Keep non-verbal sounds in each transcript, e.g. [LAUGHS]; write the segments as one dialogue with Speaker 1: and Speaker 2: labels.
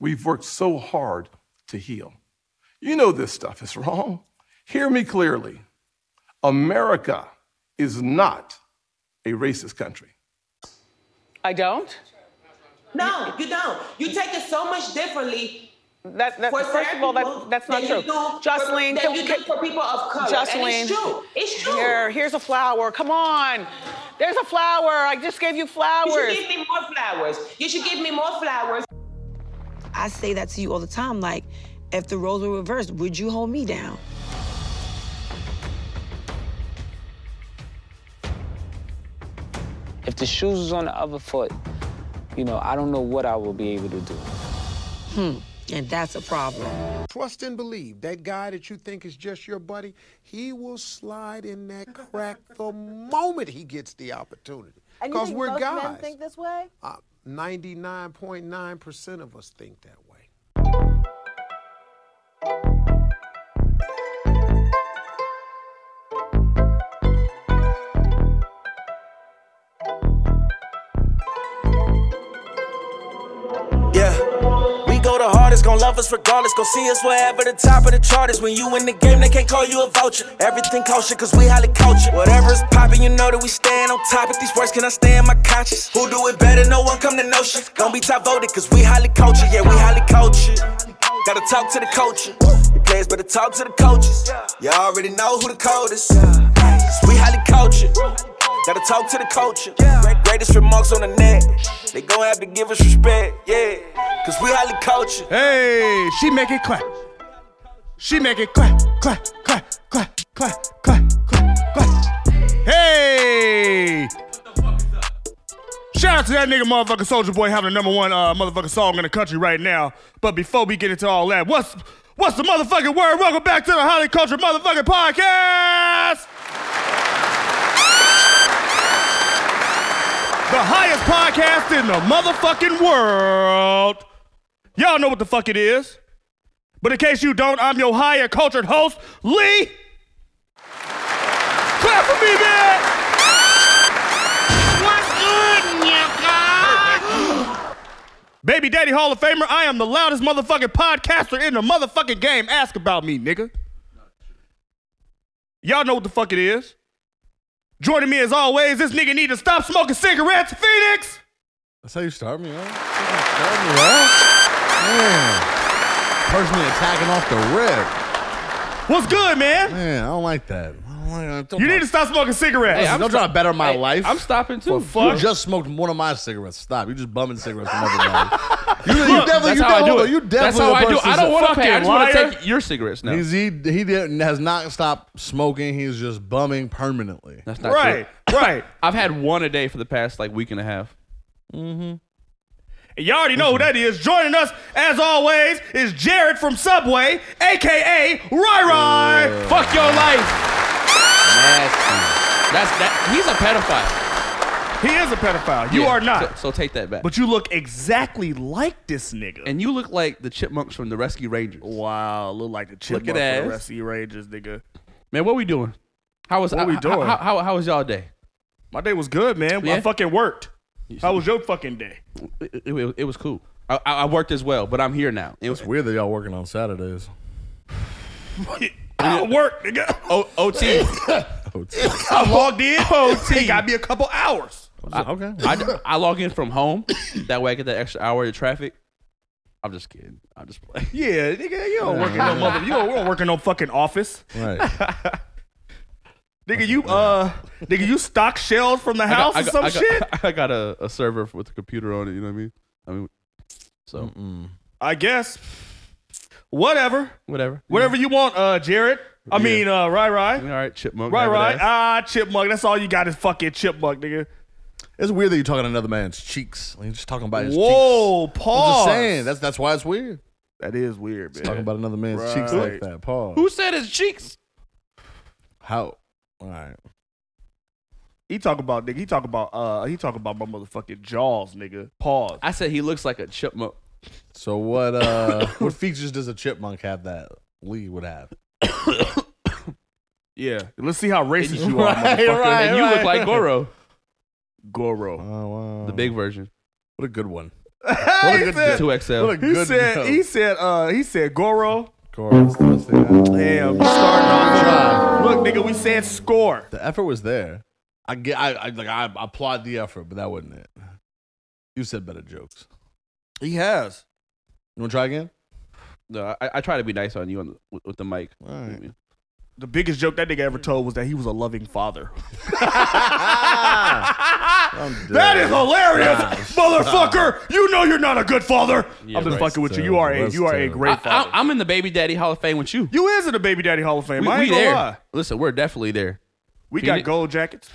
Speaker 1: we've worked so hard to heal. You know this stuff is wrong. Hear me clearly America is not a racist country.
Speaker 2: I don't.
Speaker 3: No, you don't. You take it so much differently.
Speaker 2: That, that
Speaker 3: For
Speaker 2: first of all, that, that's not true. Jocelyn,
Speaker 3: that
Speaker 2: can-
Speaker 3: you
Speaker 2: can-
Speaker 3: do for people of color.
Speaker 2: Jocelyn,
Speaker 3: and it's true. It's true.
Speaker 2: Here, here's a flower. Come on. There's a flower. I just gave you
Speaker 3: you should
Speaker 2: flowers.
Speaker 3: give me more flowers. You should give me more flowers.
Speaker 4: I say that to you all the time. Like, if the roles were reversed, would you hold me down?
Speaker 5: If the shoes was on the other foot, you know, I don't know what I will be able to do.
Speaker 4: And that's a problem.
Speaker 6: Trust and believe that guy that you think is just your buddy, he will slide in that crack the moment he gets the opportunity.
Speaker 7: And you
Speaker 6: Because
Speaker 7: think
Speaker 6: we're
Speaker 7: most
Speaker 6: guys.
Speaker 7: men think this way?
Speaker 6: Uh, 99.9% of us think that way.
Speaker 8: Yeah. We go the hardest, gon' love us regardless. Gon' see us wherever the top of the chart is. When you in the game, they can't call you a vulture. Everything kosher, cause we highly cultured. Whatever's poppin', you know that we stand on top. If these words can I stay in my conscience? Who do it better? No one come to know shit. Don't be top voted, cause we highly cultured. Yeah, we highly cultured. Gotta talk to the culture. You players better talk to the coaches. You already know who the code is. 'Cause we highly cultured. Gotta talk to the culture. Greatest remarks on the net. They gon' have to give us respect. Yeah, cause we highly cultured.
Speaker 9: Hey, she make it clap. She make it clap, clap, clap, clap, clap, clap, clap, clap. Hey! Shout out to that nigga motherfucking Soldier Boy having the number one uh, motherfucking song in the country right now. But before we get into all that, what's what's the motherfucking word? Welcome back to the Holly Culture motherfucking podcast! the highest podcast in the motherfucking world. Y'all know what the fuck it is. But in case you don't, I'm your higher cultured host, Lee. Clap for me, man. What's good, nigga? Baby Daddy Hall of Famer, I am the loudest motherfucking podcaster in the motherfucking game. Ask about me, nigga. Y'all know what the fuck it is. Joining me as always, this nigga need to stop smoking cigarettes, Phoenix.
Speaker 10: That's how you start me off. That's how you Start me off. Man, personally attacking off the rip.
Speaker 9: What's good, man?
Speaker 10: Man, I don't like that. I don't like that. Don't
Speaker 9: You
Speaker 10: try-
Speaker 9: need to stop smoking cigarettes.
Speaker 10: Listen,
Speaker 9: I'm
Speaker 10: don't try to better my life.
Speaker 11: I'm stopping too.
Speaker 10: Well,
Speaker 9: fuck.
Speaker 10: You just smoked one of my cigarettes. Stop. You just bumming cigarettes from everybody. [LAUGHS] you, you definitely,
Speaker 11: That's
Speaker 10: you
Speaker 11: how I
Speaker 10: definitely,
Speaker 11: do it.
Speaker 10: hold on, you definitely.
Speaker 11: That's how
Speaker 10: a
Speaker 11: I do it.
Speaker 10: person
Speaker 11: I
Speaker 10: that's
Speaker 11: don't
Speaker 10: a
Speaker 11: want to pay. I
Speaker 9: fucking
Speaker 11: just want
Speaker 9: liar.
Speaker 11: to take your cigarettes now.
Speaker 10: He's, he he didn't, has not stopped smoking. He's just bumming permanently.
Speaker 11: That's not true.
Speaker 9: right,
Speaker 11: [LAUGHS]
Speaker 9: right.
Speaker 11: I've had one a day for the past like week and a half.
Speaker 9: And y'all already know who that is. Joining us, as always, is Jared from Subway, aka Roy Roy.
Speaker 11: Fuck your life. Nasty. That's that. He's a pedophile.
Speaker 9: He is a pedophile. You
Speaker 11: Yeah,
Speaker 9: are not.
Speaker 11: So, so take that back.
Speaker 9: but you look exactly like this nigga.
Speaker 11: and you look like the chipmunks from the Rescue Rangers.
Speaker 9: wow, look like the chipmunk
Speaker 11: at
Speaker 9: from the
Speaker 11: ass.
Speaker 9: Rescue Rangers, nigga.
Speaker 11: Man, what we doing? How was
Speaker 9: What we
Speaker 11: how-
Speaker 9: doing?
Speaker 11: How, how, how was y'all day?
Speaker 9: My day was good, man. I
Speaker 11: Yeah?
Speaker 9: fucking worked. How was your fucking
Speaker 11: [LAUGHS]
Speaker 9: day?
Speaker 11: It, it- it was cool. I, I I worked as well, but I'm here now. It was
Speaker 10: It's weird that y'all working on Saturdays.
Speaker 9: I worked, nigga.
Speaker 11: o, OT.
Speaker 9: [LAUGHS] I logged in. OT. It got me a couple hours.
Speaker 10: okay.
Speaker 11: I, I log in from home. [COUGHS] That way I get that extra hour of traffic. I'm just kidding. I'm just playing.
Speaker 9: Yeah, nigga, you don't work in no mother. You don't, you don't work in no fucking office,
Speaker 10: right.
Speaker 9: [LAUGHS] nigga. You uh, nigga, you stock shells from the
Speaker 11: I got-
Speaker 9: house
Speaker 11: I
Speaker 9: or
Speaker 11: got-
Speaker 9: some
Speaker 11: I got-
Speaker 9: shit.
Speaker 11: [LAUGHS] I got a, a server with a computer on it. You know what I mean? I mean, so
Speaker 9: I guess. Whatever.
Speaker 11: whatever.
Speaker 9: Whatever you want, uh, Jared. I
Speaker 11: Yeah.
Speaker 9: mean, uh, right,
Speaker 11: All
Speaker 9: right.
Speaker 11: right, chipmunk.
Speaker 9: Right,
Speaker 11: have it
Speaker 9: right.
Speaker 11: ass.
Speaker 9: Ah, chipmunk. That's all you got is fucking chipmunk, nigga.
Speaker 10: It's weird that you're talking to another man's cheeks. Like, you're just talking about his cheeks.
Speaker 9: Whoa,
Speaker 10: I'm just
Speaker 9: pause.
Speaker 10: saying. That's that's why it's weird.
Speaker 9: that is weird, man.
Speaker 10: Talking about another man's cheeks
Speaker 9: Right.
Speaker 10: like that. Paul.
Speaker 11: Who said his cheeks?
Speaker 10: How? All right.
Speaker 9: He talk about nigga. He talk about uh. He talk about my motherfucking jaws, nigga. Pause.
Speaker 11: I said he looks like a chipmunk.
Speaker 10: So what? uh [LAUGHS] What features does a chipmunk have that Lee would have?
Speaker 11: [LAUGHS] Yeah,
Speaker 9: Let's see how racist you
Speaker 10: [LAUGHS]
Speaker 9: are,
Speaker 10: Right,
Speaker 9: motherfucker.
Speaker 10: right.
Speaker 11: and you look like Goro,
Speaker 9: Goro.
Speaker 10: Oh wow.
Speaker 11: the big version.
Speaker 10: What a good one.
Speaker 9: [LAUGHS] What
Speaker 11: a good- 2XL.
Speaker 9: He
Speaker 10: Good
Speaker 9: said.
Speaker 10: joke.
Speaker 9: He said. Uh, he said. Goro.
Speaker 10: Goro, let's not say that.
Speaker 9: Damn. You starting on John. Look, nigga. We said score.
Speaker 10: The effort was there. I get. I, I like. I applaud the effort, but that wasn't it. You said better jokes.
Speaker 11: He has.
Speaker 10: You want to try again?
Speaker 11: No, I, I try to be nice on you on the, with, with the mic.
Speaker 10: All right.
Speaker 9: The biggest joke that nigga ever told was that he was a loving father. [LAUGHS] That is hilarious, motherfucker! You know you're not a good father. I'm just
Speaker 10: right.
Speaker 9: fucking with you. You are a
Speaker 10: That's
Speaker 9: you are a
Speaker 10: terrible.
Speaker 9: great
Speaker 11: I,
Speaker 9: father.
Speaker 11: I, am in the baby daddy hall of fame with you.
Speaker 9: you is in the baby daddy hall of fame.
Speaker 11: We,
Speaker 9: I
Speaker 11: we
Speaker 9: ain't gonna
Speaker 11: there.
Speaker 9: lie.
Speaker 11: Listen, we're definitely there.
Speaker 9: We
Speaker 11: Phoenix-
Speaker 9: got gold jackets.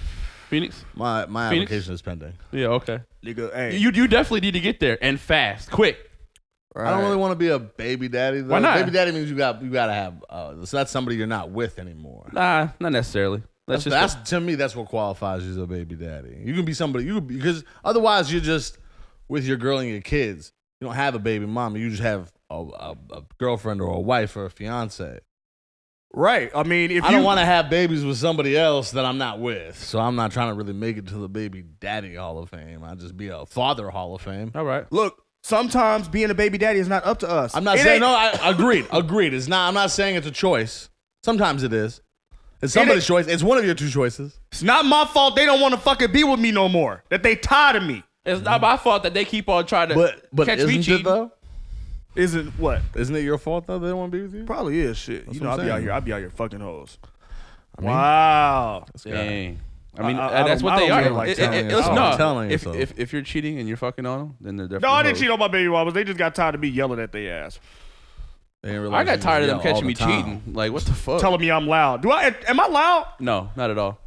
Speaker 11: Phoenix.
Speaker 10: My my
Speaker 11: Phoenix?
Speaker 10: application is pending.
Speaker 11: Yeah. Okay.
Speaker 9: Nigga, hey.
Speaker 11: You you definitely need to get there and fast, quick.
Speaker 10: I don't really want to be a baby daddy. Though.
Speaker 11: Why not?
Speaker 10: Baby daddy means you got you gotta have. Uh, so that's somebody you're not with anymore.
Speaker 11: Nah, Uh, not necessarily. That's,
Speaker 10: That's,
Speaker 11: just
Speaker 10: to me. That's what qualifies you as a baby daddy. You can be somebody you could be- because otherwise you're just with your girl and your kids. You don't have a baby mama. You just have a, a, a girlfriend or a wife or a fiance.
Speaker 9: Right. I mean, if
Speaker 10: I
Speaker 9: you
Speaker 10: don't want to have babies with somebody else that I'm not with, so I'm not trying to really make it to the baby daddy hall of fame. I'll just be a father hall of fame.
Speaker 11: all right.
Speaker 9: look, sometimes being a baby daddy is not up to us.
Speaker 10: I'm not
Speaker 9: It
Speaker 10: saying
Speaker 9: ain't-
Speaker 10: no. I agreed. Agreed. It's not. I'm not saying it's a choice. Sometimes it is. It's
Speaker 9: It
Speaker 10: somebody's
Speaker 9: ain't-
Speaker 10: choice. It's one of your two choices.
Speaker 9: It's not my fault they don't want to fucking be with me no more. That they tired of me.
Speaker 11: It's not my fault that they keep on trying to
Speaker 10: But but
Speaker 11: catch me
Speaker 10: isn't
Speaker 11: cheating.
Speaker 10: it though?
Speaker 9: Isn't what?
Speaker 10: Isn't it your fault though? They don't want to be with you.
Speaker 9: Probably is shit. you know,
Speaker 10: what
Speaker 9: I'll
Speaker 10: I'm
Speaker 9: be out
Speaker 10: saying.
Speaker 9: here. I'll be out here fucking hoes. wow.
Speaker 11: Dang. I mean,
Speaker 9: I- I-
Speaker 11: uh, that's
Speaker 9: I
Speaker 11: what
Speaker 9: don't-
Speaker 11: they
Speaker 9: I don't
Speaker 11: are.
Speaker 9: really like
Speaker 11: It- it-
Speaker 9: telling
Speaker 11: it-
Speaker 10: you
Speaker 11: listen,
Speaker 10: so.
Speaker 11: no,
Speaker 10: I'm telling you
Speaker 11: if,
Speaker 10: so.
Speaker 11: if if you're cheating and you're fucking on them, then they're definitely.
Speaker 9: No, I didn't
Speaker 11: hoes.
Speaker 9: cheat on my baby mamas. They just got tired of me yelling at their ass,
Speaker 10: They didn't realize
Speaker 11: I got
Speaker 10: you
Speaker 11: tired of
Speaker 10: was
Speaker 11: them
Speaker 10: yelling all
Speaker 11: catching me
Speaker 10: the time.
Speaker 11: cheating. Like, what the fuck?
Speaker 9: telling me I'm loud. Do I? Am I loud?
Speaker 11: no, not at all.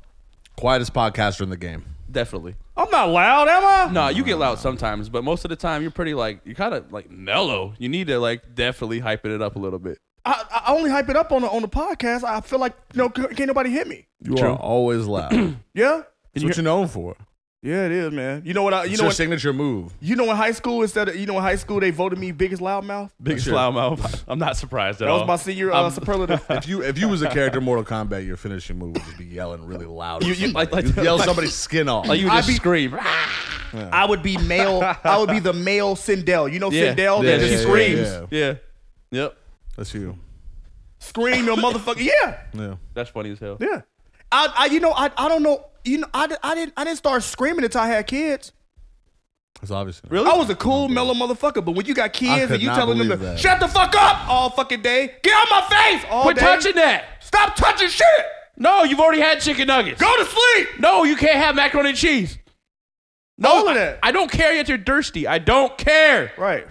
Speaker 10: Quietest podcaster in the game. [CLEARS THROAT]
Speaker 11: Definitely.
Speaker 9: I'm not loud, am I?
Speaker 11: No, you get loud sometimes, but most of the time you're pretty like you're kind of like mellow. You need to like definitely hyping it up a little bit.
Speaker 9: I, I only hype it up on the, on the podcast. I feel like no, c- can't nobody hit me.
Speaker 10: You are always loud. That's
Speaker 9: Yeah,
Speaker 10: what you're known for.
Speaker 9: yeah, it is, man. You know what? I, you
Speaker 10: It's
Speaker 9: know
Speaker 10: your
Speaker 9: what?
Speaker 10: signature move.
Speaker 9: You know in high school instead of you know in high school they voted me biggest loudmouth.
Speaker 11: Biggest
Speaker 10: Sure.
Speaker 11: loudmouth. [LAUGHS] I'm not surprised at
Speaker 9: That
Speaker 11: all.
Speaker 9: was my senior uh, superlative.
Speaker 10: If you if you was a character in Mortal Kombat, your finishing move would just be yelling really loud. at
Speaker 11: You- you-
Speaker 10: somebody.
Speaker 11: like- like-
Speaker 10: You'd yell
Speaker 11: like-
Speaker 10: somebody's skin off.
Speaker 11: [LAUGHS] Like you would
Speaker 9: I
Speaker 11: just
Speaker 9: be-
Speaker 11: scream.
Speaker 9: [LAUGHS] I would be male. I would be the male Sindel. You know
Speaker 11: Yeah.
Speaker 9: Sindel
Speaker 11: Yeah,
Speaker 9: that just
Speaker 11: yeah,
Speaker 9: screams,
Speaker 10: yeah.
Speaker 11: yeah. Yep.
Speaker 10: That's you.
Speaker 9: scream
Speaker 11: [LAUGHS]
Speaker 9: your motherfucker. Yeah,
Speaker 10: Yeah.
Speaker 11: That's funny as hell.
Speaker 9: yeah. I, I you know I, I don't know you know I, di- I didn't I didn't start screaming until I had kids.
Speaker 10: That's obviously
Speaker 9: I was a cool, mellow motherfucker, but when you got kids
Speaker 10: could
Speaker 9: and you
Speaker 10: not
Speaker 9: telling them to
Speaker 10: believe that.
Speaker 9: shut the fuck up all fucking day, get out my face all
Speaker 11: Quit
Speaker 9: day.
Speaker 11: touching that.
Speaker 9: Stop touching shit.
Speaker 11: No, you've already had chicken nuggets.
Speaker 9: Go to sleep.
Speaker 11: No, you can't have macaroni and cheese. No,
Speaker 9: All of that.
Speaker 11: I don't care yet you're thirsty. I don't care.
Speaker 9: Right.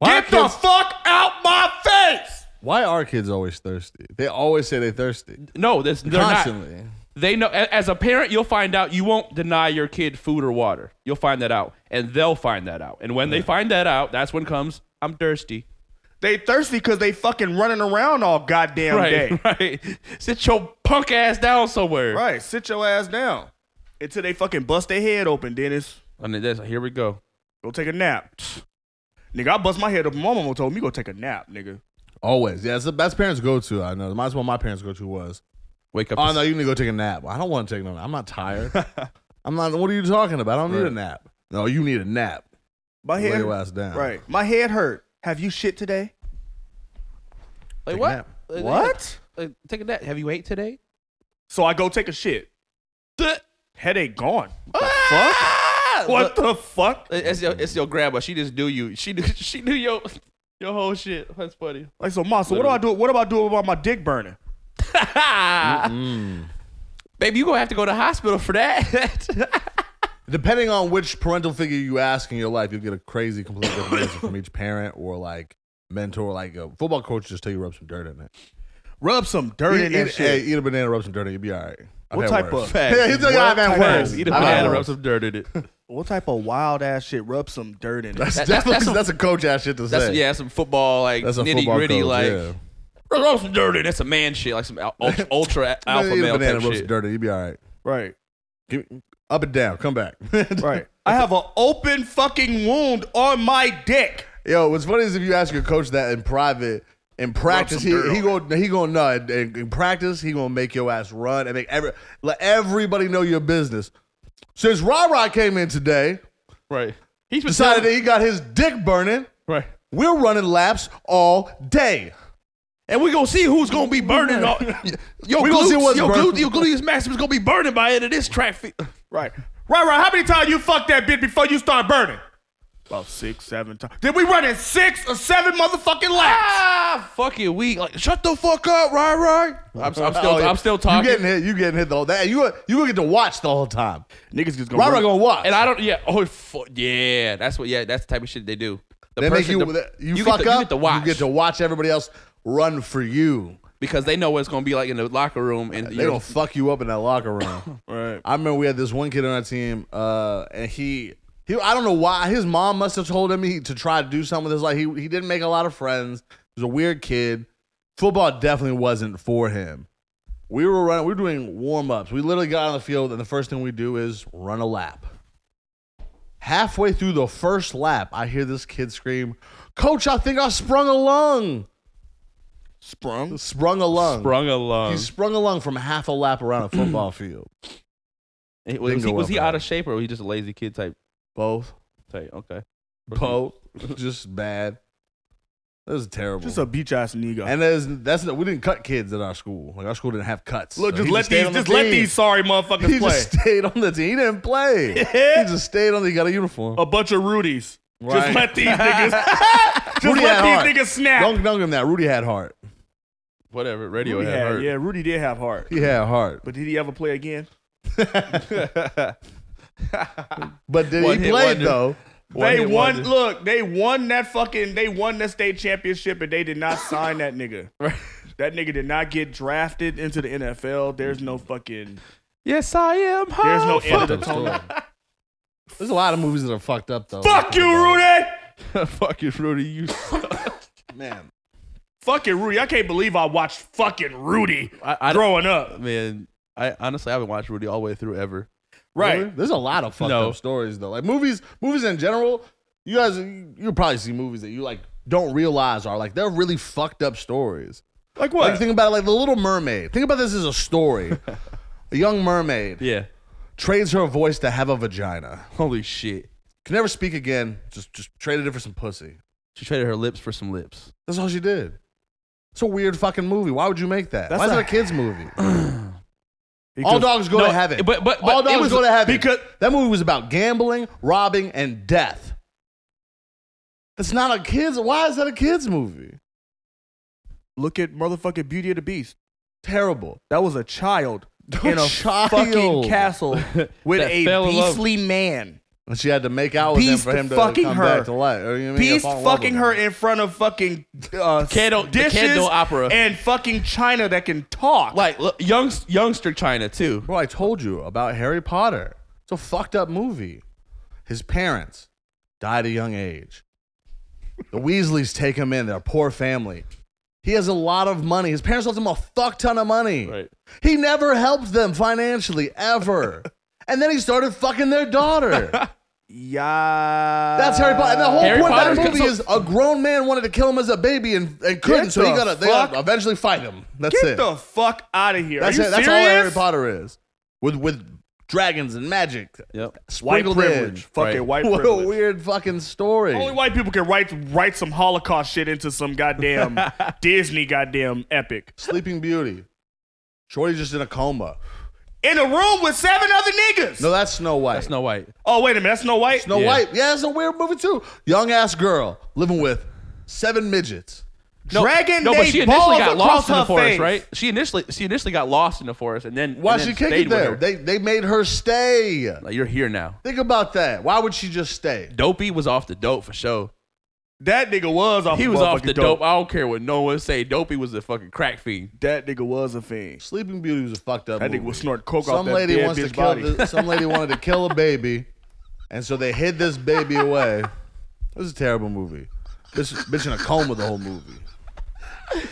Speaker 10: Why
Speaker 9: get
Speaker 10: are
Speaker 9: the
Speaker 10: kids-
Speaker 9: fuck out my face.
Speaker 10: Why are kids always thirsty? They always say they're thirsty.
Speaker 11: No, that's they're not.
Speaker 10: Constantly.
Speaker 11: They know. a- As a parent, you'll find out. You won't deny your kid food or water. You'll find that out, and they'll find that out. And when they find that out, that's when comes I'm thirsty.
Speaker 9: They thirsty because they fucking running around all goddamn day.
Speaker 11: [LAUGHS] right. Sit your punk ass down somewhere.
Speaker 9: [LAUGHS] Right. Sit your ass down until they fucking bust their head open. Dennis,
Speaker 11: And then that's, here we go.
Speaker 9: go take a nap. [SNIFFS] Nigga, I bust my head open. My mama told me go take a nap, nigga.
Speaker 10: Always. Yeah, that's the best parents go to. I know. Might as well my parents go to was.
Speaker 11: Wake up.
Speaker 10: Oh no, you need to go take a nap. I don't want to take no nap. I'm
Speaker 11: [LAUGHS]
Speaker 10: not tired. I'm not what are you talking about? I don't need a nap. No, you need a nap.
Speaker 9: My
Speaker 10: Lay
Speaker 9: head
Speaker 10: your ass down.
Speaker 9: Right. My head hurt. Have you shit today?
Speaker 11: like
Speaker 10: a
Speaker 11: what?
Speaker 10: nap.
Speaker 11: Like,
Speaker 9: What?
Speaker 11: like, take a nap. Have you ate today?
Speaker 9: So I go take a shit. Headache gone.
Speaker 11: Ah! Uh,
Speaker 9: What the fuck?
Speaker 11: It's your, it's your grandma. She just knew you. She knew, [LAUGHS] she knew your your whole shit. That's funny.
Speaker 9: Like so, ma. So what do I do? What am I doing about my
Speaker 11: [LAUGHS]
Speaker 9: dick burning?
Speaker 11: Baby, you gonna have to go to the hospital for that. [LAUGHS]
Speaker 10: Depending on which parental figure you ask in your life, you'll get a crazy, completely different
Speaker 11: [COUGHS]
Speaker 10: answer from each parent or like mentor. Like a football coach just tell you rub some dirt in it.
Speaker 9: Rub some dirt
Speaker 10: Eat-
Speaker 9: in
Speaker 10: eat-
Speaker 9: that
Speaker 10: Hey,
Speaker 9: shit.
Speaker 10: eat a banana, rub some dirt in it. You'll be all right. I've
Speaker 9: What
Speaker 10: had
Speaker 9: type
Speaker 10: worse. [LAUGHS]
Speaker 9: of-
Speaker 10: Yeah, he's like, I've had worse.
Speaker 11: Eat a
Speaker 10: I've had
Speaker 11: banana,
Speaker 10: worse.
Speaker 11: rub some dirt in it.
Speaker 9: What type of wild ass shit? Rub some dirt in it.
Speaker 10: That's,
Speaker 11: That-
Speaker 10: definitely-
Speaker 11: that's-
Speaker 10: that's,
Speaker 11: that's
Speaker 10: a coach ass shit to
Speaker 11: That's
Speaker 10: say.
Speaker 11: yeah, that's some football like
Speaker 10: That's a
Speaker 11: nitty
Speaker 10: football
Speaker 11: gritty
Speaker 10: coach,
Speaker 11: like.
Speaker 10: yeah.
Speaker 11: Rub some dirt in. it. That's a man shit, like some
Speaker 10: [LAUGHS]
Speaker 11: al- ultra, ultra alpha
Speaker 10: eat a
Speaker 11: male
Speaker 10: banana,
Speaker 11: type
Speaker 10: rub
Speaker 11: shit.
Speaker 10: some dirt in it. You'll be all right.
Speaker 9: right.
Speaker 10: Give, up and down. Come back. [LAUGHS]
Speaker 9: Right. I have an open fucking wound on my dick.
Speaker 10: Yo, what's funny is if you ask your coach that in private, in practice, he, he gonna he gonna no, in, in- in practice he gonna make your ass run and make every
Speaker 9: [LAUGHS]
Speaker 10: let everybody know your business. Since Ra Ra came in today,
Speaker 11: Right.
Speaker 9: He's been
Speaker 10: Decided that
Speaker 9: telling-
Speaker 10: he got his dick burning.
Speaker 9: right.
Speaker 10: We're running laps all day.
Speaker 9: And we're gonna see who's gonna be burning. all- [LAUGHS] Your
Speaker 10: We
Speaker 9: glutes,
Speaker 10: gonna see what's
Speaker 9: your,
Speaker 10: burn-
Speaker 9: glute, your gluteus maximus gonna be burning by the end of this track. Fi-
Speaker 2: [SIGHS] Right. Right, right. How many times you fucked that bitch before you start burning? About six, seven times. Did we run in six or seven motherfucking laps?
Speaker 9: ah, fucking weak. Like, shut the fuck up, right, right. I'm, I'm still,
Speaker 10: [LAUGHS] Oh, yeah.
Speaker 9: I'm still
Speaker 10: You
Speaker 9: talking.
Speaker 10: getting hit? You getting hit the whole day? You you gonna get to watch the whole time?
Speaker 9: Niggas just
Speaker 10: Rara gonna watch.
Speaker 9: And I don't. Yeah. Oh, fu- yeah. That's what. Yeah. That's the type of shit they do. The
Speaker 10: They make
Speaker 9: person-
Speaker 10: you
Speaker 9: the-
Speaker 10: you,
Speaker 9: get
Speaker 10: fuck
Speaker 9: to-
Speaker 10: up.
Speaker 9: You get to watch
Speaker 10: You get to watch everybody else run for you.
Speaker 9: because they know what it's gonna be like in the locker room. And
Speaker 10: They don't fuck you up in that locker room.
Speaker 2: [COUGHS] Right.
Speaker 10: I remember we had this one kid on our team, uh, and he he I don't know why his mom must have told him he, to try to do something with his life. He he didn't make a lot of friends. He was a weird kid. Football definitely wasn't for him. We were running. We were doing warm ups. We literally got on the field, and the first thing we do is run a lap. Halfway through the first lap, I hear this kid scream, "Coach, I think I sprung a lung."
Speaker 2: Sprung.
Speaker 10: Sprung a lung.
Speaker 9: sprung along.
Speaker 10: He sprung a lung from half a lap around a
Speaker 11: [CLEARS THROAT]
Speaker 10: football field.
Speaker 9: He- was
Speaker 10: Didn't
Speaker 9: he,
Speaker 10: go
Speaker 9: was
Speaker 10: well
Speaker 9: he
Speaker 10: for
Speaker 9: out
Speaker 10: him.
Speaker 9: of shape or was he just a lazy kid type?
Speaker 10: Both.
Speaker 9: Type. Okay.
Speaker 10: Pope, just bad. That was terrible.
Speaker 2: Just a beach ass nigga.
Speaker 10: and there's that's we didn't cut kids at our school. Like our school didn't have cuts.
Speaker 2: Look,
Speaker 10: So
Speaker 2: just
Speaker 10: he
Speaker 2: let
Speaker 10: stayed
Speaker 2: these,
Speaker 10: on the
Speaker 2: just let
Speaker 10: team.
Speaker 2: these sorry motherfuckers
Speaker 10: He
Speaker 2: play.
Speaker 10: just stayed on the team. He didn't play.
Speaker 2: [LAUGHS]
Speaker 10: He just stayed on. The, he got a uniform.
Speaker 2: a bunch of Rudies.
Speaker 10: Right.
Speaker 2: Just let
Speaker 10: [LAUGHS]
Speaker 2: these niggas. just
Speaker 10: Rudy
Speaker 2: let
Speaker 10: had
Speaker 2: these
Speaker 10: heart.
Speaker 2: niggas snap.
Speaker 10: Don't don't give him that. Rudy had heart.
Speaker 9: Whatever. Radio
Speaker 2: Rudy
Speaker 9: had
Speaker 2: had-
Speaker 9: hurt.
Speaker 2: yeah, Rudy did have heart.
Speaker 10: He had heart.
Speaker 2: But did he ever play again?
Speaker 10: But did
Speaker 9: One
Speaker 10: he
Speaker 9: hit
Speaker 10: played
Speaker 9: wonder.
Speaker 10: though?
Speaker 2: They
Speaker 9: hit
Speaker 2: won.
Speaker 9: wonder.
Speaker 2: Look, they won that fucking. They won that state championship, and they did not sign that nigga. That nigga did not get drafted into the NFL. There's no fucking.
Speaker 9: Yes, I am.
Speaker 2: There's no
Speaker 9: high.
Speaker 2: end to the
Speaker 10: Fucked up
Speaker 2: tunnel.
Speaker 10: story. There's a lot of movies that are fucked up though.
Speaker 2: Fuck you, Rudy.
Speaker 9: [LAUGHS] fucking Rudy. You. suck.
Speaker 10: [LAUGHS] man.
Speaker 2: Fucking Rudy. I can't believe I watched fucking Rudy
Speaker 9: I, I don't.
Speaker 2: growing up.
Speaker 9: Man, I honestly I haven't watched Rudy all the way through ever.
Speaker 2: Right.
Speaker 10: Really? There's a lot of fucked
Speaker 9: No.
Speaker 10: up stories though. Like movies, movies in general. You guys, you'll probably see movies that you like don't realize are like they're really fucked up stories.
Speaker 2: Like what?
Speaker 10: Like think about it, like the Little Mermaid. Think about this as
Speaker 2: [LAUGHS]
Speaker 10: a story. a young mermaid
Speaker 9: Yeah.
Speaker 10: trades her voice to have a vagina.
Speaker 9: Holy shit.
Speaker 10: Can never speak again. Just just traded it for some pussy.
Speaker 9: She traded her lips for some lips.
Speaker 10: That's all she did. It's a weird fucking movie. Why would you make that?
Speaker 2: That's
Speaker 10: Why is
Speaker 2: a-
Speaker 10: it a
Speaker 2: [CLEARS THROAT]
Speaker 10: kids movie? all
Speaker 2: Because-
Speaker 10: dogs go
Speaker 9: No,
Speaker 10: to heaven.
Speaker 9: but- but-
Speaker 10: all
Speaker 9: but it
Speaker 10: dogs
Speaker 9: was-
Speaker 10: go to heaven.
Speaker 9: because-
Speaker 10: that movie was about gambling, robbing, and death. That's not a kids. Why is that a kids movie?
Speaker 2: look at motherfucking Beauty of the Beast.
Speaker 10: Terrible.
Speaker 2: That was a child in a
Speaker 10: Child.
Speaker 2: fucking
Speaker 10: [LAUGHS]
Speaker 2: castle with
Speaker 9: That
Speaker 2: a
Speaker 9: fell in love.
Speaker 2: beastly man.
Speaker 10: And she had to make out with him
Speaker 2: Beast
Speaker 10: for him to
Speaker 2: fucking
Speaker 10: come
Speaker 2: her.
Speaker 10: back to life. Or, you know what I mean?
Speaker 2: Beast
Speaker 10: Fall in love
Speaker 2: fucking
Speaker 10: with
Speaker 2: her
Speaker 10: him.
Speaker 2: in front of fucking uh,
Speaker 9: Kendo- the
Speaker 2: dishes
Speaker 9: Kendo opera.
Speaker 2: and fucking China that can talk.
Speaker 9: Like look, young youngster China too.
Speaker 10: Bro, I told you about Harry Potter. It's a fucked up movie. His parents died at a young age. The Weasleys take him in. They're a poor family. He has a lot of money. His parents left him a fuck ton of money.
Speaker 9: Right.
Speaker 10: He never helped them financially ever. and then he started fucking their daughter.
Speaker 2: yeah,
Speaker 10: That's Harry Potter. And the whole
Speaker 9: Harry
Speaker 10: point of
Speaker 9: Potter's
Speaker 10: that movie
Speaker 9: got-
Speaker 10: is uh, a grown man wanted to kill him as a baby and, and couldn't,
Speaker 2: Get
Speaker 10: so he
Speaker 2: the
Speaker 10: gotta they
Speaker 2: fuck-
Speaker 10: gotta eventually fight him. That's
Speaker 2: Get
Speaker 10: it.
Speaker 2: the fuck out of here.
Speaker 10: That's
Speaker 2: Are you
Speaker 10: it. That's all
Speaker 2: serious?
Speaker 10: Harry Potter is. With with dragons and magic.
Speaker 9: Yep.
Speaker 2: White
Speaker 10: Sprinkled
Speaker 2: privilege.
Speaker 10: in.
Speaker 2: Fucking
Speaker 9: Right.
Speaker 2: white
Speaker 10: What
Speaker 2: privilege.
Speaker 10: a weird fucking story.
Speaker 2: Only white people can write write some Holocaust shit into some
Speaker 10: [LAUGHS]
Speaker 2: goddamn Disney goddamn epic.
Speaker 10: Sleeping Beauty. Shorty just in a coma.
Speaker 2: In a room with seven other niggas.
Speaker 10: No, that's Snow White.
Speaker 9: That's Snow White.
Speaker 2: oh wait a minute, that's Snow White.
Speaker 10: Snow
Speaker 9: Yeah.
Speaker 10: White. Yeah, it's a weird movie too. Young ass girl living with seven midgets.
Speaker 2: Dragon.
Speaker 9: No, but
Speaker 2: they
Speaker 9: she initially
Speaker 2: balls
Speaker 9: got
Speaker 2: across
Speaker 9: lost in the
Speaker 2: her
Speaker 9: forest,
Speaker 2: face.
Speaker 9: right? She initially she initially got lost in the forest and then
Speaker 10: Why
Speaker 9: and
Speaker 10: she
Speaker 9: then
Speaker 10: kick
Speaker 9: stayed
Speaker 10: it
Speaker 9: with
Speaker 10: there?
Speaker 9: her.
Speaker 10: They they made her stay.
Speaker 9: Like, you're here now.
Speaker 10: Think about that. Why would she just stay?
Speaker 9: Dopey was off the dope for sure.
Speaker 2: That nigga was off.
Speaker 9: He
Speaker 2: the
Speaker 9: was off
Speaker 2: motherfucking
Speaker 9: the dope. I don't care what no one say. Dopey was a fucking crack fiend.
Speaker 2: That nigga was a fiend.
Speaker 10: Sleeping Beauty was a fucked up.
Speaker 2: That
Speaker 10: movie.
Speaker 2: nigga was snorting coke off
Speaker 10: Some
Speaker 2: that
Speaker 10: lady
Speaker 2: dead
Speaker 10: wants to
Speaker 2: bitch
Speaker 10: kill.
Speaker 2: body.
Speaker 10: th- some lady wanted to kill a baby, and so they hid this baby away. This is a terrible movie. Bitch, bitch in a coma the whole movie.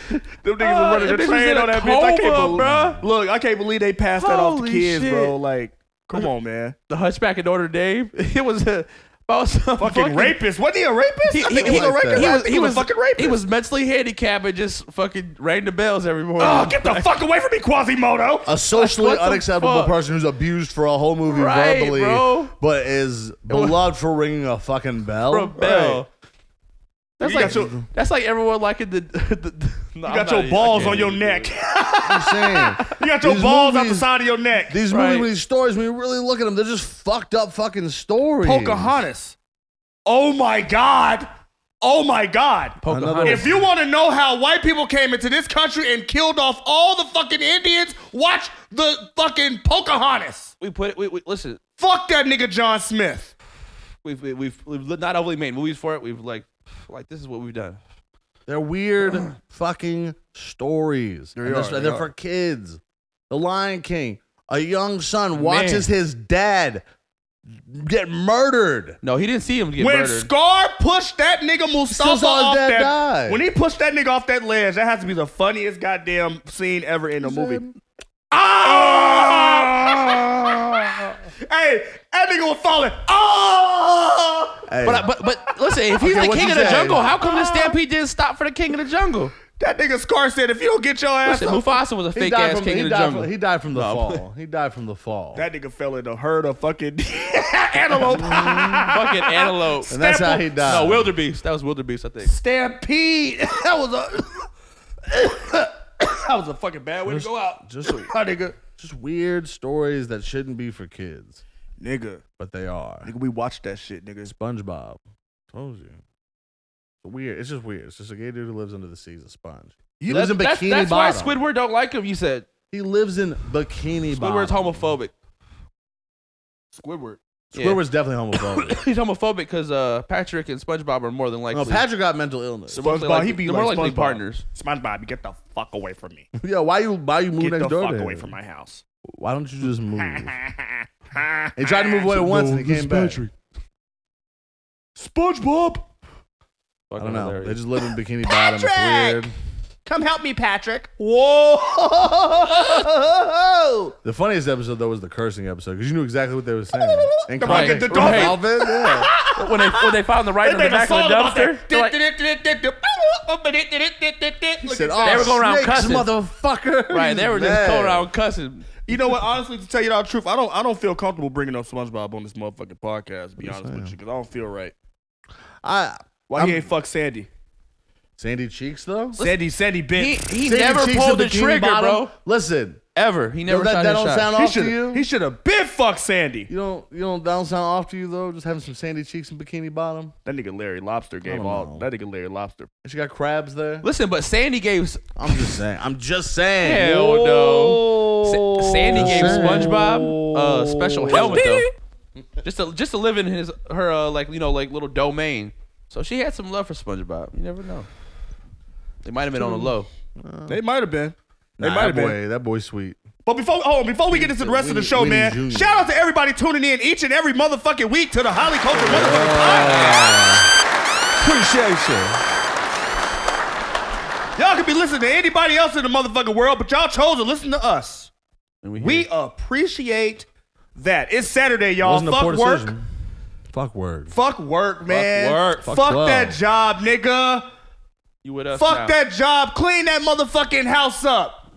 Speaker 2: Them niggas was running
Speaker 9: that
Speaker 2: the
Speaker 9: bitch Uh, was
Speaker 2: train
Speaker 9: in a
Speaker 2: on that bitch. I can't
Speaker 9: coma,
Speaker 2: believe.
Speaker 9: bruh.
Speaker 2: Look, I can't believe they passed that off to
Speaker 9: Holy
Speaker 2: kids,
Speaker 9: shit.
Speaker 2: bro. Like, come on, man.
Speaker 9: The Hunchback of Notre Dame. [LAUGHS] It was a about some
Speaker 1: Fucking, rapist. Wasn't he a rapist?
Speaker 9: He,
Speaker 1: I
Speaker 9: he-
Speaker 1: think he,
Speaker 9: he-
Speaker 1: was a rapist.
Speaker 9: he
Speaker 1: I
Speaker 9: was,
Speaker 1: think
Speaker 9: he was
Speaker 1: a fucking rapist.
Speaker 9: He was mentally handicapped and just fucking rang the bells every morning.
Speaker 1: Oh, get the fuck away from me, Quasimodo.
Speaker 10: A socially
Speaker 9: What the
Speaker 10: unacceptable
Speaker 9: fuck?
Speaker 10: person who's abused for a whole movie
Speaker 9: Right,
Speaker 10: verbally,
Speaker 9: bro.
Speaker 10: but is beloved for ringing a fucking bell.
Speaker 9: for a bell. Oh, That's
Speaker 1: You
Speaker 9: like
Speaker 1: got your-
Speaker 9: [LAUGHS] that's like everyone liking the. [LAUGHS] the, the no,
Speaker 1: You
Speaker 9: I'm
Speaker 1: got
Speaker 9: not
Speaker 1: your
Speaker 9: even- I
Speaker 1: balls
Speaker 9: can't
Speaker 1: on your
Speaker 9: even do
Speaker 1: neck.
Speaker 9: [LAUGHS] it.
Speaker 10: I'm saying.
Speaker 1: [LAUGHS] You got your
Speaker 10: These
Speaker 1: balls out the
Speaker 10: movies-
Speaker 1: side of your neck.
Speaker 10: These
Speaker 9: Right.
Speaker 10: movies, these stories, when you really look at them, they're just fucked up fucking stories.
Speaker 1: Pocahontas. Oh my God. Oh my God.
Speaker 10: Another-
Speaker 1: If you want to know how white people came into this country and killed off all the fucking Indians, watch the fucking Pocahontas.
Speaker 9: We put it. We, we listen.
Speaker 1: Fuck that nigga John Smith.
Speaker 9: We've we- we've we've not only made movies for it. We've like like this is what we've done.
Speaker 10: They're
Speaker 9: [CLEARS THROAT]
Speaker 10: weird fucking stories. And they're, they're for kids. The Lion King. A young son watches his dad get murdered.
Speaker 9: No, he didn't see him get
Speaker 1: when
Speaker 9: murdered.
Speaker 1: Scar pushed that nigga
Speaker 10: Still
Speaker 1: Mustafa
Speaker 10: saw his
Speaker 1: off
Speaker 10: dad
Speaker 1: that,
Speaker 10: die.
Speaker 1: when he pushed that nigga off that ledge, that has to be the funniest goddamn scene ever in a movie. Ah! hey, that nigga was falling. Ah!
Speaker 10: Hey,
Speaker 9: but, I- but but listen, if he's
Speaker 10: Okay,
Speaker 9: the
Speaker 10: what
Speaker 9: king
Speaker 10: you
Speaker 9: of the
Speaker 10: say?
Speaker 9: jungle, how come the stampede didn't stop for the king of the jungle?
Speaker 1: That nigga Scar said, if you don't get your ass
Speaker 9: Listen,
Speaker 1: up.
Speaker 9: Mufasa was a
Speaker 10: he,
Speaker 9: fake
Speaker 10: died
Speaker 9: ass
Speaker 10: from,
Speaker 9: king
Speaker 10: he,
Speaker 9: of the
Speaker 10: died
Speaker 9: jungle.
Speaker 10: from, he died from the
Speaker 9: No.
Speaker 10: fall. He died from the
Speaker 9: [LAUGHS]
Speaker 10: fall.
Speaker 1: That nigga fell in a herd of fucking [LAUGHS] antelope.
Speaker 9: Mm-hmm. Fucking antelope.
Speaker 10: and that's how he died.
Speaker 9: No, wildebeest. That was wildebeest, I think.
Speaker 1: Stampede. [LAUGHS] That was a. [COUGHS] that was a fucking bad way to go out.
Speaker 10: [LAUGHS] just,
Speaker 1: nigga.
Speaker 10: just weird stories that shouldn't be for kids,
Speaker 1: Nigga.
Speaker 10: but they are.
Speaker 1: Nigga, we watched that shit, nigga.
Speaker 10: SpongeBob. Told you. It's weird. It's just weird. It's just a gay dude who lives under the sea is a sponge. He lives in
Speaker 9: that's
Speaker 10: Bikini
Speaker 9: that's why
Speaker 10: Bottom.
Speaker 9: Squidward don't like him. You said
Speaker 10: He lives in Bikini
Speaker 9: Squidward's
Speaker 10: Bottom.
Speaker 9: homophobic. [LAUGHS]
Speaker 1: Squidward.
Speaker 9: Yeah.
Speaker 10: Squidward's definitely
Speaker 9: [COUGHS]
Speaker 10: homophobic.
Speaker 9: He's homophobic because uh, Patrick and SpongeBob are more than likely.
Speaker 10: no, Patrick got mental illness.
Speaker 9: They're more
Speaker 1: SpongeBob,
Speaker 9: likely-
Speaker 1: he be
Speaker 9: they're more
Speaker 1: like
Speaker 9: likely
Speaker 1: SpongeBob.
Speaker 9: partners.
Speaker 1: SpongeBob, get the fuck away from me.
Speaker 10: Yeah, why you why you move
Speaker 1: Get
Speaker 10: next
Speaker 1: the
Speaker 10: door
Speaker 1: fuck
Speaker 10: to
Speaker 1: away
Speaker 10: him?
Speaker 1: from my house.
Speaker 10: Why don't you just
Speaker 9: [LAUGHS]
Speaker 10: move? he tried to move away once and he came back.
Speaker 1: SpongeBob,
Speaker 10: I
Speaker 9: Fucking
Speaker 10: don't know.
Speaker 9: hilarious.
Speaker 10: They just live in Bikini Bottom. It's weird.
Speaker 1: come help me, Patrick. [LAUGHS] Whoa!
Speaker 10: The funniest episode though was the cursing episode because you knew exactly what they were
Speaker 9: [LAUGHS]
Speaker 10: saying. And
Speaker 1: The fucking- the
Speaker 10: Right.
Speaker 9: dolphin.
Speaker 10: yeah.
Speaker 9: [LAUGHS] when they when they found the
Speaker 1: They
Speaker 9: writer in the
Speaker 1: made a
Speaker 9: back of
Speaker 1: song
Speaker 9: the
Speaker 1: about
Speaker 9: dumpster,
Speaker 1: that.
Speaker 9: they're like,
Speaker 10: He said,
Speaker 1: Look
Speaker 10: "Oh,
Speaker 1: at
Speaker 9: They were going around
Speaker 10: snakes,
Speaker 9: cussing.
Speaker 10: motherfucker."
Speaker 9: right, they were just going around cussing.
Speaker 1: You know what? Honestly, to tell you the truth, I don't. I don't feel comfortable bringing up SpongeBob on this motherfucking podcast. To be honest with you, because I don't feel right.
Speaker 10: I,
Speaker 1: Why
Speaker 10: I'm-
Speaker 1: he ain't fuck Sandy?
Speaker 10: Sandy Cheeks though.
Speaker 1: Sandy, Sandy bent.
Speaker 9: He he
Speaker 10: Sandy
Speaker 9: never
Speaker 10: Cheeks
Speaker 9: pulled the
Speaker 10: of Bikini
Speaker 9: trigger,
Speaker 10: Bottom.
Speaker 9: bro.
Speaker 10: Listen,
Speaker 9: Ever. He never
Speaker 10: that,
Speaker 9: shot
Speaker 10: that
Speaker 9: his
Speaker 10: don't
Speaker 9: shot.
Speaker 10: sound
Speaker 1: He
Speaker 10: off to you.
Speaker 1: should. He should have been fuck Sandy.
Speaker 10: you don't. You don't. That don't sound off to you though. Just having some Sandy Cheeks and Bikini Bottom.
Speaker 1: That nigga Larry Lobster gave
Speaker 10: don't
Speaker 1: all.
Speaker 10: know.
Speaker 1: That nigga Larry Lobster.
Speaker 10: And she got crabs there.
Speaker 9: Listen, but Sandy gave
Speaker 10: I'm just saying. I'm just saying.
Speaker 9: Hell no. Sa- Sandy
Speaker 10: Just
Speaker 9: gave
Speaker 10: saying.
Speaker 9: SpongeBob a special helmet though,
Speaker 1: [LAUGHS]
Speaker 9: just to just to live in his her uh, like you know like little domain. So she had some love for SpongeBob. You never know. They might have been on the low.
Speaker 1: They might have been. They
Speaker 10: Nah,
Speaker 1: might have
Speaker 10: that
Speaker 1: been.
Speaker 10: boy, that boy's sweet.
Speaker 1: But before hold on, before we get into the rest of the
Speaker 10: Winnie-
Speaker 1: show,
Speaker 10: Winnie
Speaker 1: man,
Speaker 10: Junior.
Speaker 1: shout out to everybody tuning in each and every motherfucking week to the Holly Culture Motherfucking
Speaker 10: Appreciation.
Speaker 1: Podcast. Y'all could be listening to anybody else in the motherfucking world, but y'all chose to listen to us.
Speaker 9: And
Speaker 1: We
Speaker 9: here.
Speaker 1: appreciate that. It's Saturday, y'all.
Speaker 10: Wasn't a
Speaker 1: Fuck
Speaker 10: poor
Speaker 1: work.
Speaker 10: decision. Fuck work.
Speaker 1: Fuck work, man.
Speaker 9: work.
Speaker 1: Fuck,
Speaker 10: Fuck 12.
Speaker 1: that job, nigga.
Speaker 9: you with us
Speaker 1: Fuck
Speaker 9: now.
Speaker 1: that job. Clean that motherfucking house up.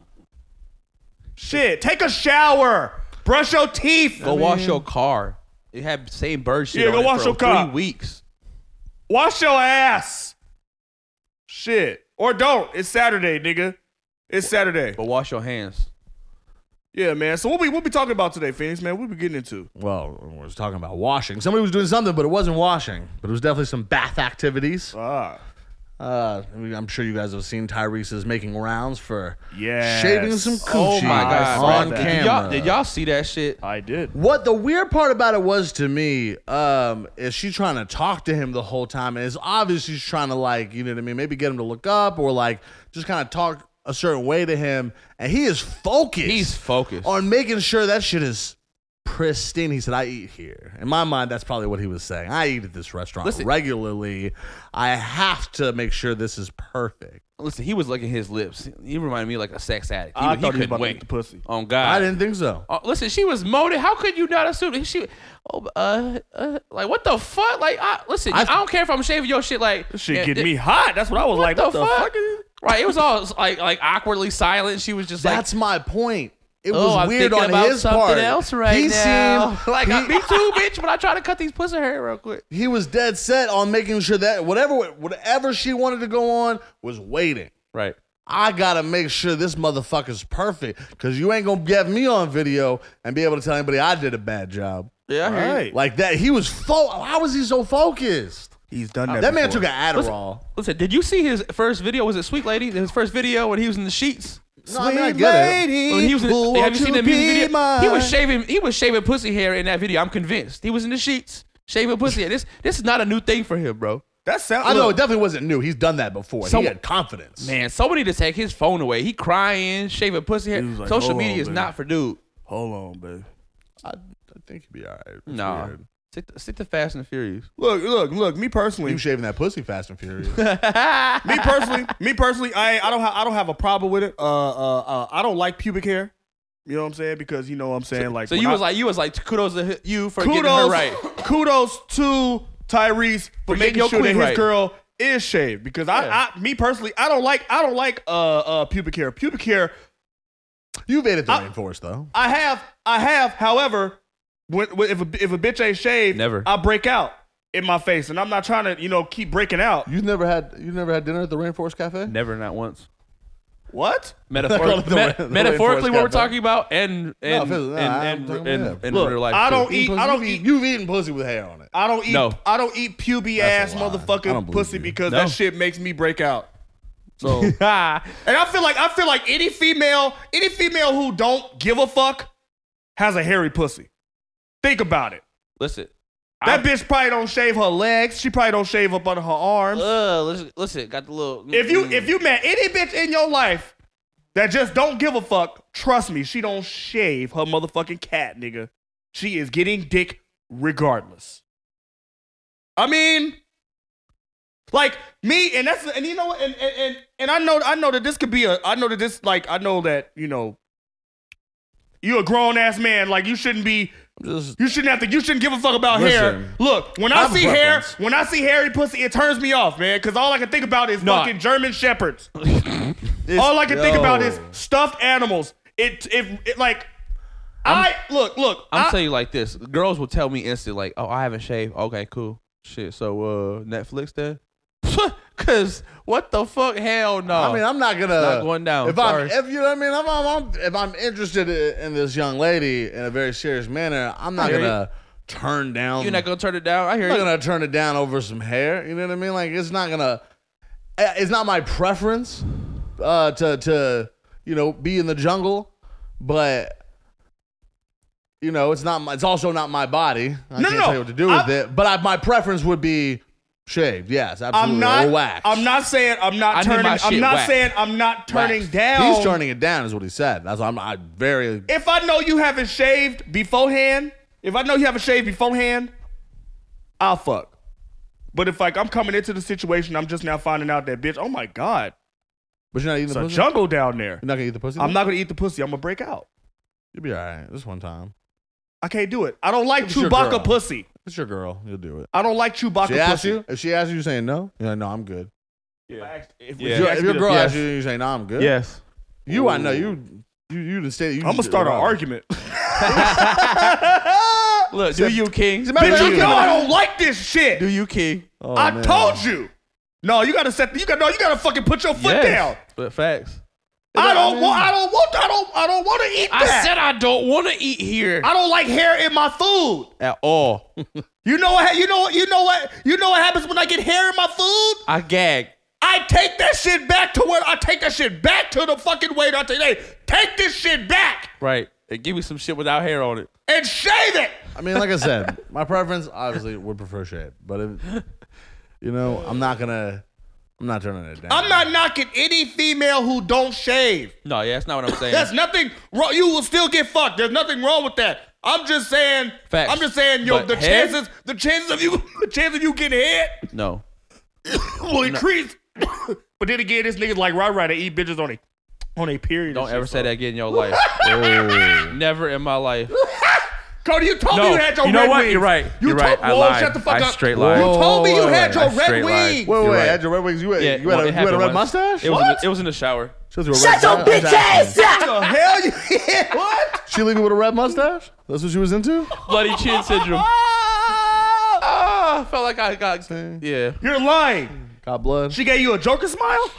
Speaker 1: Shit. Take a shower. Brush your teeth.
Speaker 9: Go wash your car. It had same bird shit.
Speaker 1: Yeah,
Speaker 9: on
Speaker 1: go
Speaker 9: it
Speaker 1: wash
Speaker 9: for
Speaker 1: your car.
Speaker 9: Three weeks.
Speaker 1: Wash your ass. Shit. Or don't. It's Saturday, nigga. It's Saturday.
Speaker 9: But wash your hands.
Speaker 1: Yeah, man. So what we what we talking about today, Phoenix, man? What we getting into?
Speaker 10: Well, we was talking about washing. Somebody was doing something, but it wasn't washing. But it was definitely some bath activities.
Speaker 1: Ah.
Speaker 10: Uh, I mean, I'm sure you guys have seen Tyrese's making rounds for
Speaker 1: Yes.
Speaker 10: shaving some coochie
Speaker 1: my
Speaker 9: Oh God.
Speaker 10: on
Speaker 1: Did
Speaker 10: camera.
Speaker 9: Did y'all, did y'all see that shit?
Speaker 1: I did.
Speaker 10: What the weird part about it was to me um, is she trying to talk to him the whole time, and it's obvious she's trying to like, you know what I mean? Maybe get him to look up or like just kind of talk a certain way to him, and he is focused.
Speaker 9: He's focused.
Speaker 10: on making sure that shit is pristine. He said, I eat here. In my mind, that's probably what he was saying. I eat at this restaurant
Speaker 9: Listen.
Speaker 10: regularly. I have to make sure this is perfect.
Speaker 9: Listen, he was licking his lips. He reminded me of, like a sex addict. He,
Speaker 2: I
Speaker 9: he
Speaker 2: thought he was
Speaker 9: couldn't
Speaker 2: about to
Speaker 9: wait.
Speaker 2: eat the pussy.
Speaker 9: On God,
Speaker 10: I didn't think so.
Speaker 9: Oh, listen, she was moaning. How could you not assume she? Oh, uh, uh, like what the fuck? Like, I, listen, I,
Speaker 10: I-
Speaker 9: don't care if I'm shaving your shit. Like,
Speaker 2: This shit
Speaker 9: yeah,
Speaker 2: get
Speaker 9: th-
Speaker 2: me hot. That's what I was
Speaker 9: What
Speaker 2: like.
Speaker 9: the,
Speaker 2: what the
Speaker 9: fuck?
Speaker 2: fuck? is
Speaker 9: Right, it was all like like awkwardly silent. She was just
Speaker 10: That's my point. It was
Speaker 9: oh, I'm
Speaker 10: weird
Speaker 9: thinking
Speaker 10: on
Speaker 9: about
Speaker 10: his
Speaker 9: something
Speaker 10: part.
Speaker 9: else right
Speaker 10: he
Speaker 9: now.
Speaker 10: [LAUGHS] seemed
Speaker 9: like
Speaker 10: he,
Speaker 9: me [LAUGHS] too, bitch. But I try to cut these pussy hair real quick.
Speaker 10: he was dead set on making sure that whatever whatever she wanted to go on was waiting.
Speaker 9: Right.
Speaker 10: I gotta make sure this motherfucker's perfect because you ain't gonna get me on video and be able to tell anybody I did a bad job
Speaker 9: Yeah. I
Speaker 2: like.
Speaker 9: hear you.
Speaker 2: Right.
Speaker 10: like that. He was fo- How was he so focused?
Speaker 2: He's done that.
Speaker 10: That man
Speaker 2: before.
Speaker 10: took an Adderall.
Speaker 9: Listen, did you see his first video? Was it Sweet Lady? His first video when he was in the sheets.
Speaker 10: No, I mean, I
Speaker 2: Sweet
Speaker 10: get it.
Speaker 2: lady,
Speaker 9: When he was in,
Speaker 2: who
Speaker 9: have
Speaker 2: won't
Speaker 9: you seen
Speaker 2: you
Speaker 9: the music
Speaker 2: be
Speaker 9: video? He
Speaker 2: mine?
Speaker 9: was shaving. He was shaving pussy hair in that video. I'm convinced. He was in the sheets shaving pussy hair. This this is not a new thing for him, bro.
Speaker 2: That sounds.
Speaker 10: I know it
Speaker 2: look,
Speaker 10: definitely wasn't new. He's done that before.
Speaker 9: So-
Speaker 10: he had confidence.
Speaker 9: Man, somebody to take his phone away. He crying, shaving pussy hair.
Speaker 2: He was like,
Speaker 9: Social
Speaker 2: "Hold
Speaker 9: media
Speaker 2: on,
Speaker 9: is
Speaker 2: baby."
Speaker 9: not for dude.
Speaker 2: Hold on, baby.
Speaker 10: I, I think he'd be all right. It's
Speaker 9: Nah,
Speaker 10: weird.
Speaker 9: stick to, stick to Fast and Furious.
Speaker 2: Look, look, look. Me personally,
Speaker 10: You shaving that pussy fast and furious.
Speaker 2: [LAUGHS] me personally, me personally, I I don't have I don't have a problem with it. Uh, uh, uh I don't like pubic hair. You know what I'm saying? Because you know what I'm saying. Like
Speaker 9: So
Speaker 2: when
Speaker 9: you
Speaker 2: I-
Speaker 9: was like, you was like, kudos to hi- you for getting her
Speaker 2: kudos,
Speaker 9: right.
Speaker 2: kudos to Tyrese for,
Speaker 9: getting
Speaker 2: making
Speaker 9: your
Speaker 2: sure that his
Speaker 9: queen right.
Speaker 2: girl is shaved. Because I,
Speaker 9: Yeah.
Speaker 2: I, me personally, I don't like I don't like uh uh pubic hair. Pubic hair
Speaker 10: You've ate at the
Speaker 2: I-
Speaker 10: rainforest though.
Speaker 2: I have, I have. However, when, when- if a, if a bitch ain't shaved,
Speaker 9: Never.
Speaker 2: I break out in my face, and I'm not trying to, you know, keep breaking out.
Speaker 10: You've never had you never had dinner at the rainforest cafe.
Speaker 9: Never, not once.
Speaker 2: What? [LAUGHS]
Speaker 9: Metaphor-
Speaker 10: The
Speaker 9: met-
Speaker 10: way- the way
Speaker 9: metaphorically,
Speaker 10: Forrest
Speaker 9: what we're
Speaker 10: got back.
Speaker 9: talking about, and
Speaker 10: No,
Speaker 9: and
Speaker 10: physically, no, I'm
Speaker 9: and
Speaker 10: talking
Speaker 9: and
Speaker 10: about
Speaker 9: and
Speaker 10: that.
Speaker 9: in
Speaker 2: Look,
Speaker 9: real life.
Speaker 2: I
Speaker 9: too.
Speaker 2: don't eat. I don't
Speaker 10: You've
Speaker 2: eat.
Speaker 10: You've eaten pussy with hair on it.
Speaker 2: I don't eat.
Speaker 9: No.
Speaker 2: I don't eat puby ass
Speaker 10: That's a lie. I
Speaker 2: motherfucking
Speaker 10: don't believe
Speaker 2: pussy
Speaker 10: you.
Speaker 2: because
Speaker 9: No.
Speaker 2: that shit makes me break out.
Speaker 9: [LAUGHS]
Speaker 10: [LAUGHS]
Speaker 2: So, and
Speaker 9: Ah,
Speaker 2: I feel like I feel like any female, any female who don't give a fuck has a hairy pussy. Think about it.
Speaker 9: listen,
Speaker 2: That
Speaker 9: I-
Speaker 2: bitch probably don't shave her legs. She probably don't shave up under her arms.
Speaker 9: Uh, listen, listen, got the little.
Speaker 2: If you
Speaker 9: Mm.
Speaker 2: if you met any bitch in your life that just don't give a fuck, trust me, she don't shave her motherfucking cat, nigga. She is getting dick regardless. I mean, like me, and that's and you know what, and and and, and I know I know that this could be a I know that this like I know that you know you a grown ass man like you shouldn't be
Speaker 10: Just
Speaker 2: you shouldn't have to. You shouldn't give a fuck about hair.
Speaker 10: Listen.
Speaker 2: Look, when
Speaker 10: I
Speaker 2: I,
Speaker 10: have a
Speaker 2: see hair,
Speaker 10: preference.
Speaker 2: when I see hairy pussy, it turns me off, man. Because all I can think about is
Speaker 9: No.
Speaker 2: fucking German [LAUGHS] shepherds. all I can think
Speaker 10: yo.
Speaker 2: about is stuffed animals. It, it, it like, i look, look.
Speaker 9: I'm
Speaker 2: I-
Speaker 9: telling you like this, girls will tell me instant like, "Oh, I haven't shaved." Okay, cool. Shit. So, uh, Netflix then? [LAUGHS] Cause what the fuck? Hell no.
Speaker 10: I mean, I'm not gonna.
Speaker 9: not going down,
Speaker 10: If
Speaker 9: sorry.
Speaker 10: I'm, if you know what I mean, I'm, I'm, I'm- if I'm interested i- in this young lady in a very serious manner, I'm not
Speaker 9: hear
Speaker 10: gonna turn down.
Speaker 9: you're not gonna turn it down. I hear
Speaker 10: I'm not
Speaker 9: you.
Speaker 10: gonna turn it down over some hair. You know what I mean? Like it's not gonna. eh, It's not my preference uh, to to you know be in the jungle, but. You know, it's not. My, it's also not my body. I
Speaker 2: No,
Speaker 10: can't
Speaker 2: no,
Speaker 10: tell you what to do with
Speaker 2: I-
Speaker 10: it. But I, my preference would be shaved. Yes, absolutely.
Speaker 2: I'm
Speaker 10: or
Speaker 2: not.
Speaker 10: waxed.
Speaker 2: I'm not saying. I'm
Speaker 9: I
Speaker 2: not
Speaker 9: need my
Speaker 2: turning. I'm
Speaker 9: shit
Speaker 2: not
Speaker 9: waxed.
Speaker 2: saying. I'm not turning
Speaker 9: Waxed.
Speaker 2: down.
Speaker 10: He's turning it down, is what he said. That's why I'm I very.
Speaker 2: If I know you haven't shaved beforehand, if I know you haven't shaved beforehand, I'll fuck. But if like I'm coming into the situation, I'm just now finding out that bitch. Oh my god,
Speaker 10: But you're not eating
Speaker 2: it's
Speaker 10: the
Speaker 2: a
Speaker 10: pussy.
Speaker 2: jungle down there.
Speaker 10: You're not gonna eat the pussy.
Speaker 2: I'm not gonna eat the pussy. I'm gonna break out.
Speaker 10: You'll be all right. This one time.
Speaker 2: I can't do it. I don't like
Speaker 10: It's your girl.
Speaker 2: Chewbacca pussy.
Speaker 10: It's your girl. You'll do it.
Speaker 2: I don't like Chewbacca
Speaker 10: If she asks
Speaker 2: pussy.
Speaker 10: you. If she asks you, you saying no. You're like, no, I'm good.
Speaker 2: If,
Speaker 9: Yeah.
Speaker 10: If, your- if your girl asks you, you say no, I'm good.
Speaker 9: yes.
Speaker 10: You, I know you. You, you didn't say. You,
Speaker 2: I'm gonna start an
Speaker 10: [LAUGHS]
Speaker 2: argument.
Speaker 9: Look, do you king?
Speaker 10: As a matter of
Speaker 2: Bitch,
Speaker 10: fact,
Speaker 2: you know I don't like this shit.
Speaker 9: Do you king?
Speaker 10: Oh,
Speaker 2: I
Speaker 10: man.
Speaker 2: told you. No, you gotta set. You got to no. You gotta fucking put your foot down.
Speaker 9: But facts.
Speaker 2: I don't want. I don't want. I don't. I don't want to eat
Speaker 9: I
Speaker 2: that.
Speaker 9: said I don't want to eat here
Speaker 2: I don't like hair in my food.
Speaker 9: at all. [LAUGHS]
Speaker 2: You know what? You know what? You know what? You know what happens when I get hair in my food?
Speaker 9: I gag.
Speaker 2: I take that shit back to where I take that shit back to the fucking waiter today. Take this shit back
Speaker 9: Right. And give me some shit without hair on it.
Speaker 2: and shave it.
Speaker 10: I mean, like I
Speaker 2: [LAUGHS]
Speaker 10: said, my preference obviously would prefer shape, but if, you know, I'm not gonna. I'm not turning it down.
Speaker 2: I'm not knocking any female who don't shave.
Speaker 9: No, yeah, that's not what I'm saying.
Speaker 2: That's nothing wrong. You will still get fucked. There's nothing wrong with that.
Speaker 9: I'm just saying.
Speaker 11: Facts.
Speaker 9: I'm just saying. Yo,
Speaker 11: But
Speaker 9: the
Speaker 11: head-
Speaker 9: chances, the chances of you, [LAUGHS] the chance of you getting hit
Speaker 11: No.
Speaker 9: [COUGHS] will increase. [COUGHS] but then again, this nigga's like right, right. They eat bitches on a on a period. and
Speaker 11: Don't
Speaker 9: shit,
Speaker 11: ever say
Speaker 9: so.
Speaker 11: that again in your life. Never in my life.
Speaker 9: Cody, you told me
Speaker 11: No,
Speaker 9: you had your
Speaker 11: you know
Speaker 9: red
Speaker 11: what?
Speaker 9: wings.
Speaker 11: You're right.
Speaker 9: You
Speaker 11: You're
Speaker 9: told-
Speaker 11: right. I
Speaker 9: Whoa,
Speaker 11: lied.
Speaker 9: Shut the fuck
Speaker 11: I
Speaker 9: up.
Speaker 11: straight lied.
Speaker 9: You
Speaker 11: Whoa,
Speaker 9: told me you
Speaker 10: whoa,
Speaker 9: had
Speaker 10: whoa,
Speaker 9: your
Speaker 11: I
Speaker 9: red
Speaker 11: straight lied.
Speaker 10: Wait, wait,
Speaker 9: wings.
Speaker 11: You're
Speaker 10: wait.
Speaker 11: right.
Speaker 10: Had your red wings? You had, you had,
Speaker 11: well, it
Speaker 10: a, you had a
Speaker 11: happened once.
Speaker 10: red mustache?
Speaker 11: It was, in the- it was in the shower.
Speaker 10: She was a red mustache.
Speaker 9: The hell you [LAUGHS] hit? What?
Speaker 10: She leave you with a red mustache? That's what she was into?
Speaker 11: Bloody chin syndrome. Ah, I felt like I got. Yeah.
Speaker 9: You're lying.
Speaker 10: Got blood.
Speaker 9: She gave you a Joker smile?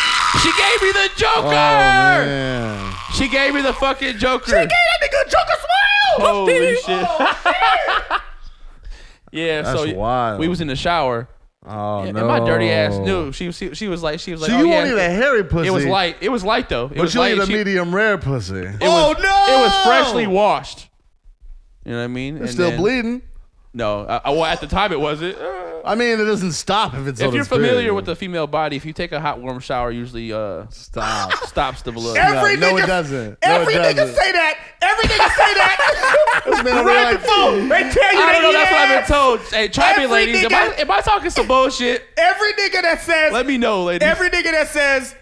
Speaker 11: [LAUGHS] She gave me the Joker.
Speaker 10: oh, man.
Speaker 11: she gave me the fucking Joker.
Speaker 9: that nigga a Joker smile. [LAUGHS] Oh,
Speaker 11: Holy shit. [LAUGHS] yeah.
Speaker 10: That's
Speaker 11: so
Speaker 10: wild.
Speaker 11: we was in the shower.
Speaker 10: Oh,
Speaker 11: and
Speaker 10: no.
Speaker 11: my dirty ass knew. She, she she was like she was like.
Speaker 10: So
Speaker 11: oh,
Speaker 10: you
Speaker 11: yeah,
Speaker 10: wanted a hairy pussy.
Speaker 11: It was light. It was light though. It
Speaker 10: But
Speaker 11: was
Speaker 10: you
Speaker 11: light.
Speaker 10: need a
Speaker 11: She-
Speaker 10: medium rare pussy. It's
Speaker 11: it was,
Speaker 9: Oh, no!
Speaker 11: It was freshly washed. You know what I mean? And
Speaker 10: still
Speaker 11: then-
Speaker 10: bleeding.
Speaker 11: No, I, I- well, at the time it wasn't. Uh,
Speaker 10: [LAUGHS] I mean, it doesn't stop if it's
Speaker 11: if
Speaker 10: on
Speaker 11: you're
Speaker 10: its period.
Speaker 11: familiar with the female body, if you take a hot warm shower, usually uh
Speaker 10: Stop.
Speaker 11: [LAUGHS] stops the blood.
Speaker 9: Every
Speaker 10: No, no,
Speaker 9: nigga,
Speaker 10: it doesn't. No,
Speaker 9: Every
Speaker 10: it
Speaker 9: nigga
Speaker 10: doesn't.
Speaker 9: say that. Every nigga
Speaker 10: [LAUGHS]
Speaker 9: say that.
Speaker 10: This man over here
Speaker 9: right
Speaker 10: like-
Speaker 9: before they tell you
Speaker 11: I
Speaker 9: that.
Speaker 11: don't know. That's what I've
Speaker 9: yes.
Speaker 11: been told. Hey, try me,
Speaker 9: Every
Speaker 11: ladies. Am I,
Speaker 9: nigga-
Speaker 11: am I talking some bullshit?
Speaker 9: Every nigga that says.
Speaker 11: Let me know, ladies.
Speaker 9: Every nigga that says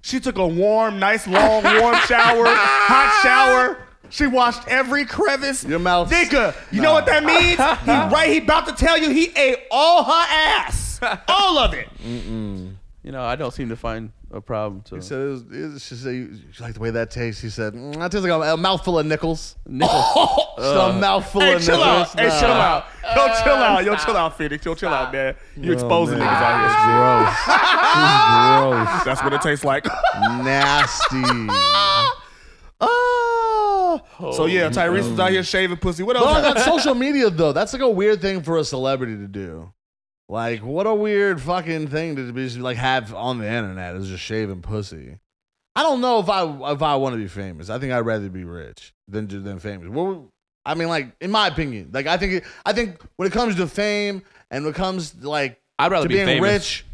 Speaker 9: she took a warm, nice, long, warm shower, hot shower. She washed every crevice.
Speaker 10: Your mouth-
Speaker 9: nigga. You know what that means?
Speaker 10: [LAUGHS]
Speaker 9: He right. He about to tell you he ate all her ass, all of it.
Speaker 11: you know, I don't seem to find a problem. So.
Speaker 10: He said, it was, it was- she said, you you like the way that tastes. He said, mm, that tastes like a, a mouthful of nickels. Just
Speaker 9: [LAUGHS]
Speaker 10: a mouthful
Speaker 9: Oh, uh, Hey,
Speaker 10: of
Speaker 9: chill out.
Speaker 10: nickels.
Speaker 9: Hey, chill out. Yo, chill out. Yo, chill out, Phoenix. Yo, chill out, man. You
Speaker 10: Oh,
Speaker 9: exposing niggas out here.
Speaker 10: Gross.
Speaker 9: That's what it tastes like. [LAUGHS]
Speaker 10: Nasty. oh.
Speaker 9: Ah. so yeah, Tyrese was out here shaving pussy. What else?
Speaker 10: But on social media, though, that's like a weird thing for a celebrity to do. Like, what a weird fucking thing to be just, like have on the internet is just shaving pussy. I don't know if I if I want to be famous. I think I'd rather be rich than than famous. Well, I mean, like in my opinion, like I think I think when it comes to fame and when it comes to, like
Speaker 11: I'd rather
Speaker 10: to
Speaker 11: be
Speaker 10: being
Speaker 11: famous.
Speaker 10: rich,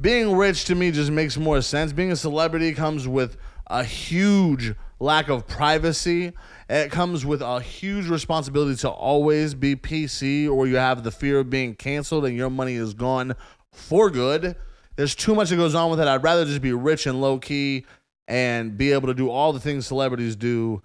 Speaker 10: being rich to me just makes more sense. Being a celebrity comes with a huge lack of privacy. It comes with a huge responsibility to always be PC, or you have the fear of being canceled and your money is gone for good. There's too much that goes on with it. I'd rather just be rich and low key and be able to do all the things celebrities do,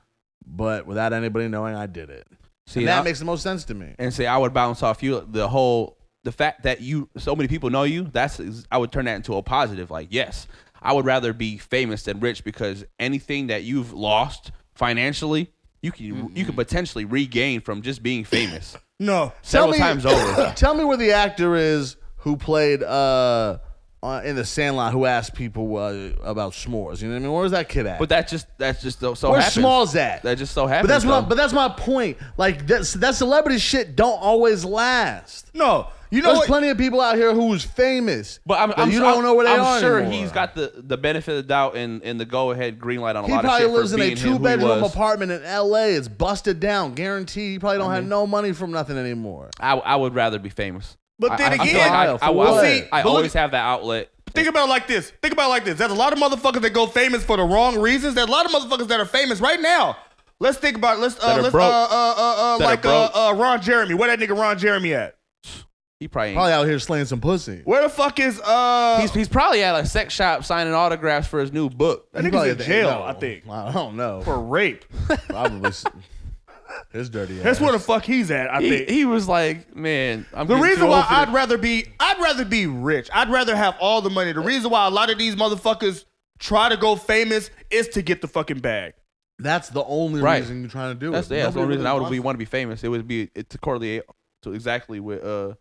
Speaker 10: but without anybody knowing I did it.
Speaker 11: See,
Speaker 10: and that
Speaker 11: I-
Speaker 10: makes the most sense to me.
Speaker 11: and say I would bounce off you the whole the fact that you so many people know you that's is- I would turn that into a positive like yes I would rather be famous than rich because anything that you've lost financially you can you
Speaker 10: Mm-hmm.
Speaker 11: can potentially regain from just being
Speaker 10: [COUGHS]
Speaker 11: famous
Speaker 9: No.
Speaker 11: several times over
Speaker 10: Tell me where the actor is who played uh, uh, in The Sandlot who asked people uh, about s'mores. You know what I mean? Where was that kid at?
Speaker 11: but that just that's just so, so
Speaker 10: Where
Speaker 11: happens.
Speaker 10: Smalls at?
Speaker 11: that just so
Speaker 10: but
Speaker 11: happens
Speaker 10: that's
Speaker 11: though.
Speaker 10: my, but that's my point. Like that, that celebrity shit don't always last.
Speaker 9: No. You know
Speaker 10: There's
Speaker 9: what?
Speaker 10: plenty of people out here who's famous,
Speaker 11: But I'm, I'm
Speaker 10: you
Speaker 11: su-
Speaker 10: don't
Speaker 11: I'm-
Speaker 10: know where they
Speaker 11: I'm
Speaker 10: are.
Speaker 11: sure
Speaker 10: anymore.
Speaker 11: he's got the, the benefit of the doubt and, and the go ahead green light on a
Speaker 10: He
Speaker 11: lot of shit.
Speaker 10: probably lives
Speaker 11: for
Speaker 10: in a
Speaker 11: being who he
Speaker 10: two bedroom
Speaker 11: was.
Speaker 10: apartment in L.A. It's busted down, guaranteed. He probably don't have no money from nothing anymore.
Speaker 11: I, I would rather be famous.
Speaker 9: But
Speaker 11: I-
Speaker 9: then
Speaker 11: I- I feel
Speaker 9: again-
Speaker 11: like I, I,
Speaker 10: Well,
Speaker 11: I-
Speaker 10: see,
Speaker 11: I
Speaker 9: but look-
Speaker 11: always have that outlet.
Speaker 9: Think about it like this. Think about it like this. There's a lot of motherfuckers that go famous for the wrong reasons. There's a lot of motherfuckers that are famous right now. Let's think about let's uh
Speaker 11: That are
Speaker 9: let's uh
Speaker 11: broke.
Speaker 9: uh uh, uh
Speaker 11: That are
Speaker 9: like uh,
Speaker 11: broke.
Speaker 9: uh Ron Jeremy. Where that nigga Ron Jeremy at?
Speaker 11: He probably ain't.
Speaker 10: Probably out here slaying some pussy.
Speaker 9: Where the fuck is uh
Speaker 11: he's, he's probably at a sex shop signing autographs for his new book.
Speaker 9: that
Speaker 10: He
Speaker 9: nigga's
Speaker 10: probably
Speaker 9: in
Speaker 10: at the-
Speaker 9: jail?
Speaker 10: no.
Speaker 9: I think
Speaker 10: I don't know.
Speaker 9: for
Speaker 10: [LAUGHS]
Speaker 9: rape.
Speaker 10: Probably. s- His dirty ass.
Speaker 9: That's where the fuck he's at. I
Speaker 11: He,
Speaker 9: think
Speaker 11: he was like, man, I'm
Speaker 9: The
Speaker 11: getting too
Speaker 9: reason
Speaker 11: old
Speaker 9: why
Speaker 11: for
Speaker 9: I'd
Speaker 11: this.
Speaker 9: rather be I'd rather be rich. I'd rather have all the money. The reason why a lot of these motherfuckers try to go famous is to get the fucking bag.
Speaker 10: That's the only
Speaker 11: Right.
Speaker 10: reason you're trying to do
Speaker 11: that's,
Speaker 10: it.
Speaker 11: yeah, that's the only
Speaker 10: Nobody
Speaker 11: reason
Speaker 10: really
Speaker 11: I would be,
Speaker 10: wants
Speaker 11: want to be famous. It would be it, to correlate to exactly with uh,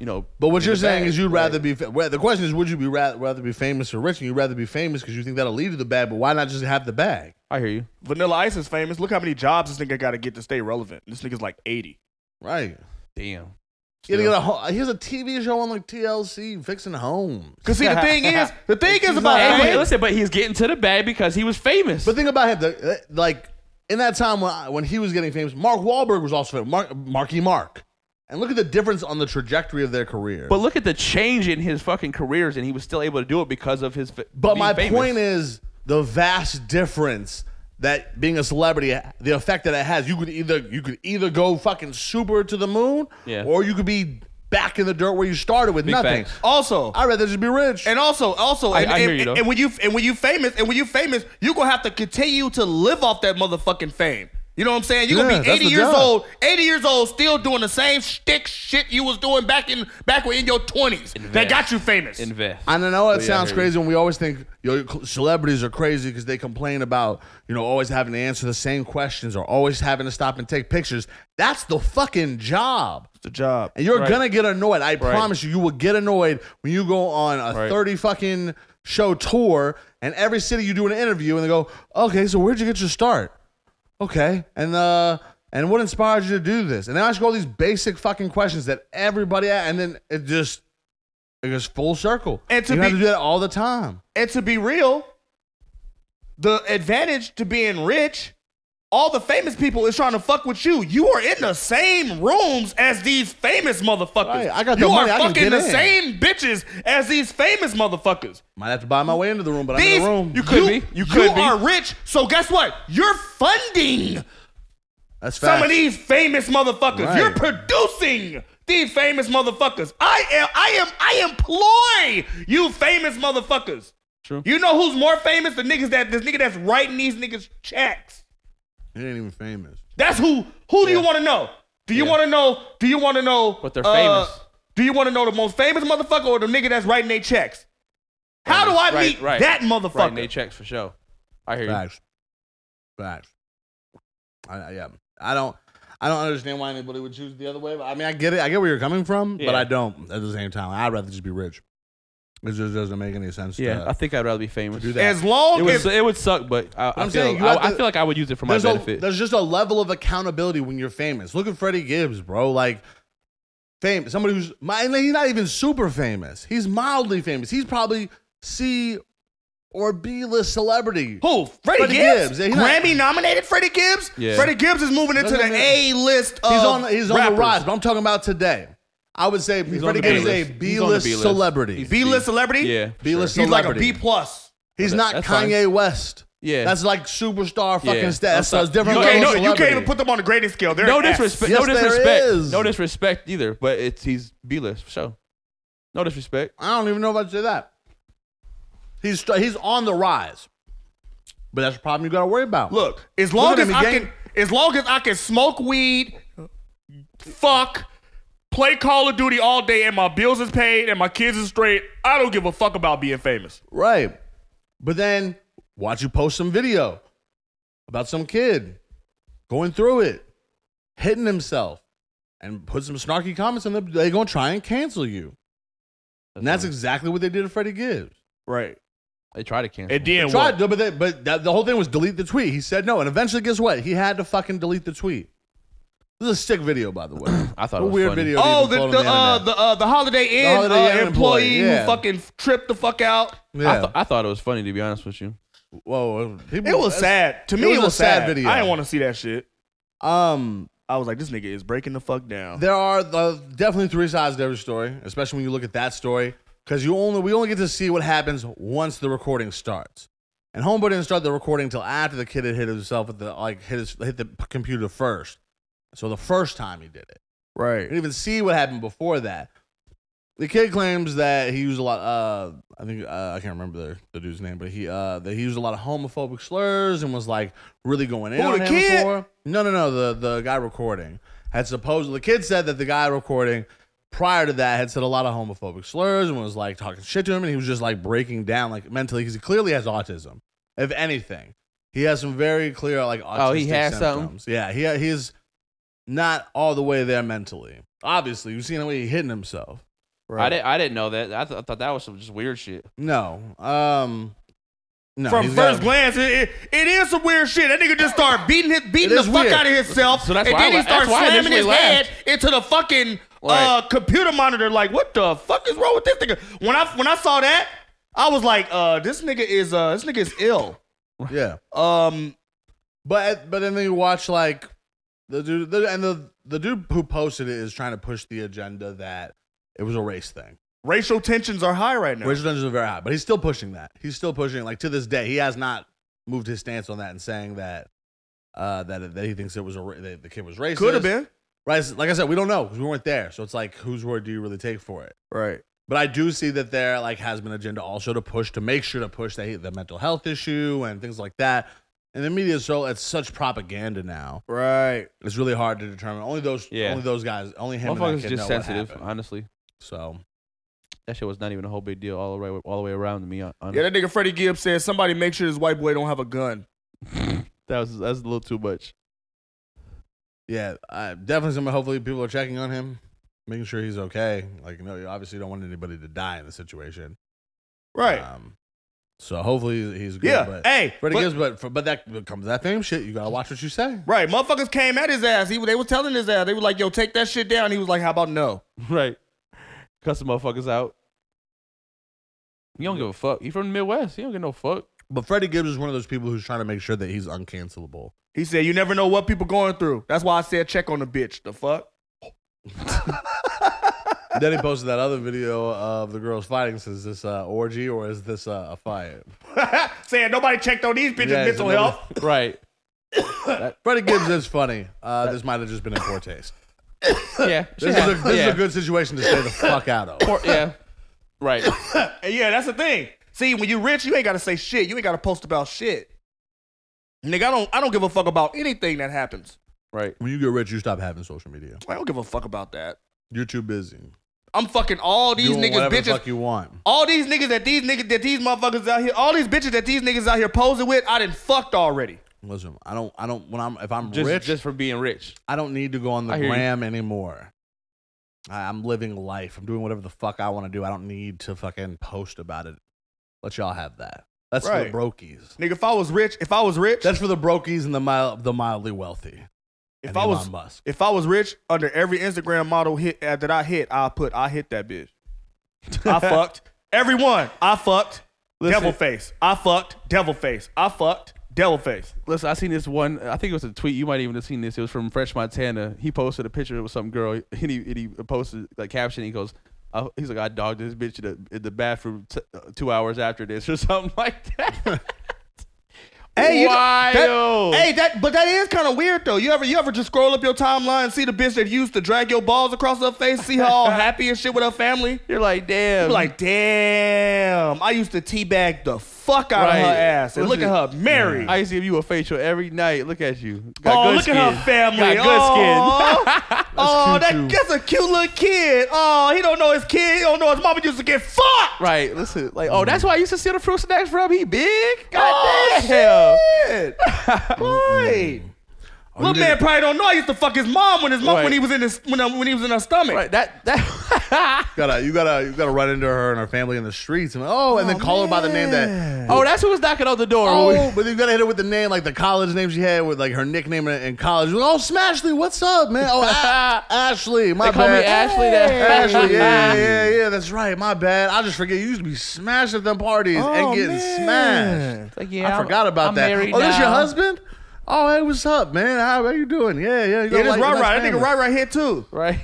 Speaker 11: you know.
Speaker 10: it. But what
Speaker 11: in
Speaker 10: you're
Speaker 11: the
Speaker 10: saying
Speaker 11: bag.
Speaker 10: is you'd
Speaker 11: Like,
Speaker 10: rather be. Fa- well, the question is, would you be rather, rather be famous or rich? And you'd rather be famous because you think that'll lead to the bag. But why not just have the bag?
Speaker 11: I hear you.
Speaker 9: Vanilla Ice is famous. Look how many jobs this nigga got to get to stay relevant. This nigga's like 80.
Speaker 10: Right.
Speaker 11: Damn.
Speaker 10: You
Speaker 11: Still.
Speaker 10: got a ho- he has a TV show on like TLC fixing homes.
Speaker 9: Cause
Speaker 11: [LAUGHS]
Speaker 9: see, the thing is, the thing is about
Speaker 11: Hey, but
Speaker 9: fame-
Speaker 11: listen, but he's getting to the bag because he was famous.
Speaker 10: But think about him. The, uh, like in that time when I, when he was getting famous, Mark Wahlberg was also famous. Mark, Marky Mark. And look at the difference on the trajectory of their career.
Speaker 11: But look at the change in his fucking careers, and he was still able to do it because of his.
Speaker 10: But my point is the vast difference
Speaker 9: that being a celebrity, the effect that it has, you could either you could either go fucking super to the moon,
Speaker 11: Yeah.
Speaker 9: or you could be back in the dirt where you started with
Speaker 11: Big
Speaker 9: nothing.
Speaker 11: facts.
Speaker 10: Also,
Speaker 9: I'd rather just be rich.
Speaker 10: And also, also,
Speaker 11: I-
Speaker 10: and,
Speaker 11: I hear
Speaker 10: and-
Speaker 11: you, though.
Speaker 10: and when you and when you famous, and when you famous, you gonna have to continue to live off that motherfucking fame. You know what I'm saying? You're
Speaker 9: Yeah,
Speaker 10: gonna be
Speaker 9: that's
Speaker 10: 80
Speaker 9: the
Speaker 10: years
Speaker 9: job.
Speaker 10: old, 80 years old, still doing the same shtick shit you was doing back in back when in your 20s that
Speaker 11: Invest.
Speaker 10: got you famous.
Speaker 11: Invest.
Speaker 9: And I know it
Speaker 11: yeah, I
Speaker 9: sounds
Speaker 11: hear you.
Speaker 9: crazy when we always think yo, celebrities are crazy because they complain about you know always having to answer the same questions or always having to stop and take pictures. That's the fucking job.
Speaker 10: the job.
Speaker 9: And you're gonna get annoyed. I promise you, you will get annoyed when you go on a 30 fucking show tour and every city you do an interview and they go, okay, so where'd you get your start? Okay. And, uh, and what inspired you to do this? And they ask you all these basic fucking questions that everybody, and then it just, it goes full circle.
Speaker 10: And to
Speaker 9: you
Speaker 10: be-
Speaker 9: have to do that all the time.
Speaker 10: And to be real, the advantage to being rich, all the famous people is trying to fuck with you. You are in the same rooms as these famous motherfuckers.
Speaker 9: Right, I got the
Speaker 10: you
Speaker 9: money, I
Speaker 10: are
Speaker 9: can
Speaker 10: fucking
Speaker 9: get
Speaker 10: the
Speaker 9: in.
Speaker 10: same bitches as these famous motherfuckers.
Speaker 9: Might have to buy my way into the room, but
Speaker 10: These,
Speaker 9: I'm in the room.
Speaker 11: you could be. You could be.
Speaker 10: are rich, so guess what? You're funding
Speaker 9: That's facts.
Speaker 10: some of these famous motherfuckers.
Speaker 9: Right.
Speaker 10: You're producing these famous motherfuckers. I am. I am. I employ you famous motherfuckers.
Speaker 11: True.
Speaker 10: You know who's more famous? The niggas that this nigga that's writing these niggas checks.
Speaker 9: You ain't even famous.
Speaker 10: That's who. Who do you want to know? Do you
Speaker 11: Yeah.
Speaker 10: want to know? Do you want to know?
Speaker 11: But they're
Speaker 10: uh,
Speaker 11: famous.
Speaker 10: Do you want to know the most famous motherfucker or the nigga that's writing their checks? How do I
Speaker 11: Right,
Speaker 10: meet
Speaker 11: right.
Speaker 10: that
Speaker 11: Right,
Speaker 10: motherfucker?
Speaker 11: and they checks for sure. I hear you.
Speaker 9: Facts. Facts. I, I- yeah. I don't. I don't understand why anybody would choose the other way. But I mean, I get it. I get where you're coming from, but
Speaker 11: Yeah.
Speaker 9: I don't. At the same time, I'd rather just be rich. It just doesn't make any sense.
Speaker 11: Yeah,
Speaker 9: to,
Speaker 11: I think I'd rather be famous.
Speaker 9: do that.
Speaker 10: As long
Speaker 11: It would,
Speaker 10: as
Speaker 11: su- it would suck, but I, I
Speaker 9: I'm
Speaker 11: feel,
Speaker 9: saying you
Speaker 11: I,
Speaker 9: have
Speaker 11: I
Speaker 9: to-
Speaker 11: feel like I would use it for my
Speaker 9: there's, a-
Speaker 11: benefit.
Speaker 9: there's just a level of accountability when you're famous. Look at Freddie Gibbs, bro. Like fame, somebody who's my, and he's not even super famous. He's mildly famous. He's probably C or B list celebrity.
Speaker 10: Who? Freddie,
Speaker 9: Freddie
Speaker 10: Gibbs?
Speaker 9: Gibbs, yeah, he not-
Speaker 10: Grammy nominated Freddie Gibbs?
Speaker 11: Yeah.
Speaker 10: Freddie Gibbs is moving into
Speaker 9: Doesn't
Speaker 10: the A
Speaker 9: matter.
Speaker 10: list of
Speaker 9: He's on he's on
Speaker 10: rappers.
Speaker 9: the rise, but I'm talking about today. I would say
Speaker 11: He's on
Speaker 9: Freddie
Speaker 11: the
Speaker 9: Gibbs is a
Speaker 11: B-list. He's on the
Speaker 9: B-list
Speaker 11: B-list.
Speaker 9: celebrity.
Speaker 11: He's
Speaker 9: He's,
Speaker 10: B-list celebrity?
Speaker 11: yeah, for
Speaker 9: B-list
Speaker 11: sure.
Speaker 10: He's like a
Speaker 9: Celebrity.
Speaker 10: B plus.
Speaker 11: that-
Speaker 9: not
Speaker 11: that's fine.
Speaker 9: Kanye West.
Speaker 11: Yeah.
Speaker 9: that's like superstar fucking
Speaker 11: Yeah.
Speaker 9: status. So
Speaker 11: That's
Speaker 9: it's different.
Speaker 11: not-
Speaker 10: You
Speaker 11: He's
Speaker 10: can't,
Speaker 11: a
Speaker 10: no,
Speaker 9: level
Speaker 10: you can't
Speaker 9: celebrity.
Speaker 10: even put them on the grading scale. They're
Speaker 11: No
Speaker 10: an S.
Speaker 11: disrespect.
Speaker 9: Yes,
Speaker 11: no
Speaker 9: there
Speaker 11: disrespect.
Speaker 9: is.
Speaker 11: No disrespect either. But it's he's B list for sure. No disrespect.
Speaker 9: I don't even know if I'd say that. He's str- he's on the rise, but that's a problem you got to worry about.
Speaker 10: Look, as long
Speaker 9: Look at
Speaker 10: as
Speaker 9: him,
Speaker 10: I
Speaker 9: he
Speaker 10: can, as long as I can smoke weed, fuck, play Call of Duty all day, and my bills is paid, and my kids is straight, I don't give a fuck about being famous.
Speaker 9: right? But then watch you post some video about some kid going through it, hitting himself, and put some snarky comments in there. They're gonna try and cancel you, and that's exactly what they did to Freddie Gibbs.
Speaker 10: Right.
Speaker 11: They try to cancel.
Speaker 10: And then
Speaker 9: Tried
Speaker 10: what?
Speaker 9: to, but they, but that, the whole thing was delete the tweet. He said no, and eventually, guess what? He had to fucking delete the tweet. This is a sick video, by the way.
Speaker 11: I [CLEARS THROAT] thought
Speaker 9: a
Speaker 11: it was
Speaker 9: weird
Speaker 11: funny.
Speaker 9: video. to
Speaker 10: Oh,
Speaker 9: even
Speaker 10: the
Speaker 9: float on
Speaker 10: the uh,
Speaker 9: internet.
Speaker 10: the uh, the Holiday Inn,
Speaker 9: Holiday
Speaker 10: uh, employee,
Speaker 9: Inn employee, yeah.
Speaker 10: who fucking tripped the fuck out.
Speaker 11: I,
Speaker 9: yeah.
Speaker 11: th- I thought it was funny to be honest with you.
Speaker 9: Whoa, people,
Speaker 10: It was
Speaker 9: that's-
Speaker 10: sad to me. It was, a sad, video. I didn't want to see that shit.
Speaker 9: Um,
Speaker 10: I was like, this nigga is breaking the fuck down.
Speaker 9: there are the, definitely three sides to every story, especially when you look at that story, because you only we only get to see what happens once the recording starts. And homeboy didn't start the recording until after the kid had hit himself with the like hit his hit the p- computer first. So the first time he did it, you
Speaker 10: Right.
Speaker 9: didn't even see what happened before that. The kid claims that he used a lot. Uh, I think uh, I can't remember the, the dude's name, but he uh, that he used a lot of homophobic slurs and was like really going in
Speaker 10: Who,
Speaker 9: on
Speaker 10: the
Speaker 9: him
Speaker 10: kid?
Speaker 9: for. No, no, no. The the guy recording had supposedly the kid said that the guy recording prior to that had said a lot of homophobic slurs and was like talking shit to him, and he was just like breaking down like mentally because he clearly has autism. If anything, he has some very clear like autistic
Speaker 11: Oh, he has something?
Speaker 9: symptoms. Yeah, he he's not all the way there mentally. Obviously, you've seen the way he hitting himself.
Speaker 11: I didn't. I didn't know that. I, th- I thought that was some just weird shit.
Speaker 9: No. Um no,
Speaker 10: From
Speaker 9: he's
Speaker 10: first
Speaker 9: got-
Speaker 10: glance, it, it, it is some weird shit. That nigga just started beating his beating
Speaker 9: It
Speaker 10: the
Speaker 9: is
Speaker 10: fuck
Speaker 9: weird.
Speaker 10: out of himself,
Speaker 11: So that's
Speaker 10: and
Speaker 11: why I
Speaker 10: then he
Speaker 11: la-
Speaker 10: starts
Speaker 11: that's why I
Speaker 10: slamming his
Speaker 11: initially
Speaker 10: head
Speaker 11: laughed.
Speaker 10: into the fucking uh,
Speaker 11: Right.
Speaker 10: computer monitor. Like, what the fuck is wrong with this nigga? When I when I saw that, I was like, uh, this nigga is uh, this nigga is ill.
Speaker 9: Yeah.
Speaker 10: Um,
Speaker 9: But but then you watch like the dude the, and the the dude who posted it is trying to push the agenda that it was a race thing.
Speaker 10: racial tensions are high right now.
Speaker 9: Racial tensions are very high, but he's still pushing that. He's still pushing it. Like to this day, he has not moved his stance on that and saying that uh, that that he thinks it was a ra- that the kid was racist.
Speaker 10: Could have been.
Speaker 9: Right, like I said, we don't know because we weren't there. So it's like, whose word do you really take for it?
Speaker 10: Right.
Speaker 9: But I do see that there like has been agenda also to push to make sure to push the the mental health issue and things like that. And the media is so it's such propaganda now.
Speaker 10: Right.
Speaker 9: It's really hard to determine. Only those
Speaker 11: Yeah.
Speaker 9: only those guys, only him. and that
Speaker 11: Motherfuckers
Speaker 9: kid
Speaker 11: just
Speaker 9: know what
Speaker 11: sensitive,
Speaker 9: happened.
Speaker 11: honestly.
Speaker 9: So
Speaker 11: That shit was not even a whole big deal all the way all the way around to me. hon-
Speaker 10: Yeah, that nigga Freddie Gibbs said somebody make sure this white boy don't have a gun.
Speaker 11: that was that's a little too much.
Speaker 9: yeah, I, definitely something. Hopefully, people are checking on him, making sure he's okay. Like, no, you obviously don't want anybody to die in the situation.
Speaker 10: Right.
Speaker 9: Um, so hopefully he's, he's good.
Speaker 10: yeah.
Speaker 9: But,
Speaker 10: hey.
Speaker 9: But it
Speaker 10: but-
Speaker 9: gives, but for, but that but comes that fame shit. You gotta watch what you say.
Speaker 10: Right, motherfuckers came at his ass. He they was telling his ass. They were like, "Yo, take that shit down." He was like, "How about
Speaker 9: [LAUGHS]
Speaker 10: no?"
Speaker 11: Right. Cuss the motherfuckers out. You don't give a fuck. You from the Midwest. You don't get no fuck.
Speaker 9: But Freddie Gibbs is one of those people who's trying to make sure that he's uncancelable.
Speaker 10: He said, "You never know what people going through." That's why I said, "Check on the bitch." The fuck.
Speaker 9: then he posted that other video of the girls fighting. Says, "Is this uh, orgy or is this uh,
Speaker 10: [LAUGHS]
Speaker 9: a fight?"
Speaker 10: Saying nobody checked on these bitches'
Speaker 9: Yeah,
Speaker 10: mental
Speaker 9: it's another-
Speaker 10: health.
Speaker 9: [LAUGHS]
Speaker 11: Right.
Speaker 9: Freddie Gibbs is funny. Uh, this might have just been in poor taste.
Speaker 11: Yeah.
Speaker 9: This,
Speaker 11: yeah.
Speaker 9: is, a, this
Speaker 11: yeah.
Speaker 9: is a good situation to stay the fuck out of.
Speaker 11: Or- yeah. Right.
Speaker 10: And yeah, that's the thing. See, when you rich, you ain't gotta say shit. You ain't gotta post about shit. Nigga, I don't. I don't give a fuck about anything that happens.
Speaker 11: Right.
Speaker 9: When you get rich, you stop having social media.
Speaker 10: I don't give a fuck about that.
Speaker 9: You're too busy.
Speaker 10: I'm fucking all these
Speaker 9: Doing
Speaker 10: niggas,
Speaker 9: whatever the
Speaker 10: bitches.
Speaker 9: fuck you want.
Speaker 10: All these niggas that these niggas that these motherfuckers out here, all these bitches that these niggas out here posing with, I done fucked already.
Speaker 9: Listen, I don't. I don't. When I'm if I'm
Speaker 11: Just
Speaker 9: rich,
Speaker 11: just for being rich.
Speaker 9: I don't need to go on the
Speaker 11: I hear you.
Speaker 9: gram anymore. I, I'm living life. I'm doing whatever the fuck I want to do. I don't need to fucking post about it. Let y'all have that. That's for
Speaker 10: Right.
Speaker 9: the brokies.
Speaker 10: Nigga, if I was rich, if I was rich,
Speaker 9: That's for the brokies and the mild, the mildly wealthy.
Speaker 10: if
Speaker 9: and
Speaker 10: I
Speaker 9: Elon
Speaker 10: was
Speaker 9: Musk.
Speaker 10: if I was rich, under every Instagram model hit uh, that I hit, I put I hit that bitch. I fucked everyone. I fucked devil face. I fucked devil face. I fucked devil face.
Speaker 11: Listen, I seen this one. I think it was a tweet. You might even have seen this. It was from Fresh Montana. He posted a picture with some girl, [LAUGHS] and he, and he posted like caption. He goes, I, "He's like, I dogged this bitch in the, in the bathroom t- uh, two hours after this, or something like
Speaker 9: [LAUGHS]
Speaker 11: that."
Speaker 10: Hey, you know- that-
Speaker 11: Wild.
Speaker 10: hey, that but that is kind of weird though. You ever you ever just scroll up your timeline, and see the bitch that used to drag your balls across her face, see her
Speaker 9: [LAUGHS]
Speaker 10: all happy and shit with her family?
Speaker 11: You're like, damn.
Speaker 10: I'm like, damn, I used to teabag the fuck out of
Speaker 11: Right.
Speaker 10: her ass. And look
Speaker 11: Listen,
Speaker 10: at her, married.
Speaker 11: I used to give you a facial every night. Look at you.
Speaker 10: oh,
Speaker 11: good
Speaker 10: look at her
Speaker 11: skin.
Speaker 10: family.
Speaker 11: Got good
Speaker 10: oh, [LAUGHS] oh
Speaker 9: cute,
Speaker 10: that,
Speaker 9: too.
Speaker 10: that's a cute little kid. Oh, he don't know his kid. He don't know his mama used to get fucked.
Speaker 11: Right. Listen, like, oh, that's why I used to see the fruit snacks from. He big. God
Speaker 10: Oh,
Speaker 11: damn. [LAUGHS]
Speaker 10: shit. right. Little
Speaker 9: you
Speaker 10: man
Speaker 9: did-
Speaker 10: probably don't know. I used to fuck his mom when his mom
Speaker 11: Right.
Speaker 10: when he was in his when, when he was in her stomach.
Speaker 11: Right. That [LAUGHS] that.
Speaker 9: Gotta, you gotta, you gotta run into her and her family in the streets, and oh, and then call her by the name that.
Speaker 11: oh, that's who was knocking on the door.
Speaker 9: Oh, [LAUGHS] but you gotta hit her with the name, like the college name she had, with like her nickname in, in college. Oh, Smashley, what's up, man? Oh, A-
Speaker 11: [LAUGHS]
Speaker 9: Ashley, my
Speaker 11: They call me
Speaker 9: bad.
Speaker 11: Ashley, that's-
Speaker 9: Ashley, yeah, yeah,
Speaker 11: [LAUGHS]
Speaker 9: yeah, that's right. My bad. I just forget you used to be smashed at them parties and getting smashed.
Speaker 11: Oh, Like, yeah,
Speaker 9: I
Speaker 11: I'm-
Speaker 9: forgot about
Speaker 11: I'm
Speaker 9: that.
Speaker 11: married
Speaker 9: Oh, this your
Speaker 11: now.
Speaker 9: husband? Oh, hey, what's up, man? How, how you doing? Yeah, yeah. You
Speaker 10: Yeah,
Speaker 9: gotta
Speaker 10: this
Speaker 9: like the
Speaker 10: right,
Speaker 9: nice
Speaker 10: right. That nigga
Speaker 9: family.
Speaker 10: right, right here too. [LAUGHS]
Speaker 11: Right.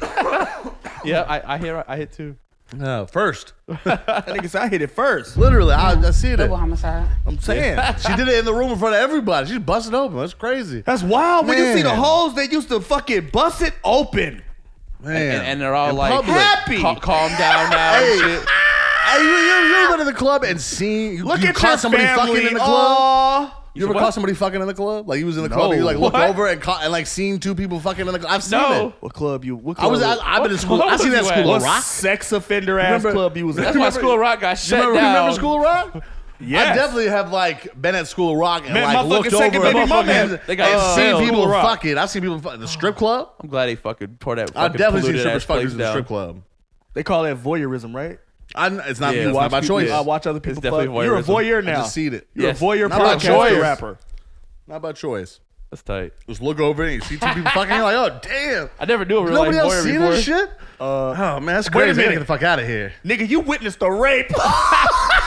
Speaker 11: yeah, I, I hear. I hit too.
Speaker 9: No, first.
Speaker 10: That nigga said I hit it first.
Speaker 9: Literally, I, I see it.
Speaker 5: homicide.
Speaker 10: I'm saying.
Speaker 9: She did it in the room in front of everybody. She's busted open. That's crazy.
Speaker 10: That's wild. When you see the
Speaker 9: Man.
Speaker 10: hoes, they used to fucking bust it open.
Speaker 9: Man.
Speaker 11: And, and they're all
Speaker 9: In
Speaker 11: like,
Speaker 9: public.
Speaker 10: Happy.
Speaker 11: Ca- calm down now. and
Speaker 9: Hey.
Speaker 11: shit.
Speaker 9: Hey, you, you, you ever been to the club and seen you,
Speaker 10: Look
Speaker 9: you
Speaker 10: at
Speaker 9: caught
Speaker 10: your
Speaker 9: somebody
Speaker 10: family.
Speaker 9: fucking in the club?
Speaker 10: Aw.
Speaker 9: you ever caught somebody fucking in the club? Like you was in the club and you like look
Speaker 11: What?
Speaker 9: over and caught and like seen two people fucking in the club. I've seen
Speaker 11: No.
Speaker 9: it.
Speaker 10: What club you? What
Speaker 9: I
Speaker 10: club
Speaker 9: was I,
Speaker 10: you-
Speaker 9: I've been in school.
Speaker 11: club
Speaker 9: I've seen
Speaker 11: was
Speaker 9: that
Speaker 11: you
Speaker 9: school
Speaker 11: at?
Speaker 9: of rock.
Speaker 10: sex offender ass
Speaker 9: Remember-
Speaker 10: club you was
Speaker 11: That's
Speaker 10: at?
Speaker 11: why School of Rock got
Speaker 9: You
Speaker 11: shut
Speaker 9: remember,
Speaker 11: down.
Speaker 9: remember School of Rock?
Speaker 10: Yes.
Speaker 9: I definitely have like been at School of Rock and
Speaker 10: Man,
Speaker 9: like
Speaker 10: motherfucking
Speaker 9: looked over
Speaker 10: second baby
Speaker 9: and,
Speaker 10: mama
Speaker 9: and,
Speaker 10: had-
Speaker 11: they got expelled.
Speaker 9: seen people
Speaker 10: School of Rock.
Speaker 9: fucking. I've seen people fucking the strip club.
Speaker 11: I'm glad they fucking tore that. Fucking
Speaker 9: I've definitely seen
Speaker 11: polluted
Speaker 9: strippers
Speaker 11: ass
Speaker 9: fucking
Speaker 11: place
Speaker 9: in the
Speaker 11: down.
Speaker 9: strip club.
Speaker 10: They call that voyeurism, right?
Speaker 9: I, it's not,
Speaker 11: Yeah. You
Speaker 9: it's not
Speaker 11: watch
Speaker 9: by
Speaker 11: people-
Speaker 9: choice.
Speaker 11: Yeah.
Speaker 10: I watch other people.
Speaker 11: It's definitely
Speaker 10: fuck. You're a
Speaker 11: voyeurism.
Speaker 10: voyeur
Speaker 9: I
Speaker 10: now.
Speaker 9: just seen it.
Speaker 10: You're
Speaker 11: Yes.
Speaker 10: a voyeur
Speaker 9: Not by
Speaker 10: podcaster
Speaker 9: choice.
Speaker 10: rapper.
Speaker 9: Not by choice.
Speaker 11: That's tight.
Speaker 9: Just look over and you see two people fucking. You're like, oh damn.
Speaker 11: I never knew a real
Speaker 9: Nobody
Speaker 11: life
Speaker 9: else
Speaker 11: voyeur
Speaker 9: seen
Speaker 11: before. Uh,
Speaker 9: this shit. oh man, that's crazy. I gotta
Speaker 10: minute.
Speaker 9: get the fuck out of here.
Speaker 10: Nigga, you witnessed a [LAUGHS] rape.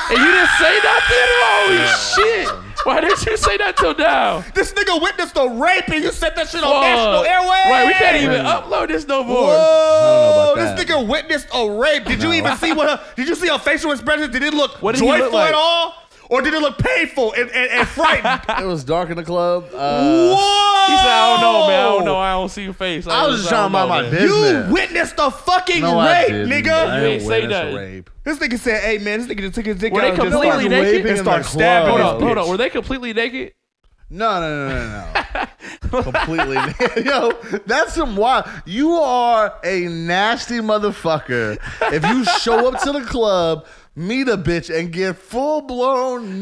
Speaker 11: And you didn't say nothing. Holy shit! Why didn't you say that till now?
Speaker 10: this nigga witnessed a rape, and you said that shit on
Speaker 11: Fuck.
Speaker 10: national airways.
Speaker 11: Right, we can't even upload this no more.
Speaker 10: Whoa!
Speaker 9: I don't know about
Speaker 10: This
Speaker 9: that.
Speaker 10: nigga witnessed a rape. Did you even see what her? Did you see her facial expression? Did it look
Speaker 11: What did he
Speaker 10: joyful
Speaker 11: look like?
Speaker 10: at all? Or did it look painful and,
Speaker 11: [LAUGHS]
Speaker 10: and, and frightened?
Speaker 9: It was dark in the club.
Speaker 10: Whoa!
Speaker 9: Uh,
Speaker 11: He said, I don't know, man. I don't know. I don't see your face.
Speaker 9: I was just trying to
Speaker 11: don't
Speaker 9: mind
Speaker 11: know,
Speaker 9: my
Speaker 11: man."
Speaker 9: business.
Speaker 10: You witnessed a fucking
Speaker 9: No, I
Speaker 10: rape,
Speaker 9: didn't. I
Speaker 10: nigga.
Speaker 9: didn't
Speaker 11: ain't say
Speaker 9: witness a
Speaker 11: that.
Speaker 9: rape.
Speaker 10: This nigga said, "Hey man, this nigga just took his dick
Speaker 11: Were
Speaker 10: out
Speaker 11: they
Speaker 10: and just
Speaker 11: completely
Speaker 10: started
Speaker 11: naked?
Speaker 10: raping
Speaker 9: In
Speaker 10: and
Speaker 9: the
Speaker 10: started
Speaker 9: club.
Speaker 10: stabbing
Speaker 11: Hold
Speaker 10: his
Speaker 11: on, hold on.
Speaker 10: bitch.
Speaker 11: Were they completely naked?
Speaker 9: No, no, no, no, no. [LAUGHS] Completely. Yo, that's some wild. You are a nasty motherfucker. If you show up to the club, meet a bitch, and get full blown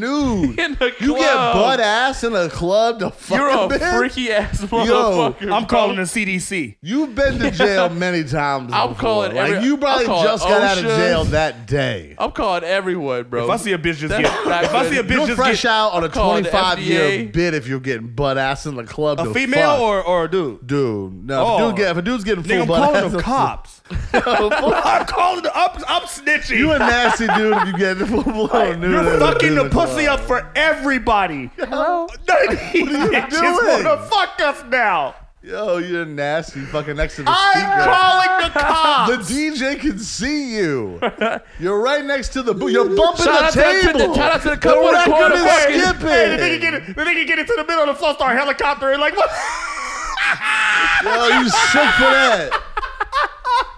Speaker 11: [LAUGHS]
Speaker 9: nude.
Speaker 11: In the
Speaker 9: You get
Speaker 11: club.
Speaker 9: butt ass in a club to fuck
Speaker 11: You're
Speaker 9: a
Speaker 11: a
Speaker 9: bitch?
Speaker 11: freaky ass motherfucker. bro.
Speaker 10: I'm calling the CDC.
Speaker 9: You've been to
Speaker 10: [LAUGHS]
Speaker 9: jail many times.
Speaker 11: I'm
Speaker 9: before.
Speaker 11: calling
Speaker 9: Like
Speaker 11: every-
Speaker 9: you probably
Speaker 11: I'm calling
Speaker 9: just got out of
Speaker 11: OSHA.
Speaker 9: jail that day.
Speaker 11: I'm calling everyone, bro.
Speaker 10: If I see a bitch just
Speaker 11: That's
Speaker 10: get,
Speaker 11: not
Speaker 10: if I
Speaker 11: good.
Speaker 10: see a bitch
Speaker 9: You're
Speaker 10: just
Speaker 9: fresh
Speaker 10: get
Speaker 9: out on a
Speaker 11: call the
Speaker 9: 25 year
Speaker 11: FDA.
Speaker 9: bid if you're getting butt ass in the club.
Speaker 10: a
Speaker 9: to
Speaker 10: female
Speaker 9: fuck.
Speaker 10: or, or a dude,
Speaker 9: dude? No, if, a
Speaker 10: Oh.
Speaker 9: dude get, if a dude's getting full
Speaker 10: nigga, I'm
Speaker 9: butt ass,
Speaker 10: calling
Speaker 9: in
Speaker 10: the
Speaker 9: [LAUGHS] the-
Speaker 10: cops. I'm calling the. I'm, I'm snitching.
Speaker 9: You a nasty dude if you get full blown nude. in
Speaker 10: You're
Speaker 9: a-
Speaker 10: fucking
Speaker 9: in
Speaker 10: the
Speaker 9: club.
Speaker 10: pussy up for everybody. [LAUGHS] Hello? None of these bitches
Speaker 9: doing?
Speaker 10: wanna fuck us now.
Speaker 9: Yo, you're nasty. Fucking next to the
Speaker 10: I'm
Speaker 9: speaker. [LAUGHS]
Speaker 10: calling the cops.
Speaker 9: the DJ can see
Speaker 10: [LAUGHS]
Speaker 9: you. You're right next to the booth. You're bumping
Speaker 11: Shout out to
Speaker 9: the
Speaker 11: the-
Speaker 9: table.
Speaker 11: shout out to the couple in the
Speaker 9: record
Speaker 11: corner
Speaker 9: is
Speaker 11: fucking-
Speaker 9: skipping.
Speaker 10: Hey, the nigga get it. The nigga get into the middle of the floor, start helicopter, and like what?
Speaker 9: Yo, you sick for that.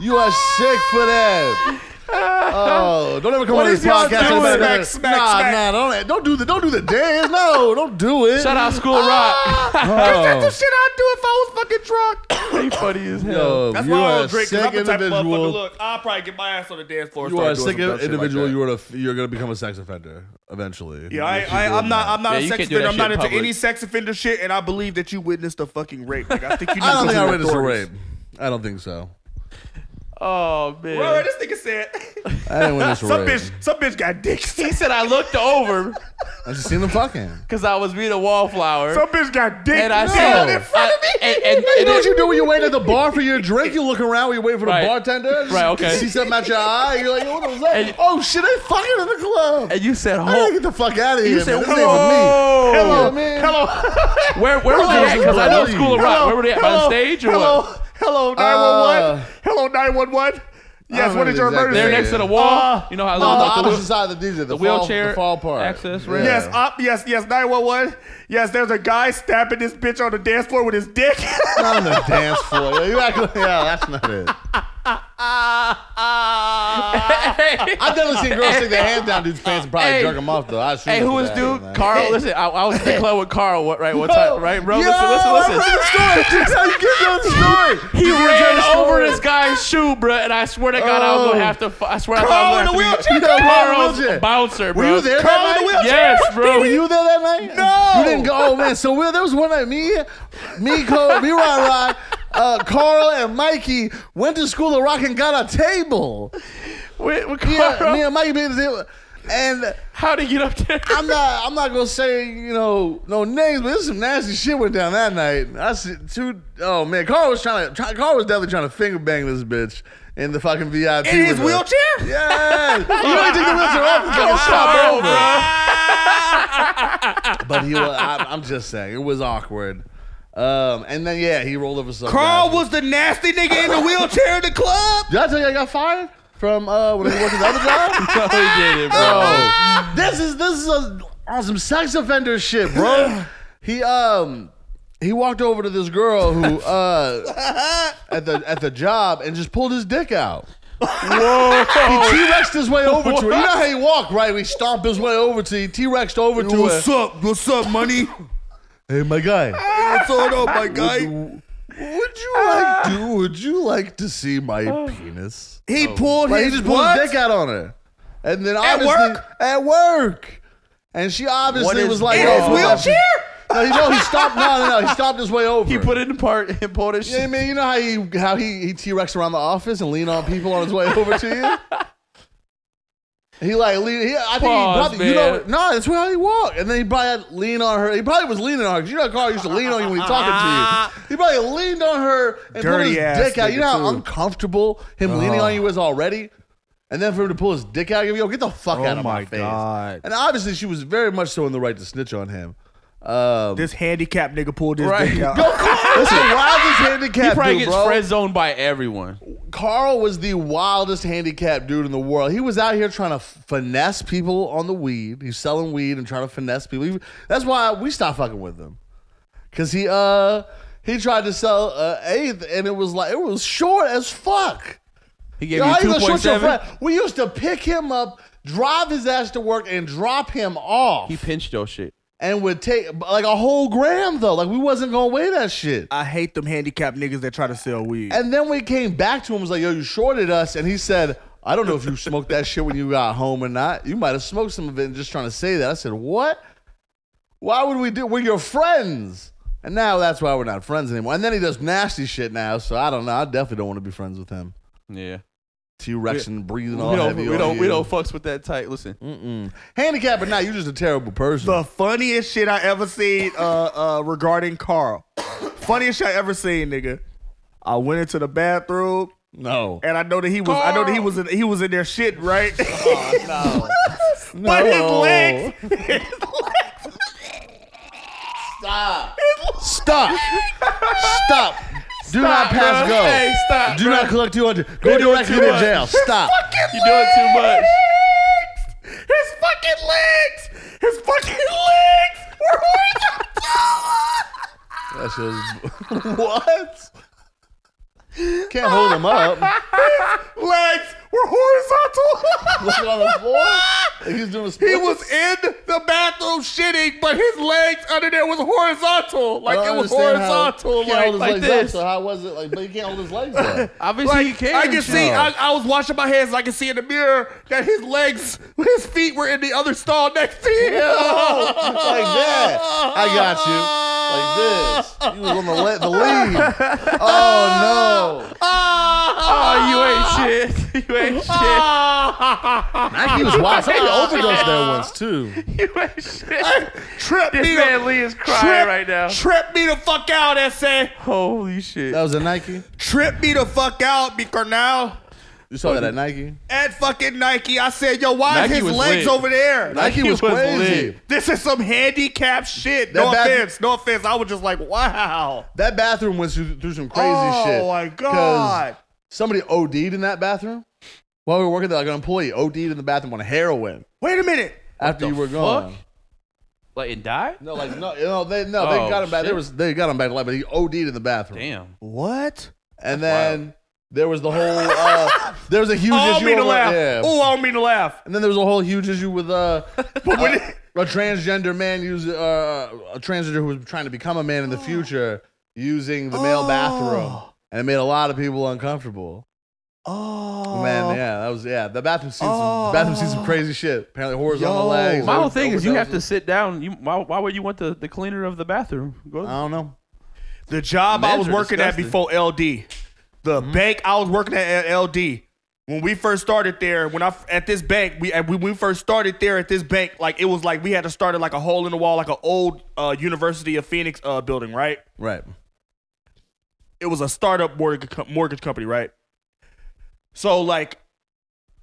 Speaker 9: You are sick for that. Oh, don't ever come
Speaker 10: What
Speaker 9: on
Speaker 10: is
Speaker 9: this
Speaker 10: y'all
Speaker 9: podcast.
Speaker 10: doing?
Speaker 9: and be
Speaker 10: Smack,
Speaker 9: like,
Speaker 10: smack,
Speaker 9: nah,
Speaker 10: smack.
Speaker 9: nah, don't, don't do the don't do the dance. No, don't do it. Oh.
Speaker 11: Shout out School
Speaker 9: [LAUGHS]
Speaker 11: Rock.
Speaker 10: Ah! Is that the shit I'd do if I was fucking drunk?
Speaker 11: [COUGHS] They funny as hell.
Speaker 9: Yo,
Speaker 10: That's
Speaker 9: you
Speaker 10: why I
Speaker 9: are a
Speaker 10: don't drink. Cause
Speaker 9: sick
Speaker 10: I'm the type of
Speaker 9: individual.
Speaker 10: motherfucker. Look, I'll probably get my ass on the dance floor. and
Speaker 9: you
Speaker 10: start
Speaker 9: are a
Speaker 10: doing
Speaker 9: sick
Speaker 10: some dumb shit like
Speaker 9: individual.
Speaker 10: that.
Speaker 9: you are a, you're gonna become a sex offender eventually.
Speaker 10: Yeah, I, I, I'm not. I'm not
Speaker 11: Yeah,
Speaker 10: a
Speaker 11: you
Speaker 10: sex
Speaker 11: can't do that
Speaker 10: offender. I'm
Speaker 11: shit in
Speaker 10: not into
Speaker 11: public.
Speaker 10: any sex offender shit, and I believe that you witnessed a fucking rape. Like, I think
Speaker 9: [LAUGHS]
Speaker 10: you. Need
Speaker 9: I don't
Speaker 10: to
Speaker 9: think
Speaker 10: go
Speaker 9: I
Speaker 10: to
Speaker 9: read this a
Speaker 10: authorities.
Speaker 9: rape. I don't think so.
Speaker 11: Oh man.
Speaker 10: Bro, this nigga said
Speaker 9: I
Speaker 10: [LAUGHS]
Speaker 9: didn't win this a
Speaker 10: some
Speaker 9: rape.
Speaker 10: bitch. Some bitch got dick. Some
Speaker 11: he said I looked
Speaker 10: [LAUGHS]
Speaker 11: over
Speaker 9: I just seen them fucking.
Speaker 11: because I was being a wallflower.
Speaker 10: bitch got dick.
Speaker 11: and I
Speaker 10: No.
Speaker 11: said,
Speaker 9: in
Speaker 11: front of me. And, and-
Speaker 9: You
Speaker 11: and
Speaker 9: know
Speaker 11: then-
Speaker 9: what you do when you're
Speaker 11: [LAUGHS]
Speaker 9: waiting at the bar for your drink? You look around, when you're waiting for the
Speaker 11: Right.
Speaker 9: bartender.
Speaker 11: Right, okay.
Speaker 9: See something out your eye. You're like, what was that?
Speaker 11: And-
Speaker 9: oh shit, they fucking in the club.
Speaker 11: and you said,
Speaker 9: I gotta get
Speaker 11: "Hold."
Speaker 9: the fuck out of here.
Speaker 11: said,
Speaker 9: man. This ain't for me.
Speaker 11: "Whoa."
Speaker 9: Hello.
Speaker 11: Where where were they at? Because I know School of Rock. Where were they at? By the stage or
Speaker 10: hello,
Speaker 11: what?
Speaker 10: Hello, 911.
Speaker 9: Uh,
Speaker 10: hello, 911. Yes,
Speaker 9: don't
Speaker 10: what
Speaker 9: know
Speaker 10: is your
Speaker 9: the exact
Speaker 10: emergency?
Speaker 11: They're
Speaker 9: Yeah,
Speaker 11: next to the
Speaker 9: yeah.
Speaker 11: wall.
Speaker 10: Uh,
Speaker 11: you know how
Speaker 9: On the
Speaker 11: long
Speaker 9: opposite side of the DJ, the, fall-
Speaker 11: wheelchair
Speaker 9: the fall part.
Speaker 11: access, right?
Speaker 10: Yes, up. Yes, yes, 911. Yes, there's a guy stabbing this bitch on the dance floor with his dick.
Speaker 9: Not on the dance
Speaker 10: [LAUGHS]
Speaker 9: floor. Yeah, you act like- yeah, that's not it.
Speaker 11: Uh,
Speaker 9: [LAUGHS] I've never seen girls stick their hands down dudes' pants and probably
Speaker 11: Hey.
Speaker 9: jerk them off though. I assume
Speaker 11: Hey, who
Speaker 9: for
Speaker 11: was
Speaker 9: that,
Speaker 11: dude?
Speaker 9: man.
Speaker 11: Carl, listen, I, I was in the club with Carl, what, right? One time, right, bro? listen, listen, listen. [LAUGHS]
Speaker 9: how you get that story.
Speaker 11: He ran
Speaker 9: that
Speaker 11: over
Speaker 9: story.
Speaker 11: this guy's shoe, bro, and I swear to God, I was gonna have to. fu- I swear I
Speaker 10: Carl
Speaker 11: thought I
Speaker 10: in
Speaker 11: was
Speaker 10: the
Speaker 11: gonna have to be-
Speaker 10: wheelchair?
Speaker 9: Oh. Carl in the
Speaker 11: Carl's
Speaker 9: wheelchair.
Speaker 11: bouncer, bro.
Speaker 9: Were you there
Speaker 10: Carl
Speaker 9: that
Speaker 10: in the
Speaker 9: night?
Speaker 10: wheelchair?
Speaker 11: Yes, bro.
Speaker 9: Were you there that night?
Speaker 10: No.
Speaker 9: You didn't go. Oh man. So we, there was one night. Me, me, Co, me, Ron, uh, Carl, and Mikey went to school of rock and got a table.
Speaker 11: Wait, with
Speaker 9: Me,
Speaker 11: Carl,
Speaker 9: and- me and Mikey being the table. And
Speaker 11: how did he get up there?
Speaker 9: I'm not. I'm not gonna say you know no names, but there's some nasty shit went down that night. I see two oh man, Carl was trying to. Try, Carl was definitely trying to finger bang this bitch in the fucking VIP.
Speaker 10: In his
Speaker 9: with her.
Speaker 10: wheelchair?
Speaker 11: [LAUGHS]
Speaker 9: Yeah, you know he took the wheelchair off and
Speaker 11: Carl,
Speaker 9: fucking stop over.
Speaker 11: bro.
Speaker 9: But he, was, I, I'm just saying, it was awkward. Um, and then yeah, he rolled over some.
Speaker 10: Carl
Speaker 9: guy.
Speaker 10: was the nasty nigga in the wheelchair in the club.
Speaker 9: Did I tell you I got fired from uh when I worked at the other job?
Speaker 11: [LAUGHS] No, he didn't, bro.
Speaker 9: Oh, this is this is a, on some sex offender shit,
Speaker 10: [SIGHS]
Speaker 9: bro. He um he walked over to this girl who uh at the at the job and just pulled his dick out. Whoa! He T-rexed his way over to her. You know how he walked, right? He stomped his way over to. He T-rexed over to her.
Speaker 10: up? What's up, money?
Speaker 9: Hey, my guy.
Speaker 10: What's up, my guy? Ah.
Speaker 9: Would you like to? Would you like to see my penis? Oh.
Speaker 10: He pulled
Speaker 9: Like he
Speaker 10: his
Speaker 9: just pulled
Speaker 10: what?
Speaker 9: his dick out on her, and then
Speaker 10: At
Speaker 9: obviously
Speaker 10: work?
Speaker 9: at work, and she obviously
Speaker 11: is-
Speaker 9: was like,
Speaker 10: in
Speaker 9: "Oh,
Speaker 10: his
Speaker 9: hold on."
Speaker 10: wheelchair.
Speaker 9: No, he, no, he stopped. No, no, no, he stopped his way over.
Speaker 11: He put it in part and pulled his
Speaker 9: You know what
Speaker 11: shit.
Speaker 9: I mean? You know how he how he he T Rex around the office and lean on people on his way over to
Speaker 10: [LAUGHS]
Speaker 9: you. He like lean. He, I think
Speaker 11: Pause,
Speaker 9: he probably you know
Speaker 11: man.
Speaker 9: no. That's how he walked, and then he probably had lean on her. He probably was leaning on her because you know how Carl used to lean on you when he talking
Speaker 10: [LAUGHS]
Speaker 9: to you. He probably leaned on her and put
Speaker 10: Dirty
Speaker 9: his
Speaker 10: ass
Speaker 9: dick out. You know how
Speaker 10: nigga, too. Uh-huh.
Speaker 9: uncomfortable him leaning on you is already. And then for him to pull his dick out, yo, get the fuck out of my,
Speaker 10: my
Speaker 9: face.
Speaker 10: God.
Speaker 9: And obviously, she was very much so in the right to snitch on him. Um,
Speaker 10: This handicapped nigga pulled this
Speaker 11: Right.
Speaker 10: dick
Speaker 9: [LAUGHS]
Speaker 10: out.
Speaker 9: Listen, wildest handicap.
Speaker 11: He probably
Speaker 9: dude,
Speaker 11: gets
Speaker 9: bro.
Speaker 11: friend zoned by everyone.
Speaker 9: Carl was the wildest handicapped dude in the world. He was out here trying to f- finesse people on the weed. He's selling weed and trying to finesse people. He- that's why we stopped fucking with him. Cause he uh he tried to sell uh, eighth and it was like it was short as fuck.
Speaker 11: He gave
Speaker 9: Yo, how you
Speaker 11: you
Speaker 9: gonna
Speaker 11: two
Speaker 9: short your
Speaker 11: point seven.
Speaker 9: friend? We used to pick him up, drive his ass to work, and drop him off.
Speaker 11: He pinched your shit.
Speaker 9: and would take like a whole gram though. Like we wasn't gonna weigh that shit.
Speaker 10: I hate them handicapped niggas that try to sell weed.
Speaker 9: And then we came back to him, was like, yo, you shorted us. And he said, I don't know if you smoked that shit when you got home or not. You might have smoked some of it and just trying to say that. I said, what? Why would we do? We're your friends. And now that's why we're not friends anymore. And then he does nasty shit now. So I don't know. I definitely don't want to be friends with him.
Speaker 11: Yeah.
Speaker 9: T-Rex and breathing all
Speaker 11: we don't,
Speaker 9: heavy
Speaker 11: we
Speaker 9: on
Speaker 11: don't, we
Speaker 9: you.
Speaker 11: don't fucks with that type. Listen,
Speaker 9: Handicap or not, you're just a terrible person.
Speaker 10: the funniest shit I ever seen uh, uh, regarding Carl. funniest shit I ever seen, nigga. I went into the bathroom
Speaker 9: no.
Speaker 10: and I know that he was. I know that he was. In, he was in their shit, right?
Speaker 9: Oh,
Speaker 10: [LAUGHS]
Speaker 9: no.
Speaker 10: but his legs, [LAUGHS]
Speaker 9: Stop. Stop. Stop. Do not pass
Speaker 11: bruh.
Speaker 9: go.
Speaker 11: Hey, stop,
Speaker 9: Do
Speaker 11: bruh.
Speaker 9: not collect 200. Go
Speaker 11: doing
Speaker 9: directly
Speaker 11: too
Speaker 9: to
Speaker 11: much.
Speaker 9: jail. Stop.
Speaker 11: you're doing too much.
Speaker 10: his fucking legs, his fucking legs were horizontal.
Speaker 9: That shit was- [LAUGHS] what? Can't hold him up.
Speaker 10: legs were horizontal.
Speaker 9: Look on the floor. Like he's doing a split.
Speaker 10: He was in the bathroom shitting, but his legs under there was horizontal.
Speaker 9: I
Speaker 10: Like
Speaker 9: don't
Speaker 10: it was
Speaker 9: understand how-
Speaker 10: horizontal.
Speaker 9: he can't hold
Speaker 10: Like,
Speaker 9: his
Speaker 10: like
Speaker 9: legs
Speaker 10: this.
Speaker 9: up, so how was it? Like, but he can't hold his legs
Speaker 10: [LAUGHS]
Speaker 9: up.
Speaker 11: Obviously,
Speaker 10: Like,
Speaker 11: you can.
Speaker 10: I can see.
Speaker 9: Joe.
Speaker 10: I, I was washing my hands. And I can see in the mirror that his legs, his feet were in the other stall next to [LAUGHS] him.
Speaker 9: like that. I got you. Like this. You was on the, le-
Speaker 10: [LAUGHS]
Speaker 9: the lead. Oh no.
Speaker 10: Ah.
Speaker 11: Oh, you ain't
Speaker 10: [LAUGHS]
Speaker 11: shit. You ain't shit.
Speaker 10: Ah.
Speaker 9: I he was wild. Somebody overdosed there once too.
Speaker 11: You ain't shit.
Speaker 10: Trip
Speaker 11: This
Speaker 10: me
Speaker 11: man
Speaker 10: the,
Speaker 11: Lee is crying
Speaker 10: trip,
Speaker 11: right now.
Speaker 10: Trip me the fuck out, SA.
Speaker 11: Holy shit.
Speaker 9: That was a Nike.
Speaker 10: Trip me the fuck out, because now
Speaker 9: You saw that at Nike.
Speaker 10: at fucking Nike, I said, yo, why
Speaker 11: Nike
Speaker 10: is his
Speaker 11: was
Speaker 10: legs
Speaker 11: lit.
Speaker 10: over there?
Speaker 9: Nike was
Speaker 11: was
Speaker 9: crazy.
Speaker 11: lit.
Speaker 10: This is some handicap shit.
Speaker 9: That
Speaker 10: no
Speaker 9: back-
Speaker 10: offense, no offense. I was just like, wow.
Speaker 9: That bathroom went through, through some crazy
Speaker 10: oh
Speaker 9: shit.
Speaker 10: my
Speaker 9: 'cause
Speaker 10: god.
Speaker 9: Somebody OD'd in that bathroom while we were working there, like an employee OD'd in the bathroom on heroin
Speaker 10: Wait a minute.
Speaker 9: after you were gone.
Speaker 11: Like, and died?
Speaker 9: No, like no, no, they no, they
Speaker 11: Oh,
Speaker 9: got him back. They
Speaker 11: shit.
Speaker 9: was they got him back alive, but he OD'd in the bathroom.
Speaker 11: Damn.
Speaker 10: What?
Speaker 9: And then there was the whole uh, there was a huge
Speaker 10: I don't
Speaker 9: issue.
Speaker 10: mean to
Speaker 9: over-
Speaker 10: laugh.
Speaker 9: yeah.
Speaker 10: Oh, I don't mean to laugh.
Speaker 9: And then there was a whole huge issue with
Speaker 10: [LAUGHS]
Speaker 9: uh,
Speaker 10: when
Speaker 9: uh, a transgender man using uh, a transgender who was trying to become a
Speaker 10: Oh.
Speaker 9: man in the future using the male bathroom, and it made a lot of people uncomfortable.
Speaker 10: Oh
Speaker 9: Man, yeah, that was yeah. The bathroom seen some the bathroom seen some crazy shit. Apparently, horizontal
Speaker 10: Yo.
Speaker 9: legs.
Speaker 11: My whole
Speaker 9: over-
Speaker 11: thing is you have to
Speaker 9: overdoses.
Speaker 11: sit down. You why, why would you want the, the cleaner of the bathroom? Go
Speaker 9: I don't know.
Speaker 10: The job I
Speaker 11: Men's
Speaker 10: was
Speaker 11: are
Speaker 10: working
Speaker 11: disgusting.
Speaker 10: at before LD, the bank I was working at at LD. When we first started there, when I at this bank, we at- when we first started there at this bank, like it was like we had to start at like a hole in the wall, like an old uh, University of Phoenix uh, building, right?
Speaker 9: Right.
Speaker 10: it was a startup mortgage co- mortgage company, right? So like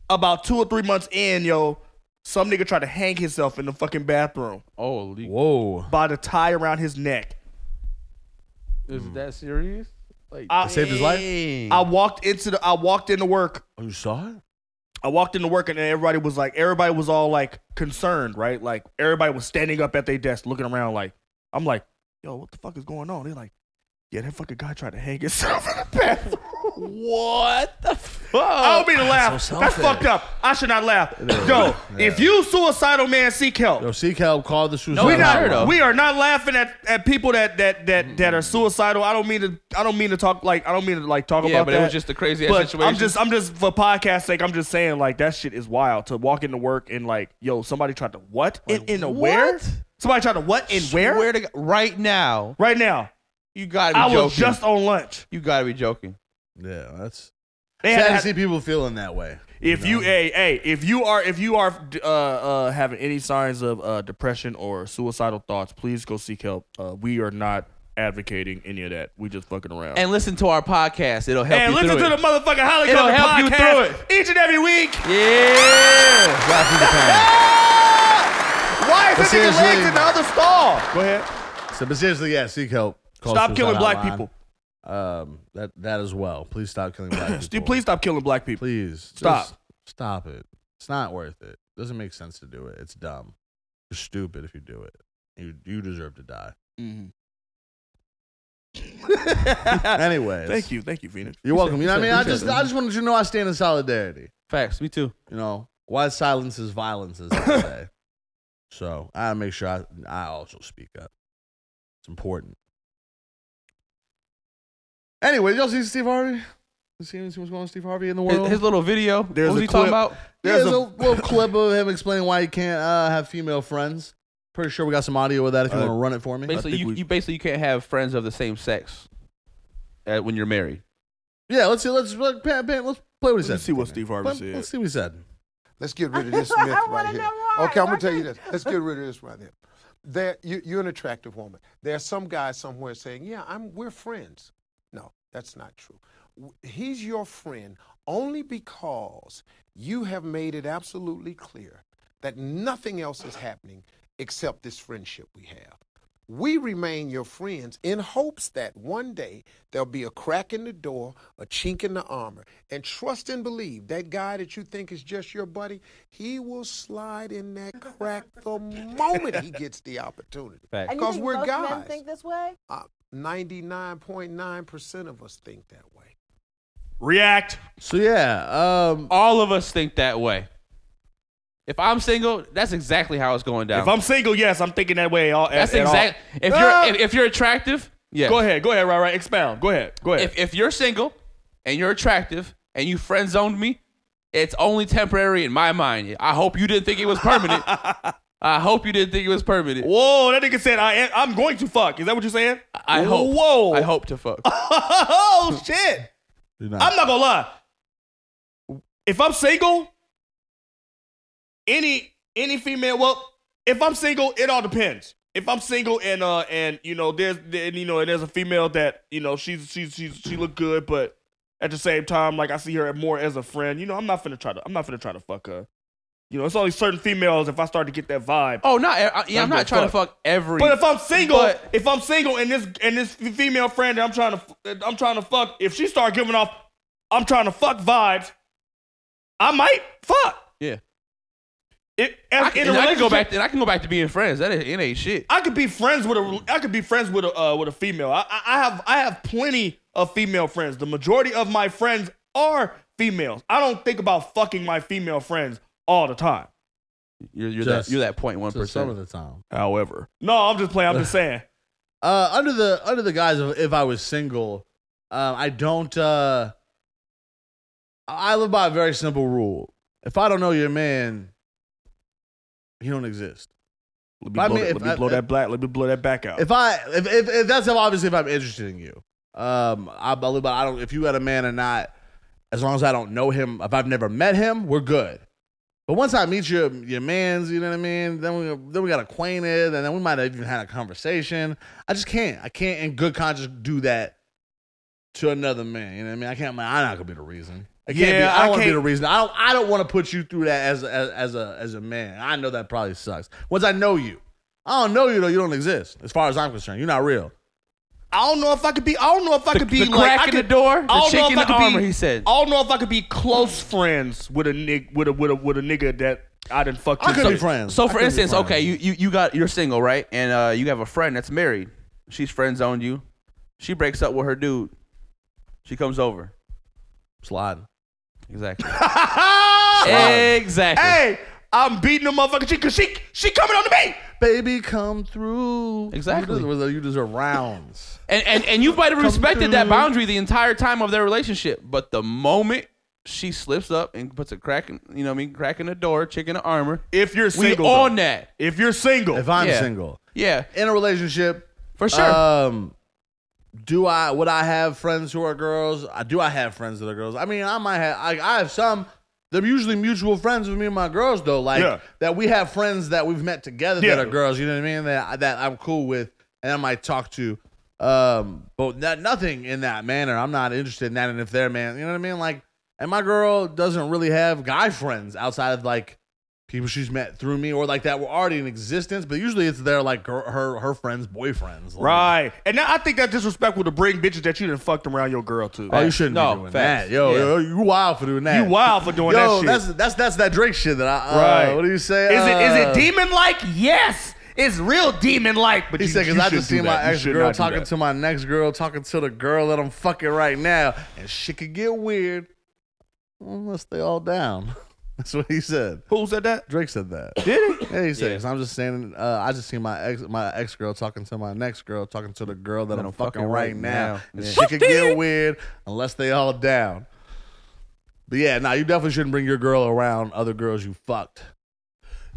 Speaker 10: about two or three months in, yo, some nigga tried to hang himself in the fucking bathroom
Speaker 11: Holy.
Speaker 9: Whoa.
Speaker 10: by the tie around his neck.
Speaker 11: Is that serious? Like,
Speaker 10: I,
Speaker 9: saved his life?
Speaker 11: dang.
Speaker 10: I walked into the I walked into work.
Speaker 9: Oh, you saw it?
Speaker 10: I walked into work and everybody was like everybody was all like concerned, right? Like everybody was standing up at their desk looking around like I'm like, yo, what the fuck is going on? They're like, yeah, that fucking guy tried to hang himself in the bathroom.
Speaker 11: What the fuck?
Speaker 10: I don't mean to laugh.
Speaker 9: so
Speaker 10: That's
Speaker 9: selfish.
Speaker 10: fucked up. I should not laugh. Yo, if you suicidal man, seek help.
Speaker 9: Yo, seek help. Call the suicide.
Speaker 10: we not.
Speaker 11: sure though.
Speaker 10: we are not laughing at, at people that that that that are suicidal. I don't mean to. I don't mean to talk like. I don't mean to like talk
Speaker 11: yeah,
Speaker 10: about
Speaker 11: but
Speaker 10: that.
Speaker 11: it was just a crazy ass
Speaker 10: but
Speaker 11: situation.
Speaker 10: I'm just. I'm just for podcast sake. I'm just saying like that shit is wild to walk into work and like yo somebody tried to what in, in a where?
Speaker 11: what?
Speaker 10: Somebody tried to what in where?
Speaker 11: Where to go? Right now.
Speaker 10: Right now.
Speaker 11: You gotta be
Speaker 10: I
Speaker 11: joking.
Speaker 10: was just on lunch.
Speaker 11: you gotta be joking.
Speaker 9: Yeah, that's
Speaker 10: They had
Speaker 9: sad
Speaker 10: to-
Speaker 9: to see people feeling that way.
Speaker 10: If you, hey, hey, if you are, if you are uh, uh, having any signs of uh, depression or suicidal thoughts, please go seek help. Uh, we are not advocating any of that. We just fucking around.
Speaker 11: And listen to our podcast. It'll help
Speaker 10: And
Speaker 11: you
Speaker 10: listen
Speaker 11: through
Speaker 10: to the
Speaker 11: it.
Speaker 10: motherfucking
Speaker 11: It'll
Speaker 10: Hollywood
Speaker 11: help you
Speaker 10: podcast
Speaker 11: through
Speaker 10: each and every week.
Speaker 11: yeah.
Speaker 9: Drive through the pain.
Speaker 10: Why is
Speaker 2: the nigga legs
Speaker 9: seriously-
Speaker 2: in the other stall. Go ahead.
Speaker 9: So, but seriously, yeah, seek help. Call
Speaker 2: Stop
Speaker 9: Suicide
Speaker 2: killing black
Speaker 9: Hotline.
Speaker 2: people.
Speaker 9: Um, that that as well. Please stop
Speaker 2: [CLEARS THROAT]
Speaker 9: killing black people.
Speaker 2: Steve, please stop killing black people.
Speaker 9: please
Speaker 2: Stop.
Speaker 9: just stop it. It's not worth it. Doesn't make sense to do it. It's dumb. You're stupid if you do it. You you deserve to die.
Speaker 2: Mm-hmm. [LAUGHS]
Speaker 9: [LAUGHS] Anyways,
Speaker 2: Thank you, thank you, Phoenix.
Speaker 9: You're welcome. You know what I mean? I
Speaker 11: appreciate
Speaker 9: just
Speaker 11: it.
Speaker 9: I just wanted you to know I stand in solidarity.
Speaker 11: Facts. Me too.
Speaker 9: You know why silence is violence, as
Speaker 11: [COUGHS]
Speaker 9: I say. So I make sure I I also speak up. It's important. Anyway, y'all see Steve Harvey? You See, see what's going on, with Steve Harvey in the world?
Speaker 11: His, his little video.
Speaker 2: There's
Speaker 11: what was
Speaker 2: a
Speaker 11: he talking
Speaker 2: clip.
Speaker 11: about?
Speaker 9: Yeah, There's
Speaker 2: There's
Speaker 9: a,
Speaker 2: a-
Speaker 11: [COUGHS]
Speaker 9: little clip of him explaining why he can't uh, have female friends. Pretty sure we got some audio of that. If you
Speaker 2: Uh,
Speaker 9: want to run it for me,
Speaker 11: Basically, you,
Speaker 2: we-
Speaker 11: you basically you can't have friends of the same sex uh, when you're married.
Speaker 9: yeah. Let's see. Let's let, Pam, Pam, let's play what he said.
Speaker 2: Let's see what Steve Harvey
Speaker 9: Let-
Speaker 2: said.
Speaker 9: Let's see what he said.
Speaker 10: Let's get rid
Speaker 11: [LAUGHS]
Speaker 10: of this myth right here. Okay, I'm gonna tell you this. Let's get rid of this right here. There, you, you're an attractive woman. There's some guy somewhere saying, "Yeah, I'm. We're friends." No, that's not true. W- He's your friend only because you have made it absolutely clear that nothing else is happening except this friendship we have. We remain your friends in hopes that one day there'll be a crack in the door, a chink in the armor. And trust and believe that guy that you think is just your buddy, he will slide in that crack the moment he gets the opportunity.
Speaker 11: Facts.
Speaker 10: Because we're guys.
Speaker 4: this way?
Speaker 10: Uh, 99.9% of us think that way.
Speaker 2: React.
Speaker 9: So yeah, um,
Speaker 11: All of us think that way. If I'm single, that's exactly how it's going down.
Speaker 2: If I'm single, yes, I'm thinking that way. All,
Speaker 11: that's
Speaker 2: at- at all.
Speaker 11: exact. If
Speaker 9: Uh,
Speaker 2: Ah!
Speaker 11: you're if, if you're attractive, yeah.
Speaker 2: Go ahead, go ahead, right, right. Expound. Go ahead, go ahead.
Speaker 11: If if you're single and you're attractive and you friend zoned me, it's only temporary in my mind. I hope you didn't think it
Speaker 2: [LAUGHS]
Speaker 11: was permanent. I hope you didn't think it was permanent.
Speaker 2: Whoa, that nigga said I am, I'm going to fuck. Is that what you're saying?
Speaker 11: I hope.
Speaker 2: Whoa.
Speaker 11: I hope to fuck.
Speaker 2: [LAUGHS] oh shit.
Speaker 9: you're not-
Speaker 2: I'm not gonna lie. If I'm single, any any female, well, if I'm single, it all depends. If I'm single and uh and you know there's and, you know and there's a female that you know she's she's she's she look good, but at the same time like I see her more as a friend. You know I'm not finna try to I'm not finna try to fuck her. You know it's only certain females if I start to get that vibe.
Speaker 11: Oh, not. I, yeah, I'm
Speaker 2: Number
Speaker 11: not trying to
Speaker 2: fuck.
Speaker 11: fuck every.
Speaker 2: But if I'm single,
Speaker 11: But-
Speaker 2: if I'm single and this and this female friend that I'm trying to that I'm trying to fuck, if she start giving off I'm trying to fuck vibes, I might fuck.
Speaker 11: yeah.
Speaker 2: It,
Speaker 11: I
Speaker 2: as,
Speaker 11: can,
Speaker 2: in a
Speaker 11: and I can go
Speaker 2: relationship,
Speaker 11: back. To, I can go back to being friends. That ain't, it ain't shit.
Speaker 2: I could be friends with a I could be friends with a uh, with a female. I, I I have I have plenty of female friends. The majority of my friends are females. I don't think about fucking my female friends all the time.
Speaker 11: You're, you're
Speaker 9: Just-
Speaker 11: that. You're that point one
Speaker 9: so some of
Speaker 11: percent.
Speaker 9: the time.
Speaker 2: However, no, I'm just playing. I'm [LAUGHS] just saying.
Speaker 9: Uh, under the under the guise of if I was single, um, I don't. Uh, I live by a very simple rule: if I don't know your man, he don't exist.
Speaker 2: Let me
Speaker 9: I
Speaker 2: blow,
Speaker 9: mean,
Speaker 2: that,
Speaker 9: if
Speaker 2: let me
Speaker 9: I-
Speaker 2: blow that black. Let me blow that back out.
Speaker 9: If I if, if, if that's how obviously if I'm interested in you, um, I believe I don't. If you had a man or not, as long as I don't know him, if I've never met him, we're good. But once I meet your your man's, you know what I mean. Then we then we got acquainted, and then we might have even had a conversation. I just can't. I can't in good conscience do that to another man. You know what I mean? I can't. I'm not gonna be the reason. I can't be,
Speaker 2: Yeah, I
Speaker 9: I don't want to be
Speaker 2: can't-
Speaker 9: the reason. I don't. I don't want to put you through that as, a- as as a as a man. I know that probably sucks. Once I know you, I don't know you though. You don't exist as far as I'm concerned. You're not real.
Speaker 2: I don't know if I could be. I don't know if I could be
Speaker 11: the
Speaker 2: like
Speaker 11: crack
Speaker 2: I
Speaker 11: in
Speaker 2: could,
Speaker 11: the door, the
Speaker 2: I don't
Speaker 11: chink
Speaker 2: know if
Speaker 11: in
Speaker 2: I
Speaker 11: the
Speaker 2: could
Speaker 11: armor,
Speaker 2: Be,
Speaker 11: he said.
Speaker 2: I don't know if I could be close friends with a nig with a with a with a nigga that I didn't fuck.
Speaker 9: I
Speaker 2: with.
Speaker 9: could
Speaker 2: So-
Speaker 9: be friends.
Speaker 11: So
Speaker 9: I
Speaker 11: for
Speaker 9: could be
Speaker 11: instance,
Speaker 9: friends.
Speaker 11: okay, you, you you got you're single, right? And uh, you have a friend that's married. She's friend zoned you. She breaks up with her dude. She comes over.
Speaker 9: slide.
Speaker 11: Exactly.
Speaker 2: Hey,
Speaker 11: exactly.
Speaker 2: hey, I'm beating the motherfucker chick because she she coming on to me.
Speaker 9: Baby, come through.
Speaker 11: Exactly.
Speaker 9: You deserve, you deserve rounds.
Speaker 11: And and and you might have respected that
Speaker 9: through.
Speaker 11: boundary the entire time of their relationship, but the moment she slips up and puts a crack in, you know what I mean, crack in the door, chick in the armor.
Speaker 2: If you're
Speaker 11: we
Speaker 2: single,
Speaker 11: on
Speaker 2: though.
Speaker 11: that.
Speaker 2: If you're single,
Speaker 9: if I'm
Speaker 11: Yeah.
Speaker 9: single
Speaker 11: Yeah,
Speaker 9: in a relationship,
Speaker 11: for sure.
Speaker 10: Uh,
Speaker 9: Um, do I would I have friends who are girls? I do I have friends that are girls? I mean, I might have. I, I have some. They're usually mutual friends with me and my girls, though. Like
Speaker 2: Yeah.
Speaker 9: that, we have friends that we've met together
Speaker 2: Yeah.
Speaker 9: that are girls. You know what I mean? That that I'm cool with, and I might talk to. Um, but not, nothing in that manner. I'm not interested in that. And if they're man, you know what I mean? Like, and my girl doesn't really have guy friends outside of like people she's met through me or like that were already in existence, but usually it's their like her her, her friends' boyfriends. Like,
Speaker 10: Right. And now I think that disrespectful to bring bitches that you done fucked around your girl to.
Speaker 9: Oh, you shouldn't
Speaker 11: No,
Speaker 9: be doing
Speaker 11: facts.
Speaker 9: that. Yo,
Speaker 11: Yeah.
Speaker 9: yo, you wild for doing that.
Speaker 10: You wild for doing that
Speaker 9: yo,
Speaker 10: shit.
Speaker 9: That's that's that's that Drake shit that I uh,
Speaker 10: Right.
Speaker 9: what do you say?
Speaker 10: Is it is
Speaker 9: Uh,
Speaker 10: it demon like? Yes. It's real demon like, but
Speaker 9: He
Speaker 10: you,
Speaker 9: said,
Speaker 10: you
Speaker 9: "Cause I
Speaker 10: should
Speaker 9: just
Speaker 10: do
Speaker 9: seen
Speaker 10: that.
Speaker 9: my
Speaker 10: You
Speaker 9: ex
Speaker 10: should
Speaker 9: girl
Speaker 10: not do
Speaker 9: talking
Speaker 10: that.
Speaker 9: to my next girl, talking to the girl that I'm fucking right now, and shit could get weird unless they all down." [LAUGHS] That's what he said.
Speaker 10: Who said that?
Speaker 9: Drake said that.
Speaker 10: Did he?
Speaker 9: Yeah, he said. 'Cause I'm just saying. Uh, I just seen my ex, my ex girl talking to my next girl, talking to the girl that I'm, fucking, right now. And
Speaker 11: Yeah.
Speaker 9: shit could get weird unless they all down. But yeah, nah, you definitely shouldn't bring your girl around other girls you fucked.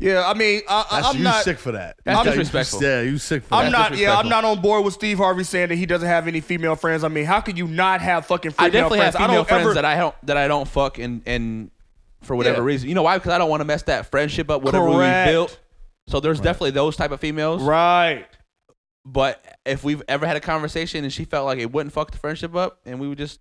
Speaker 10: Yeah, I mean, I, I,
Speaker 9: That's,
Speaker 10: I'm
Speaker 9: you
Speaker 10: not.
Speaker 9: sick for that.
Speaker 11: That's
Speaker 9: You- you-
Speaker 11: disrespectful.
Speaker 9: Yeah, you sick for that.
Speaker 10: I'm not. Yeah, I'm
Speaker 11: disrespectful.
Speaker 10: not on board with Steve Harvey saying that he doesn't have any female friends. I mean, how could you not have fucking female
Speaker 11: I definitely
Speaker 10: friends?
Speaker 11: have female
Speaker 10: don't
Speaker 11: friends
Speaker 10: ever,
Speaker 11: that I don't that I don't fuck and and for whatever
Speaker 10: Yeah.
Speaker 11: reason. You know why? Because I don't want to mess that friendship up. Whatever
Speaker 10: Correct.
Speaker 11: we built. So there's definitely those type of females.
Speaker 10: Right.
Speaker 11: But if we've ever had a conversation and she felt like it wouldn't fuck the friendship up, and we would just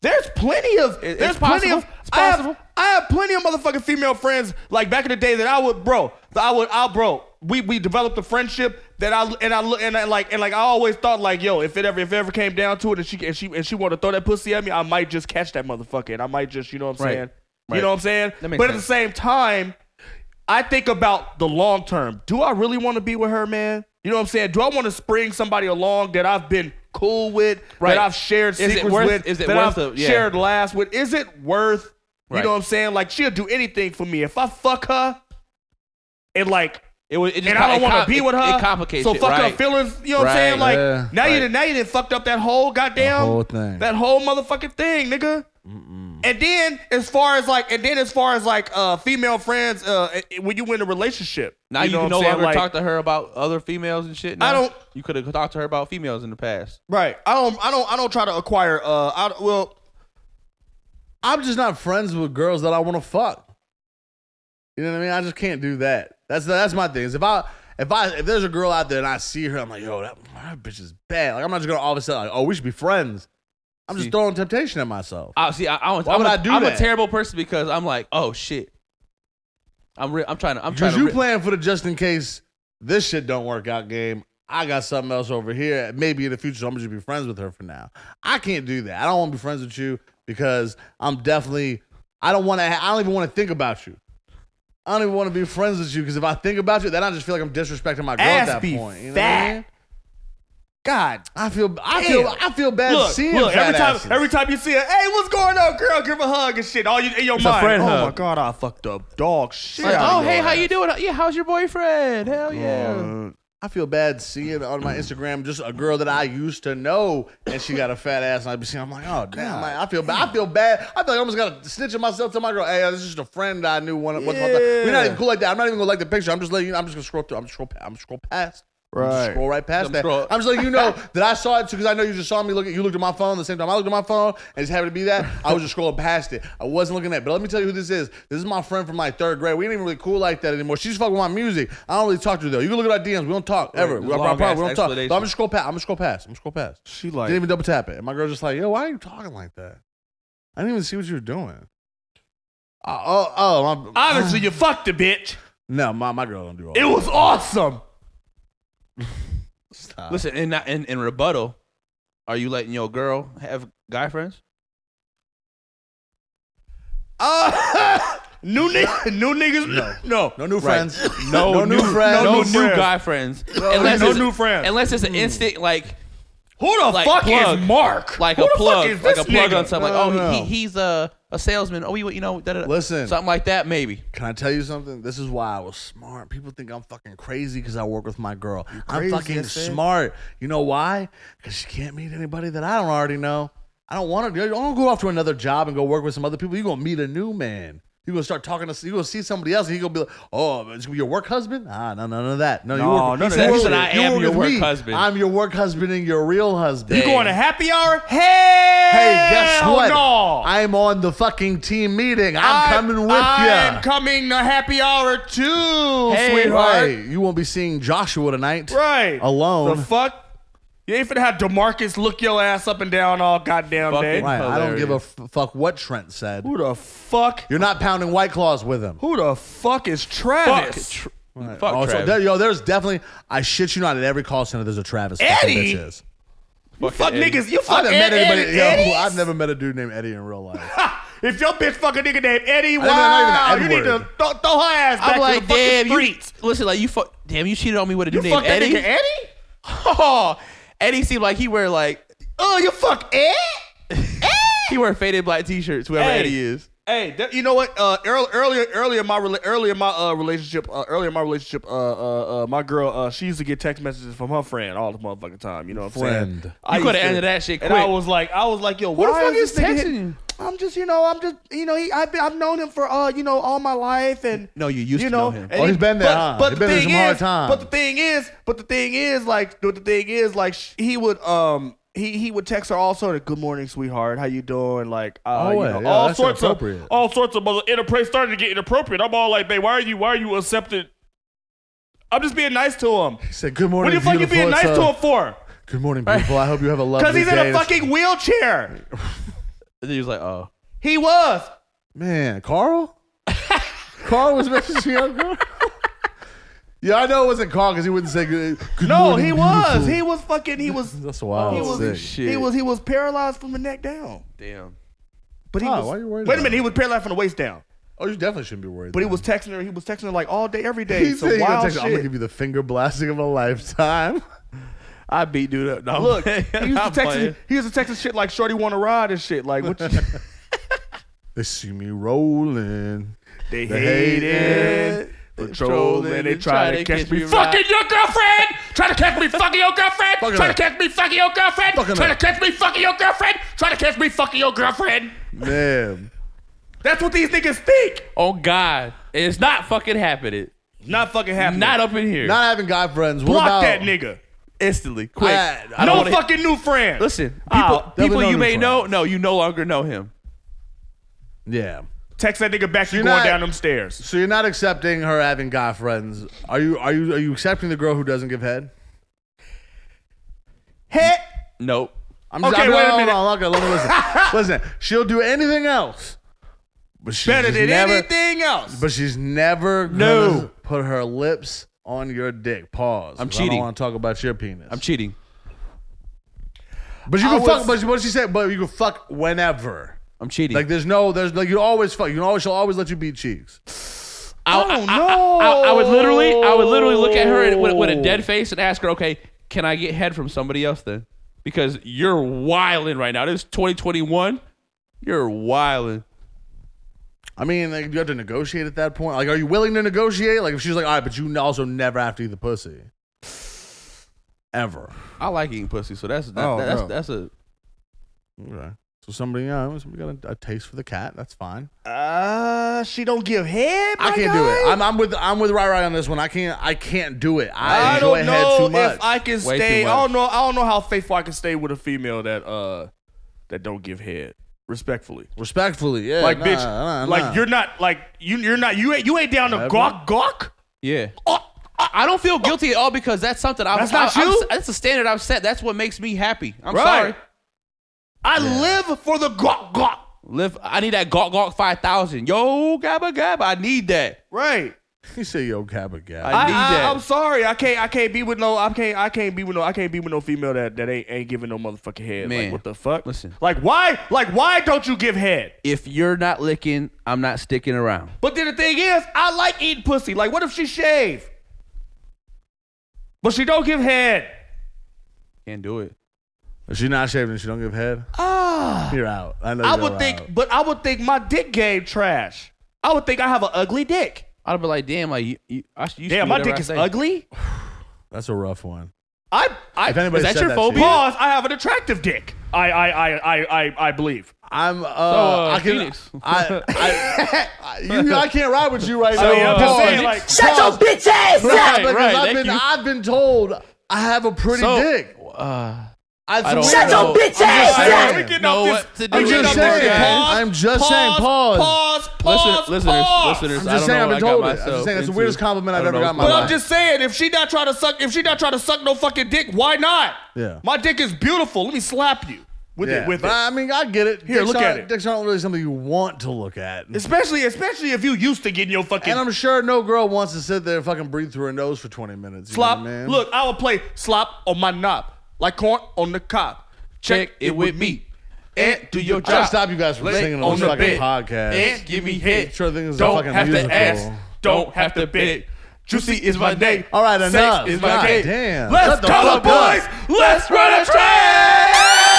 Speaker 10: There's plenty of
Speaker 11: It- it's
Speaker 10: there's plenty
Speaker 11: possible.
Speaker 10: of
Speaker 11: It's
Speaker 10: I have,
Speaker 11: possible.
Speaker 10: I have plenty of motherfucking female friends like back in the day that I would bro that I would I bro we we developed a friendship that I and I look and I like and like I always thought like yo if it ever if it ever came down to it and she and she and she wanted to throw that pussy at me I might just catch that motherfucker and I might just you know what I'm
Speaker 11: Right.
Speaker 10: saying you
Speaker 11: Right.
Speaker 10: know what I'm saying
Speaker 11: That
Speaker 10: but
Speaker 11: makes
Speaker 10: at the
Speaker 11: sense.
Speaker 10: same time I think about the long term do I really want to be with her man you know what I'm saying do I want to spring somebody along that I've been cool with
Speaker 11: Right.
Speaker 10: that I've shared
Speaker 11: Is it
Speaker 10: secrets
Speaker 11: worth-
Speaker 10: with
Speaker 11: is it
Speaker 10: that
Speaker 11: worth
Speaker 10: I've
Speaker 11: the- yeah.
Speaker 10: shared last with is it worth you
Speaker 11: Right.
Speaker 10: know what I'm saying? Like she'll do anything for me. If I fuck her and like
Speaker 11: it would. It just
Speaker 10: and
Speaker 11: co-
Speaker 10: I don't
Speaker 11: it
Speaker 10: want
Speaker 11: com-
Speaker 10: to be
Speaker 11: it-
Speaker 10: with her.
Speaker 11: It complicates
Speaker 10: So
Speaker 11: it,
Speaker 10: fuck
Speaker 11: right.
Speaker 10: her feelings, you know what I'm
Speaker 11: Right,
Speaker 10: saying? Like
Speaker 9: yeah.
Speaker 10: now you
Speaker 11: Right.
Speaker 10: done, now you done fucked up that whole goddamn
Speaker 9: The whole thing.
Speaker 10: That whole motherfucking thing, nigga. And then as far as like and then as far as like uh female friends, uh i- i- when you in a relationship.
Speaker 11: Now you,
Speaker 10: know
Speaker 11: can
Speaker 10: what
Speaker 11: no
Speaker 10: I'm saying?
Speaker 11: longer
Speaker 10: Like,
Speaker 11: talk to her about other females and shit. Now.
Speaker 10: I don't-
Speaker 11: You could have talked to her about females in the past.
Speaker 10: Right. I don't I don't I don't try to acquire uh I don't- well
Speaker 9: I'm just not friends with girls that I want to fuck. You know what I mean? I just can't do that. That's that's my thing. Is if I if I if there's a girl out there and I see her, I'm like, yo, that, that bitch is bad. Like I'm not just gonna all of a sudden like, oh, we should be friends. I'm just
Speaker 11: See.
Speaker 9: throwing temptation at myself.
Speaker 11: I see. I, I don't,
Speaker 9: Why
Speaker 11: I'm
Speaker 9: would
Speaker 11: a,
Speaker 9: I do
Speaker 11: I'm
Speaker 9: that?
Speaker 11: a terrible person because I'm like, oh shit. I'm re- I'm trying to. I'm trying
Speaker 9: Because
Speaker 11: to.
Speaker 9: you
Speaker 11: re-
Speaker 9: playing for the just in case this shit don't work out game. I got something else over here. Maybe in the future, I'm gonna just be friends with her for now. I can't do that. I don't want to be friends with you because I'm definitely. I don't want to. I don't even want to think about you. I don't even want to be friends with you because if I think about you, then I just feel like I'm disrespecting my girl
Speaker 10: ass
Speaker 9: at that
Speaker 10: be
Speaker 9: point. You know what I
Speaker 10: fat.
Speaker 9: mean?
Speaker 10: God
Speaker 9: I feel. I
Speaker 10: Damn.
Speaker 9: feel. I feel bad
Speaker 10: look,
Speaker 9: seeing
Speaker 10: look,
Speaker 9: fat
Speaker 10: every time
Speaker 9: asses.
Speaker 10: every time you see her, hey, what's going on, girl? Give her a hug and shit. All you in your
Speaker 11: a
Speaker 10: mind.
Speaker 11: friend
Speaker 10: oh
Speaker 11: hug.
Speaker 10: my god, I fucked up dog shit.
Speaker 11: Like,
Speaker 10: out
Speaker 11: oh
Speaker 10: of
Speaker 11: hey,
Speaker 10: your
Speaker 11: how
Speaker 10: ass.
Speaker 11: you doing? Yeah, how's your boyfriend? Hell yeah.
Speaker 9: I feel bad seeing on my Instagram just a girl that I used to know and she got a fat ass and I be seeing I'm like, oh damn, like, I feel bad. I feel bad. I feel like I almost got to snitch on myself to my girl. Hey, uh, this is just a friend I knew one once upon a time. We're not even cool like that. I'm not even gonna like the picture. I'm just letting you I'm just gonna scroll through. I'm just scroll pa- I'm scroll past. I'm just
Speaker 10: Right.
Speaker 9: Scroll right past
Speaker 11: Some
Speaker 9: that.
Speaker 11: scroll-
Speaker 9: I'm just letting
Speaker 11: [LAUGHS]
Speaker 9: you know that I saw it too because I know you just saw me look at you looked at my phone the same time I looked at my phone and it's happened to be that. I was just scrolling past it. I wasn't looking at it. But let me tell you who this is. This is my friend from like third grade. We ain't even really cool like that anymore. She's fucking with my music. I don't really talk to her though. You can look at our DMs. We don't talk ever.
Speaker 11: Right,
Speaker 9: We, I- I
Speaker 11: long-ass
Speaker 9: promise we don't talk. But
Speaker 11: explanation.
Speaker 9: I'm gonna scroll past. I'm gonna scroll past. I'm gonna scroll past.
Speaker 10: She like
Speaker 9: Didn't even double tap it. And my girl's just like, yo, why are you talking like that? I didn't even see what you were doing. Uh, oh, oh, my,
Speaker 10: [LAUGHS] obviously you fucked the bitch.
Speaker 9: no, my, my girl don't do all
Speaker 10: It
Speaker 9: that.
Speaker 10: was awesome.
Speaker 9: [LAUGHS] Stop.
Speaker 11: Listen, in, in in rebuttal, are you letting your girl have guy friends?
Speaker 10: Uh, [LAUGHS] new niggas, new niggas, no, no,
Speaker 9: no new
Speaker 11: Right.
Speaker 9: friends. [LAUGHS] no, new,
Speaker 11: No,
Speaker 9: friends.
Speaker 11: new
Speaker 10: no friends.
Speaker 11: guy friends.
Speaker 10: no
Speaker 11: it's-
Speaker 10: new friends.
Speaker 11: Unless
Speaker 9: Hmm.
Speaker 11: it's an instant like
Speaker 10: Who the
Speaker 11: like
Speaker 10: fuck
Speaker 11: plug,
Speaker 10: is Mark?
Speaker 11: like
Speaker 10: Who
Speaker 11: a
Speaker 10: the fuck
Speaker 11: plug,
Speaker 10: is
Speaker 11: like
Speaker 10: this
Speaker 11: a plug
Speaker 10: nigga?
Speaker 11: on something.
Speaker 9: No,
Speaker 11: like, oh,
Speaker 9: no.
Speaker 11: he, he, he's a a salesman. Oh, you you know, da, da, da.
Speaker 9: Listen.
Speaker 11: something like that maybe.
Speaker 9: Can I tell you something? This is why I was smart. People think I'm fucking crazy because I work with my girl. I'm fucking smart. You know why? Because she can't meet anybody that I don't already know. I don't want to. I don't go off to another job and go work with some other people. You're gonna meet a new man. You're gonna start talking to. You're gonna see somebody else. and You're gonna be like, oh, it's gonna be your work husband. Ah, no, none of that. No, you
Speaker 10: No, none
Speaker 9: work. you
Speaker 10: of that
Speaker 9: work-
Speaker 11: shit. I
Speaker 9: you
Speaker 11: am your
Speaker 9: with
Speaker 11: work
Speaker 9: me.
Speaker 11: husband.
Speaker 9: I'm your work husband and your real husband.
Speaker 10: You going to happy hour? Hey,
Speaker 9: Hey, guess what?
Speaker 10: No.
Speaker 9: I'm on the fucking team meeting. I'm,
Speaker 10: I-
Speaker 9: coming with you.
Speaker 10: I'm coming to happy hour too,
Speaker 9: Hey,
Speaker 10: sweetheart.
Speaker 9: right. You won't be seeing Joshua tonight.
Speaker 10: Right.
Speaker 9: Alone.
Speaker 10: The fuck? You ain't finna have Demarcus look your ass up and down all goddamn
Speaker 11: Fucking
Speaker 10: day.
Speaker 11: right.
Speaker 9: Right. I don't give a f- fuck what Trent said.
Speaker 10: Who the fuck?
Speaker 9: You're not pounding White Claws with him.
Speaker 10: Who the fuck is
Speaker 11: Fuck,
Speaker 10: Travis?
Speaker 11: Tr- fuck
Speaker 9: Oh, so
Speaker 11: Travis.
Speaker 9: there- yo, there's definitely. I shit you not. At every call center, there's a Travis. fucking
Speaker 10: Eddie!
Speaker 9: Bitches.
Speaker 11: Fucking
Speaker 10: fuck
Speaker 11: Eddie.
Speaker 10: niggas. You
Speaker 9: I've
Speaker 10: fuck
Speaker 9: never
Speaker 10: Ed,
Speaker 9: met anybody.
Speaker 10: Eddie.
Speaker 9: yo,
Speaker 10: Eddie?
Speaker 9: I've never met a dude named Eddie in real life.
Speaker 10: If your bitch fuck a nigga named Eddie,
Speaker 9: know, not
Speaker 10: wow,
Speaker 9: even
Speaker 10: you
Speaker 9: the
Speaker 10: need
Speaker 9: N-word.
Speaker 10: to throw, throw her ass back
Speaker 11: I'm
Speaker 10: to
Speaker 11: like,
Speaker 10: the
Speaker 11: damn,
Speaker 10: fucking
Speaker 11: you
Speaker 10: streets.
Speaker 11: listen, like you fuck, damn, you cheated on me with a dude
Speaker 10: You,
Speaker 11: named
Speaker 10: fuck that
Speaker 11: Eddie.
Speaker 10: nigga Eddie?
Speaker 11: [LAUGHS] Oh, Eddie seemed like he wear like
Speaker 10: Oh, you fuck Ed?
Speaker 11: [LAUGHS] he wear faded black t-shirts. Whoever
Speaker 10: Hey.
Speaker 11: Eddie is,
Speaker 10: Hey, that, you know what? Uh, earl- earlier, earlier, in my rela- earlier in my uh, relationship, uh, earlier in my relationship, uh, uh, uh, my girl, uh, she used to get text messages from her friend all the motherfucking time. You know what I'm saying?
Speaker 9: Friend.
Speaker 10: I
Speaker 11: You coulda
Speaker 10: used to-
Speaker 11: ended that shit
Speaker 10: And I
Speaker 11: quick.
Speaker 10: was like, I was like, yo,
Speaker 11: Who the
Speaker 10: why
Speaker 11: fuck is
Speaker 10: this nigga
Speaker 11: texting
Speaker 10: hit-
Speaker 11: you?
Speaker 10: I'm just, you know, I'm just, you know, he, I've been, I've known him for, uh, you know, all my life, and
Speaker 11: No, you used to
Speaker 10: you
Speaker 11: know
Speaker 10: know,
Speaker 11: him.
Speaker 10: and
Speaker 9: Oh,
Speaker 10: he-
Speaker 9: he's been there,
Speaker 10: But,
Speaker 9: huh?
Speaker 10: but the
Speaker 9: He's been there
Speaker 10: thing
Speaker 9: some hard
Speaker 10: is,
Speaker 9: times.
Speaker 10: but the thing is, but the thing is, like, the the thing is, like, sh- he would, um, he he would text her also, "Good morning, sweetheart. How you doing?" Like, uh,
Speaker 9: Oh,
Speaker 10: you
Speaker 9: yeah,
Speaker 10: know,
Speaker 9: yeah,
Speaker 10: all
Speaker 9: that's
Speaker 10: sorts of,
Speaker 9: inappropriate.
Speaker 10: all sorts of mother inappropriate starting to get inappropriate. I'm all like, "Babe, why are you, why are you accepting?" I'm just being nice to him.
Speaker 9: He said, "Good
Speaker 10: What
Speaker 9: morning,
Speaker 10: the fuck you
Speaker 9: beautiful.
Speaker 10: being nice
Speaker 9: It's,
Speaker 10: to
Speaker 9: uh,
Speaker 10: him for?
Speaker 9: Good morning, beautiful. I hope you have
Speaker 10: [LAUGHS]
Speaker 9: a lovely day.
Speaker 10: Because he's in a
Speaker 9: It's-
Speaker 10: fucking
Speaker 9: [LAUGHS]
Speaker 10: wheelchair.
Speaker 11: and then he was like, oh,
Speaker 10: He was.
Speaker 9: Man, Carl? Carl was messaging your girl? [LAUGHS] yeah, I know it wasn't Carl because he wouldn't say good. good
Speaker 10: No,
Speaker 9: morning,
Speaker 10: he was.
Speaker 9: beautiful.
Speaker 10: He was fucking. He was.
Speaker 9: That's wild.
Speaker 10: He was.
Speaker 9: Sick.
Speaker 11: shit.
Speaker 10: He was. He was paralyzed from the neck down.
Speaker 11: damn.
Speaker 10: But he
Speaker 9: Ah,
Speaker 10: was.
Speaker 9: why you worried
Speaker 10: wait a
Speaker 9: about
Speaker 10: minute.
Speaker 9: that?
Speaker 10: He was paralyzed from the waist down.
Speaker 9: Oh, you definitely shouldn't be worried.
Speaker 10: But he
Speaker 9: then.
Speaker 10: was texting her. He was texting her like all day,
Speaker 9: [LAUGHS]
Speaker 10: every day.
Speaker 9: He
Speaker 10: so
Speaker 9: said he
Speaker 10: wild
Speaker 9: was texting, I'm
Speaker 10: shit.
Speaker 9: gonna give you the finger blasting of a lifetime.
Speaker 11: [LAUGHS] I beat dude up. No,
Speaker 10: Look,
Speaker 11: I'm
Speaker 10: he used to
Speaker 11: not
Speaker 10: text.
Speaker 11: playing.
Speaker 10: He used to text shit like "Shorty want to ride" and shit. Like what? You,
Speaker 9: They see me rolling.
Speaker 10: they
Speaker 9: hate
Speaker 10: hate
Speaker 9: it.
Speaker 10: it. Patrolling, they try to catch me fucking
Speaker 11: right.
Speaker 10: your girlfriend. Try to catch me fucking your girlfriend.
Speaker 9: Fucking
Speaker 10: Try
Speaker 9: her.
Speaker 10: to catch me fucking your girlfriend.
Speaker 9: Fucking
Speaker 10: Try
Speaker 9: her.
Speaker 10: to catch me fucking your girlfriend. Try to catch me fucking your girlfriend.
Speaker 9: Man.
Speaker 10: That's what these niggas think.
Speaker 11: Oh God, it's not fucking happening.
Speaker 10: Not fucking happening.
Speaker 11: Not up in here.
Speaker 9: Not having guy friends. What
Speaker 10: block
Speaker 9: about
Speaker 10: that nigga.
Speaker 11: instantly. Quick.
Speaker 9: I- I
Speaker 10: no
Speaker 11: wanna-
Speaker 10: fucking new friend.
Speaker 11: Listen, people,
Speaker 10: Ah,
Speaker 9: never
Speaker 11: people
Speaker 9: known
Speaker 11: you
Speaker 9: him
Speaker 11: may
Speaker 9: for
Speaker 11: know,
Speaker 9: us.
Speaker 11: no, you no longer know him.
Speaker 9: Yeah.
Speaker 10: text that nigga back. You
Speaker 9: You're
Speaker 10: going
Speaker 9: not-
Speaker 10: down them stairs.
Speaker 9: So you're not accepting her having guy friends. Are you are you are you accepting the girl who doesn't give head?
Speaker 10: Hit.
Speaker 11: Nope.
Speaker 9: I'm just,
Speaker 10: Okay,
Speaker 9: I'm,
Speaker 10: wait a
Speaker 9: hold
Speaker 10: minute.
Speaker 9: on, hold on, let
Speaker 10: [LAUGHS]
Speaker 9: me listen. listen, she'll do anything else, but she's
Speaker 10: Better
Speaker 9: just
Speaker 10: than
Speaker 9: never,
Speaker 10: anything else.
Speaker 9: But she's never
Speaker 10: No.
Speaker 9: gonna put her lips on your dick. Pause.
Speaker 11: I'm
Speaker 9: 'cause I
Speaker 11: cheating.
Speaker 9: don't want to talk about your penis.
Speaker 11: I'm cheating.
Speaker 9: but you
Speaker 10: I
Speaker 9: can fuck.
Speaker 10: was-
Speaker 9: But she- what she said. But you can fuck whenever.
Speaker 11: I'm cheating.
Speaker 9: Like there's no. There's like you always fuck. You can always. She'll always let you beat cheeks.
Speaker 10: Oh,
Speaker 11: I, I, I, I, I would literally, I would literally look at her with, with a dead face and ask her, okay, can I get head from somebody else then? Because you're wilding right now. This is 2021. You're wilding.
Speaker 9: I mean, like, you have to negotiate at that point. Like, are you willing to negotiate? Like, if she's like, all right, but you also never have to eat the pussy. Ever.
Speaker 11: I like eating pussy, so that's that,
Speaker 9: Oh,
Speaker 11: that's
Speaker 9: no.
Speaker 11: that's a
Speaker 9: Okay. So somebody, yeah, somebody got a, a taste for the cat. That's fine.
Speaker 10: Uh, she don't give head.
Speaker 9: I
Speaker 10: my
Speaker 9: can't do
Speaker 10: guy?
Speaker 9: it. I'm, I'm with I'm with Rai Rai on this one. I can't I can't do it. I,
Speaker 10: I
Speaker 9: enjoy
Speaker 10: don't
Speaker 9: head
Speaker 10: know
Speaker 9: too much.
Speaker 10: if I can
Speaker 11: Way too
Speaker 10: stay. I
Speaker 11: much.
Speaker 10: don't know. I don't know how faithful I can stay with a female that uh that don't give head. Respectfully,
Speaker 9: Respectfully, yeah.
Speaker 10: like
Speaker 9: nah,
Speaker 10: bitch,
Speaker 9: nah,
Speaker 10: like
Speaker 9: nah.
Speaker 10: you're not like you. You're not. You ain't. You ain't down to
Speaker 9: Never.
Speaker 10: gawk gawk. Oh,
Speaker 11: yeah. I don't feel guilty at all because that's something I've.
Speaker 10: That's not
Speaker 11: I- I'm
Speaker 10: you?
Speaker 11: s- that's a standard I've set. That's what makes me happy. I'm
Speaker 10: Right.
Speaker 11: sorry.
Speaker 10: I live for the gawk gawk.
Speaker 11: Live. I need that Gawk Gawk five thousand. Yo, Gabba Gabba. I need that.
Speaker 10: Right.
Speaker 9: you say yo cabba gal.
Speaker 11: I-
Speaker 10: I,
Speaker 11: need
Speaker 10: I,
Speaker 11: that.
Speaker 10: am sorry. I can't. I can't be with no. I can't. I can't be with no. I can't be with no female that that ain't ain't giving no motherfucking head.
Speaker 11: Man,
Speaker 10: like what the fuck?
Speaker 11: listen.
Speaker 10: Like why? Like why don't you give head?
Speaker 11: If you're not licking, I'm not sticking around.
Speaker 10: But then the thing is, I like eating pussy. Like what if she shave? But she don't give head.
Speaker 11: Can't do it.
Speaker 9: If she not shaving and she don't give head,
Speaker 10: Ah.
Speaker 9: you're out. I know.
Speaker 10: I
Speaker 9: you're
Speaker 10: would think,
Speaker 9: out.
Speaker 10: but I would think my dick game trash. I would think I have an ugly dick.
Speaker 11: I'd be like, damn, like you, you, I should, you should
Speaker 10: Damn,
Speaker 11: do
Speaker 10: my
Speaker 11: whatever
Speaker 10: dick
Speaker 11: I
Speaker 10: is
Speaker 11: say.
Speaker 10: ugly.
Speaker 9: that's a rough one.
Speaker 10: I, I
Speaker 9: If anybody
Speaker 11: Is that
Speaker 9: said
Speaker 11: your
Speaker 9: to you,
Speaker 11: phobia?
Speaker 10: pause. I have an attractive dick. I, I, I, I, I, I believe.
Speaker 9: I'm uh,
Speaker 11: uh,
Speaker 9: I can
Speaker 11: Phoenix.
Speaker 9: I,
Speaker 10: [LAUGHS]
Speaker 9: I, I, you, I can't ride with you right
Speaker 10: I
Speaker 9: now.
Speaker 10: mean, I'm uh, just saying, like,
Speaker 9: Shut your bitch
Speaker 11: [LAUGHS]
Speaker 9: ass
Speaker 11: Right,
Speaker 9: because
Speaker 11: right,
Speaker 9: I've
Speaker 11: thank
Speaker 9: been
Speaker 11: you.
Speaker 9: I've been told I have a pretty
Speaker 11: So,
Speaker 9: dick.
Speaker 11: Uh,
Speaker 9: I don't
Speaker 4: Shut
Speaker 9: know.
Speaker 4: your bitch ass
Speaker 9: I
Speaker 10: Hey,
Speaker 9: don't
Speaker 4: up!
Speaker 10: we getting
Speaker 11: know
Speaker 10: off this-
Speaker 11: what to
Speaker 10: we
Speaker 11: do
Speaker 10: getting
Speaker 11: with
Speaker 10: off
Speaker 11: this
Speaker 10: this shit.
Speaker 11: guy.
Speaker 10: Pause,
Speaker 9: I'm just saying, pause.
Speaker 10: Pause, pause,
Speaker 11: Listen, listeners,
Speaker 10: pause.
Speaker 11: listeners.
Speaker 9: I'm
Speaker 11: I
Speaker 9: just
Speaker 11: don't
Speaker 9: saying,
Speaker 11: know
Speaker 9: I've
Speaker 11: what
Speaker 9: been
Speaker 11: I got
Speaker 9: told it. I'm
Speaker 11: myself
Speaker 9: just saying, it's the
Speaker 11: into.
Speaker 9: weirdest compliment
Speaker 11: I
Speaker 9: I've
Speaker 11: don't
Speaker 9: ever
Speaker 11: know
Speaker 9: got in my
Speaker 11: what
Speaker 10: But
Speaker 9: life.
Speaker 10: I'm just saying, if she not trying to suck, if she not trying to suck no fucking dick, why not?
Speaker 9: Yeah.
Speaker 10: My dick is beautiful. Let me slap you with
Speaker 9: Yeah,
Speaker 10: it. With
Speaker 9: but
Speaker 10: it.
Speaker 9: I mean, I get it.
Speaker 10: Here,
Speaker 9: Dicks
Speaker 10: look at
Speaker 9: aren't-
Speaker 10: it.
Speaker 9: Dicks aren't really something you want to look at.
Speaker 10: Especially, especially if you used to getting your fucking
Speaker 9: And I'm sure no girl wants to sit there and fucking breathe through her nose for 20 minutes. You
Speaker 10: slop.
Speaker 9: know what I mean?
Speaker 10: Look, I would play slop on my knob like corn on the cob. Check, it, with me.
Speaker 11: And do your
Speaker 9: I gotta
Speaker 11: job.
Speaker 9: stop you guys from
Speaker 11: Lay
Speaker 9: singing
Speaker 11: on
Speaker 9: on this
Speaker 11: the
Speaker 9: fucking
Speaker 11: bed.
Speaker 9: podcast.
Speaker 11: And give me head.
Speaker 9: Sure thing is a
Speaker 11: Don't
Speaker 9: fucking
Speaker 11: have
Speaker 9: musical.
Speaker 11: to ask. Don't have to beg. Juicy is my name.
Speaker 9: All right,
Speaker 11: Sex
Speaker 9: enough.
Speaker 11: is my
Speaker 9: God
Speaker 11: game.
Speaker 9: damn.
Speaker 11: Let's
Speaker 9: Shut the
Speaker 11: call
Speaker 9: fuck
Speaker 11: the boys.
Speaker 9: up.
Speaker 11: Let's run a
Speaker 9: [LAUGHS]
Speaker 11: train.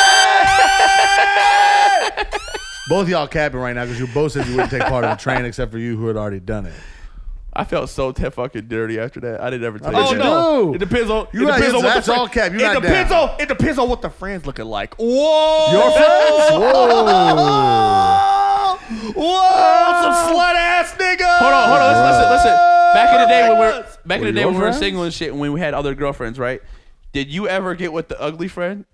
Speaker 9: Both of y'all capping right now because you both said you wouldn't take part in the train except for you who had already done it.
Speaker 11: I felt so te- fucking dirty after that. I didn't ever tell
Speaker 9: bet
Speaker 11: you.
Speaker 9: you
Speaker 11: that.
Speaker 9: no. do.
Speaker 10: It depends on.
Speaker 9: You
Speaker 10: it
Speaker 9: not-
Speaker 10: depends on what
Speaker 9: that's
Speaker 10: the fri-
Speaker 9: all cap. You
Speaker 10: it
Speaker 9: not
Speaker 10: depends
Speaker 9: down.
Speaker 10: on. It depends on what the friends looking like. Whoa.
Speaker 9: Your friends? Whoa.
Speaker 10: Whoa, some slut ass nigga.
Speaker 11: Hold on, hold on. Listen, listen, listen. Back in the day when we are back in
Speaker 9: Were
Speaker 11: the day
Speaker 9: your
Speaker 11: when we were
Speaker 9: friends?
Speaker 11: single and shit, and when we had other girlfriends, right? Did you ever get with the ugly friend,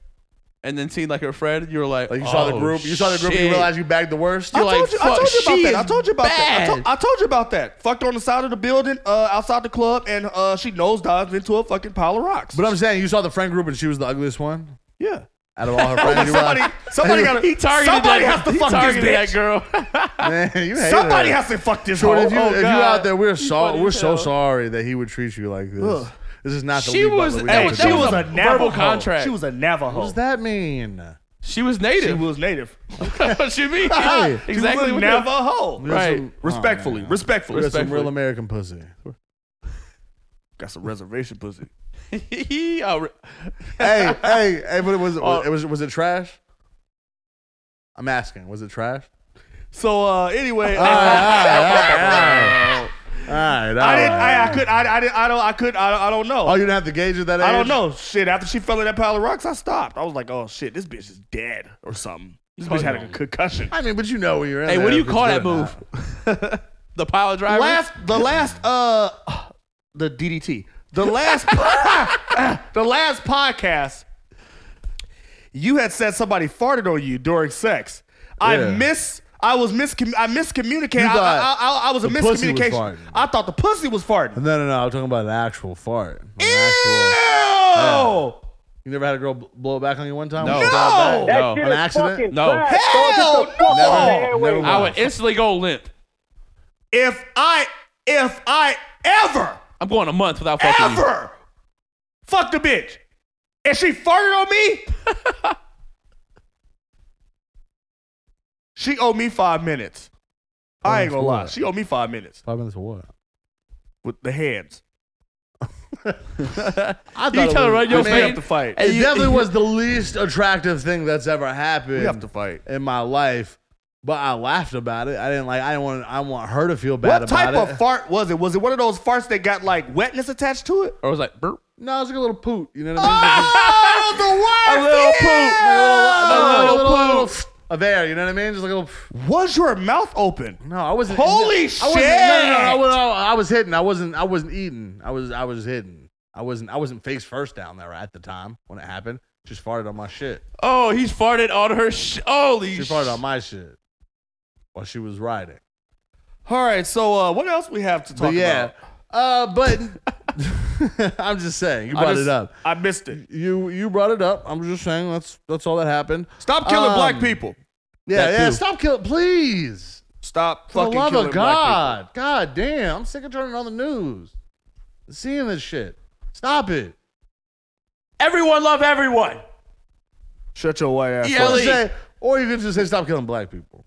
Speaker 11: and then seen like her friend? You were like,
Speaker 9: Like you saw the
Speaker 11: "Oh,
Speaker 9: group. You saw the group and
Speaker 11: shit."
Speaker 9: you realized you bagged the worst.
Speaker 11: I
Speaker 9: You're
Speaker 10: I
Speaker 9: like,
Speaker 10: told you, I
Speaker 11: fuck,
Speaker 10: told you
Speaker 11: she
Speaker 10: about that. I
Speaker 11: is
Speaker 10: told you about that. I
Speaker 11: bad.
Speaker 10: told, I told you about that. Fucked on the side of the building, uh, outside the club, and uh, she nose dives into a fucking pile of rocks.
Speaker 9: but I'm saying you saw the friend group and she was the ugliest one
Speaker 10: yeah.
Speaker 9: out of all
Speaker 10: [LAUGHS]
Speaker 9: her friends. You were
Speaker 10: Somebody,
Speaker 9: like, [LAUGHS]
Speaker 10: somebody got
Speaker 11: He
Speaker 10: to.
Speaker 11: targeted
Speaker 10: Somebody
Speaker 11: that,
Speaker 10: has to
Speaker 11: he
Speaker 10: fuck this
Speaker 11: targeted that
Speaker 10: bitch.
Speaker 11: girl.
Speaker 9: man, you hated
Speaker 10: Somebody
Speaker 9: her.
Speaker 10: has to fuck this
Speaker 9: Jordan,
Speaker 10: hoe.
Speaker 9: if you,
Speaker 11: Oh,
Speaker 9: if you
Speaker 11: God.
Speaker 9: out there, we're so
Speaker 11: funny
Speaker 9: we're
Speaker 11: as
Speaker 9: so
Speaker 11: hell.
Speaker 9: sorry that he would treat you like this.
Speaker 10: Ugh.
Speaker 9: This is not the
Speaker 11: She
Speaker 9: Lee
Speaker 11: was-
Speaker 9: Butler we
Speaker 11: hey,
Speaker 9: know
Speaker 11: she
Speaker 9: today.
Speaker 11: was a- verbal contract.
Speaker 10: She was a Navajo.
Speaker 9: What does that mean?
Speaker 11: she was
Speaker 10: She
Speaker 11: native.
Speaker 10: was native. [LAUGHS]
Speaker 11: [LAUGHS] what you mean?
Speaker 9: Hey,
Speaker 10: She was a
Speaker 11: exactly. what the-
Speaker 10: Navajo.
Speaker 9: There's
Speaker 11: Right.
Speaker 9: some-
Speaker 10: Respectfully,
Speaker 9: Oh, man.
Speaker 10: respectfully.
Speaker 9: There's some
Speaker 11: Respectfully.
Speaker 9: real American pussy.
Speaker 10: Got some reservation pussy.
Speaker 11: [LAUGHS] Oh, re-
Speaker 9: hey, hey, hey! But it was,
Speaker 11: Uh,
Speaker 9: it was was it trash? I'm asking. Was it trash?
Speaker 10: So uh, anyway,
Speaker 9: All right, all right, all right. All right, all
Speaker 10: I didn't.
Speaker 9: right.
Speaker 10: I, I could. I. I, didn't, I don't. I could. I, I don't know.
Speaker 9: Oh, you didn't have to gauge it that age.
Speaker 10: I don't know. Shit, after she fell in that pile of rocks, I stopped. I was like, oh shit, this bitch is dead or something. This bitch had a concussion.
Speaker 9: I mean, but you know when you're in.
Speaker 11: Oh, hey,
Speaker 9: there,
Speaker 11: what do you
Speaker 9: if it's
Speaker 11: call
Speaker 9: good
Speaker 11: that
Speaker 9: or
Speaker 11: move? [LAUGHS]
Speaker 9: not.
Speaker 11: the pile driver.
Speaker 10: Last the last uh the DDT. The
Speaker 9: [LAUGHS]
Speaker 10: last [LAUGHS] the last podcast you had said somebody farted on you during sex.
Speaker 9: Yeah.
Speaker 10: I miss I was miscom- I miscommunicated.
Speaker 9: You
Speaker 10: I, I,
Speaker 9: thought
Speaker 10: I, I was a
Speaker 9: the pussy was
Speaker 10: miscommunication.
Speaker 9: farting.
Speaker 10: I thought the pussy was farting.
Speaker 9: No, no, no. I'm talking about an actual fart. An
Speaker 10: Ew!
Speaker 9: actual, you never had a girl bl- blow back on you one time?
Speaker 11: No.
Speaker 9: Was it
Speaker 10: No!
Speaker 9: all bad?
Speaker 11: No.
Speaker 9: On accident?
Speaker 11: No.
Speaker 10: Hell no!
Speaker 9: Never once.
Speaker 11: I would instantly go limp.
Speaker 10: If I if I ever
Speaker 11: I'm going a month without fucking you.
Speaker 10: ever fucked a bitch and she farted on me, she owed me five minutes. I ain't gonna lie. She owed me five minutes
Speaker 9: Five minutes of what?
Speaker 10: with
Speaker 11: [LAUGHS]
Speaker 10: the hands.
Speaker 9: I
Speaker 11: You tell her right in your
Speaker 10: We have
Speaker 11: face.
Speaker 10: to fight.
Speaker 11: Hey,
Speaker 9: It
Speaker 11: you- [LAUGHS]
Speaker 9: definitely was the least attractive thing that's ever happened
Speaker 10: We have to fight.
Speaker 9: in my life. But I laughed about it. I didn't like. I didn't want. I want her to feel bad
Speaker 10: What
Speaker 9: about
Speaker 10: type
Speaker 9: it.
Speaker 10: of fart was it? Was it one of those farts that got like wetness attached to it?
Speaker 11: Or I was like, burp.
Speaker 9: no, it's like a little poot. You know what I
Speaker 10: Oh, the worst!
Speaker 11: A little poop.
Speaker 9: mean? Just like
Speaker 11: a
Speaker 9: a
Speaker 11: little
Speaker 9: little, like a little,
Speaker 11: poot.
Speaker 9: of air. You know what I mean? Just like a little.
Speaker 10: Was your mouth open?
Speaker 9: No, I wasn't.
Speaker 10: Holy
Speaker 9: I wasn't, No, no, no, I
Speaker 10: shit!
Speaker 9: was, I was hitting. I wasn't. I wasn't eating. I was. I was hitting. I wasn't. I wasn't face first down there at the time when it happened. Just farted on my shit.
Speaker 11: Oh, he's farted on her. Sh- Holy
Speaker 9: She farted on my shit while she was riding.
Speaker 10: All right, so uh, what else we have to talk
Speaker 9: But yeah,
Speaker 10: about?
Speaker 9: uh, but
Speaker 10: [LAUGHS]
Speaker 9: [LAUGHS] I'm just saying you
Speaker 10: I
Speaker 9: brought
Speaker 10: just-
Speaker 9: it up.
Speaker 10: I missed it.
Speaker 9: You you brought it up. I'm just saying that's that's all that happened.
Speaker 10: Stop killing
Speaker 9: Um,
Speaker 10: black people.
Speaker 9: Yeah,
Speaker 11: That
Speaker 9: yeah.
Speaker 11: too.
Speaker 9: Stop killing, please.
Speaker 10: Stop
Speaker 9: For the
Speaker 10: fucking
Speaker 9: love
Speaker 10: killing
Speaker 9: of
Speaker 10: black
Speaker 9: God, God damn! I'm sick of turning on the news, and seeing this shit. Stop it.
Speaker 11: Everyone love everyone.
Speaker 10: people. Shut your white ass.
Speaker 11: Yeah.
Speaker 10: up.
Speaker 9: Or,
Speaker 11: Ellie.
Speaker 9: say, or you can just say stop killing black people.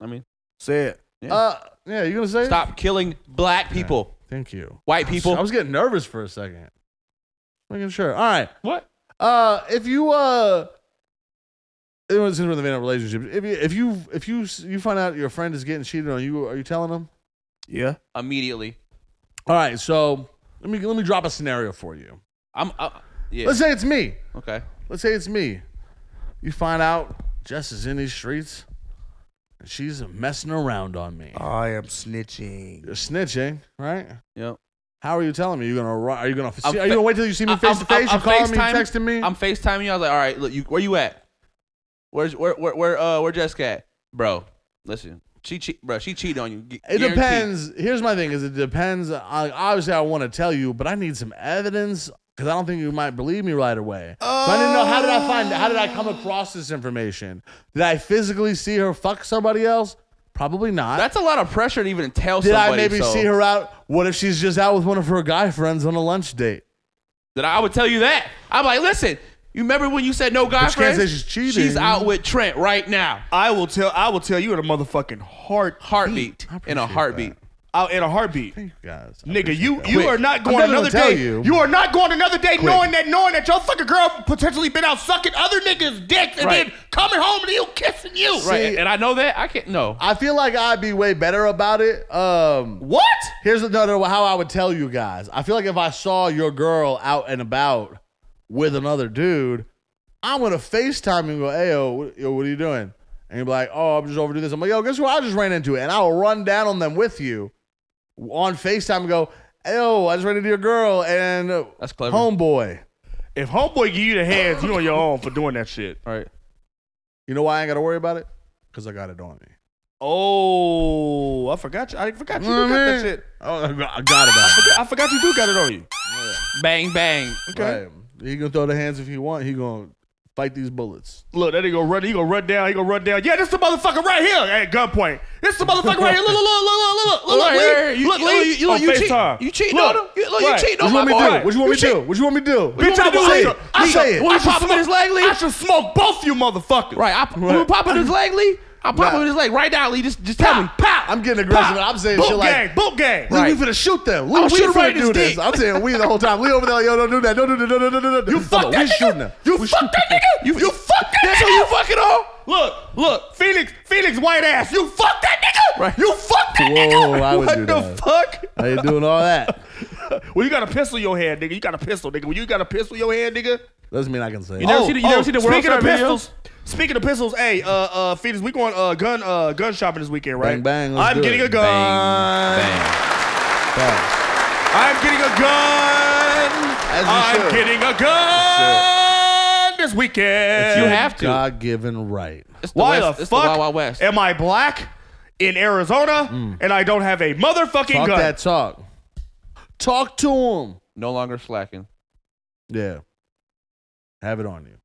Speaker 11: I mean,
Speaker 10: Say it.
Speaker 11: Yeah.
Speaker 9: Uh, yeah, you gonna say it?
Speaker 11: stop killing black people.
Speaker 9: Thank you.
Speaker 11: White people.
Speaker 9: I was getting nervous for a second. Making sure. All right.
Speaker 11: what?
Speaker 9: Uh, if you uh, it was in the vein of relationships. If you if you if you you find out your friend is getting cheated on, you are you telling them?
Speaker 10: Yeah.
Speaker 11: Immediately.
Speaker 9: All right. So let me let me drop a scenario for you.
Speaker 11: I'm. Uh, yeah.
Speaker 9: Let's say it's me.
Speaker 11: okay.
Speaker 9: Let's say it's me. You find out Jess is in these streets, and she's messing around on me.
Speaker 10: I am snitching.
Speaker 9: You're snitching, eh? right?
Speaker 11: Yep.
Speaker 9: How are you telling me you're gonna run? Are you gonna?
Speaker 11: I'm
Speaker 9: See, are you gonna wait till you see me face to face? You calling me,
Speaker 11: FaceTime-
Speaker 9: texting me?
Speaker 11: I'm FaceTiming you. I was like, all right, look, you, where you at? Where's where where where uh where Jessica at, bro? Listen, she cheat, bro. She cheated on you. Gu-
Speaker 9: It
Speaker 11: guaranteed.
Speaker 9: depends. Here's my thing: is it depends. I, obviously, I want to tell you, but I need some evidence because I don't think you might believe me right away. so I didn't know how did I find how did I come across this information? Did I physically see her fuck somebody else? Probably not.
Speaker 11: That's a lot of pressure to even tell
Speaker 9: did
Speaker 11: somebody.
Speaker 9: I maybe
Speaker 11: so-
Speaker 9: see her out? What if she's just out with one of her guy friends on a lunch date?
Speaker 11: That I would tell you that. I'm like, listen. You remember when you said no guy
Speaker 9: But you can't
Speaker 11: friends?
Speaker 9: say she's cheating.
Speaker 11: She's out with Trent right now.
Speaker 10: I will tell. I will tell you in a motherfucking heart,
Speaker 11: Heartbeat in a heartbeat.
Speaker 10: out in a heartbeat.
Speaker 9: Guys, I
Speaker 10: Nigga, you
Speaker 9: appreciate that.
Speaker 10: you
Speaker 11: Quick.
Speaker 10: are not
Speaker 9: I'm
Speaker 10: going
Speaker 9: never gonna
Speaker 10: another
Speaker 9: tell
Speaker 10: day.
Speaker 9: you.
Speaker 10: You. are not going another day knowing that knowing that your fucking girl potentially been out sucking other niggas' dicks and
Speaker 11: Right.
Speaker 10: then coming home to you kissing you.
Speaker 11: Right,
Speaker 9: See-
Speaker 11: and I know that I can't. No,
Speaker 9: I feel like I'd be way better about it. Um,
Speaker 10: What?
Speaker 9: Here's another how I would tell you guys. I feel like if I saw your girl out and about with another dude, I'm gonna FaceTime you and go, "Hey, yo, what, yo, what are you doing?" And you're like, "Oh, I'm just over doing this." I'm like, "Yo, guess what? I just ran into it," and I will run down on them with you on Facetime and go, "Hey, yo, I just ran into your girl and
Speaker 11: That's clever.
Speaker 9: homeboy."
Speaker 10: If homeboy give you the hands, you on your own for doing that shit.
Speaker 11: all right.
Speaker 9: You know why I ain't gotta worry about it? Cause I got it on me.
Speaker 10: Oh, I forgot you. I forgot you
Speaker 9: You know
Speaker 10: do
Speaker 9: what
Speaker 10: got
Speaker 9: I
Speaker 10: that
Speaker 9: mean?
Speaker 10: shit.
Speaker 9: Oh, I got I got it
Speaker 10: I
Speaker 9: on.
Speaker 10: forgot you do got it on you.
Speaker 11: Bang bang.
Speaker 9: Okay, he gonna throw the hands if he want. He gonna fight these bullets.
Speaker 10: Look, that nigga gonna run. He gonna run down. He gonna run down. Yeah, this the motherfucker right here at gunpoint. This the motherfucker right here. Look, look, look, look, look, look, look,
Speaker 11: Right, right,
Speaker 10: look,
Speaker 11: right.
Speaker 10: Lee.
Speaker 11: You-
Speaker 10: Look,
Speaker 11: you-
Speaker 10: Lee.
Speaker 11: you- you-
Speaker 10: On
Speaker 11: you cheat-
Speaker 10: FaceTime.
Speaker 11: you cheating on him? You- look, you cheating on
Speaker 9: What you want me to
Speaker 11: boy.
Speaker 9: do? What you want me to do? What you want me to do?
Speaker 10: Bitch, I
Speaker 11: want me
Speaker 10: will
Speaker 11: to
Speaker 10: say
Speaker 11: do?
Speaker 10: it. I
Speaker 9: Lee,
Speaker 10: should,
Speaker 9: what
Speaker 10: I
Speaker 11: you
Speaker 10: should
Speaker 11: popping
Speaker 10: smoke-
Speaker 11: his leg, Lee?
Speaker 10: I should smoke both you motherfuckers.
Speaker 11: Right, I,
Speaker 9: Right.
Speaker 11: you popping his leg, Lee. I'm popping
Speaker 9: Nah.
Speaker 11: his leg right now, Lee. Just, just tell me.
Speaker 10: Pop, pop.
Speaker 9: I'm getting aggressive, and I'm saying
Speaker 10: boot
Speaker 9: shit like-
Speaker 10: gang, boot gang.
Speaker 9: Lee,
Speaker 11: Right.
Speaker 9: we finna shoot them. Lee,
Speaker 11: I'll
Speaker 9: we
Speaker 11: shoot him
Speaker 9: finna
Speaker 11: right in
Speaker 9: do
Speaker 11: his
Speaker 9: this.
Speaker 11: dick.
Speaker 9: I'm saying we the whole time. Lee over there, like, yo, don't do that. Don't do that. Don't do that. Don't do that. You
Speaker 10: fuck that
Speaker 9: We
Speaker 10: nigga.
Speaker 9: shooting them.
Speaker 10: You fuck that nigga. You, fuck that
Speaker 11: That's
Speaker 10: nigga.
Speaker 11: who you fucking on.
Speaker 10: Look, look, Felix, Felix, white ass. You fuck that nigga.
Speaker 11: Right.
Speaker 10: You fuck that
Speaker 9: Whoa,
Speaker 10: nigga.
Speaker 9: I would
Speaker 10: what
Speaker 9: do
Speaker 10: the
Speaker 9: that.
Speaker 10: fuck?
Speaker 9: How you doing
Speaker 10: [LAUGHS]
Speaker 9: all that?
Speaker 10: When you got a pistol in your hand, nigga, you got a pistol, nigga. When you got a pistol in your hand, nigga.
Speaker 9: Doesn't mean I can say. it.
Speaker 11: never see the- you never see the World
Speaker 10: Oh, Speaking of
Speaker 11: Star video?
Speaker 10: pistols, speaking of pistols, hey, uh, uh, Felix, we going uh gun uh gun shopping this weekend, right?
Speaker 9: Bang, bang, let's
Speaker 10: I'm
Speaker 9: do
Speaker 10: getting
Speaker 9: it.
Speaker 10: a gun.
Speaker 9: Facts.
Speaker 10: I'm getting a gun.
Speaker 9: As you
Speaker 10: I'm
Speaker 9: should.
Speaker 10: getting a gun this weekend.
Speaker 11: If you have to.
Speaker 9: God-given right.
Speaker 11: It's the
Speaker 10: Why
Speaker 11: West-
Speaker 10: the
Speaker 11: it's
Speaker 10: fuck
Speaker 11: the Wild, Wild West.
Speaker 10: am I black in Arizona and I don't have a motherfucking
Speaker 9: Mm. Talk
Speaker 10: gun?
Speaker 9: that talk. Talk to him.
Speaker 11: no longer slacking.
Speaker 9: Yeah. Have it on you.
Speaker 10: You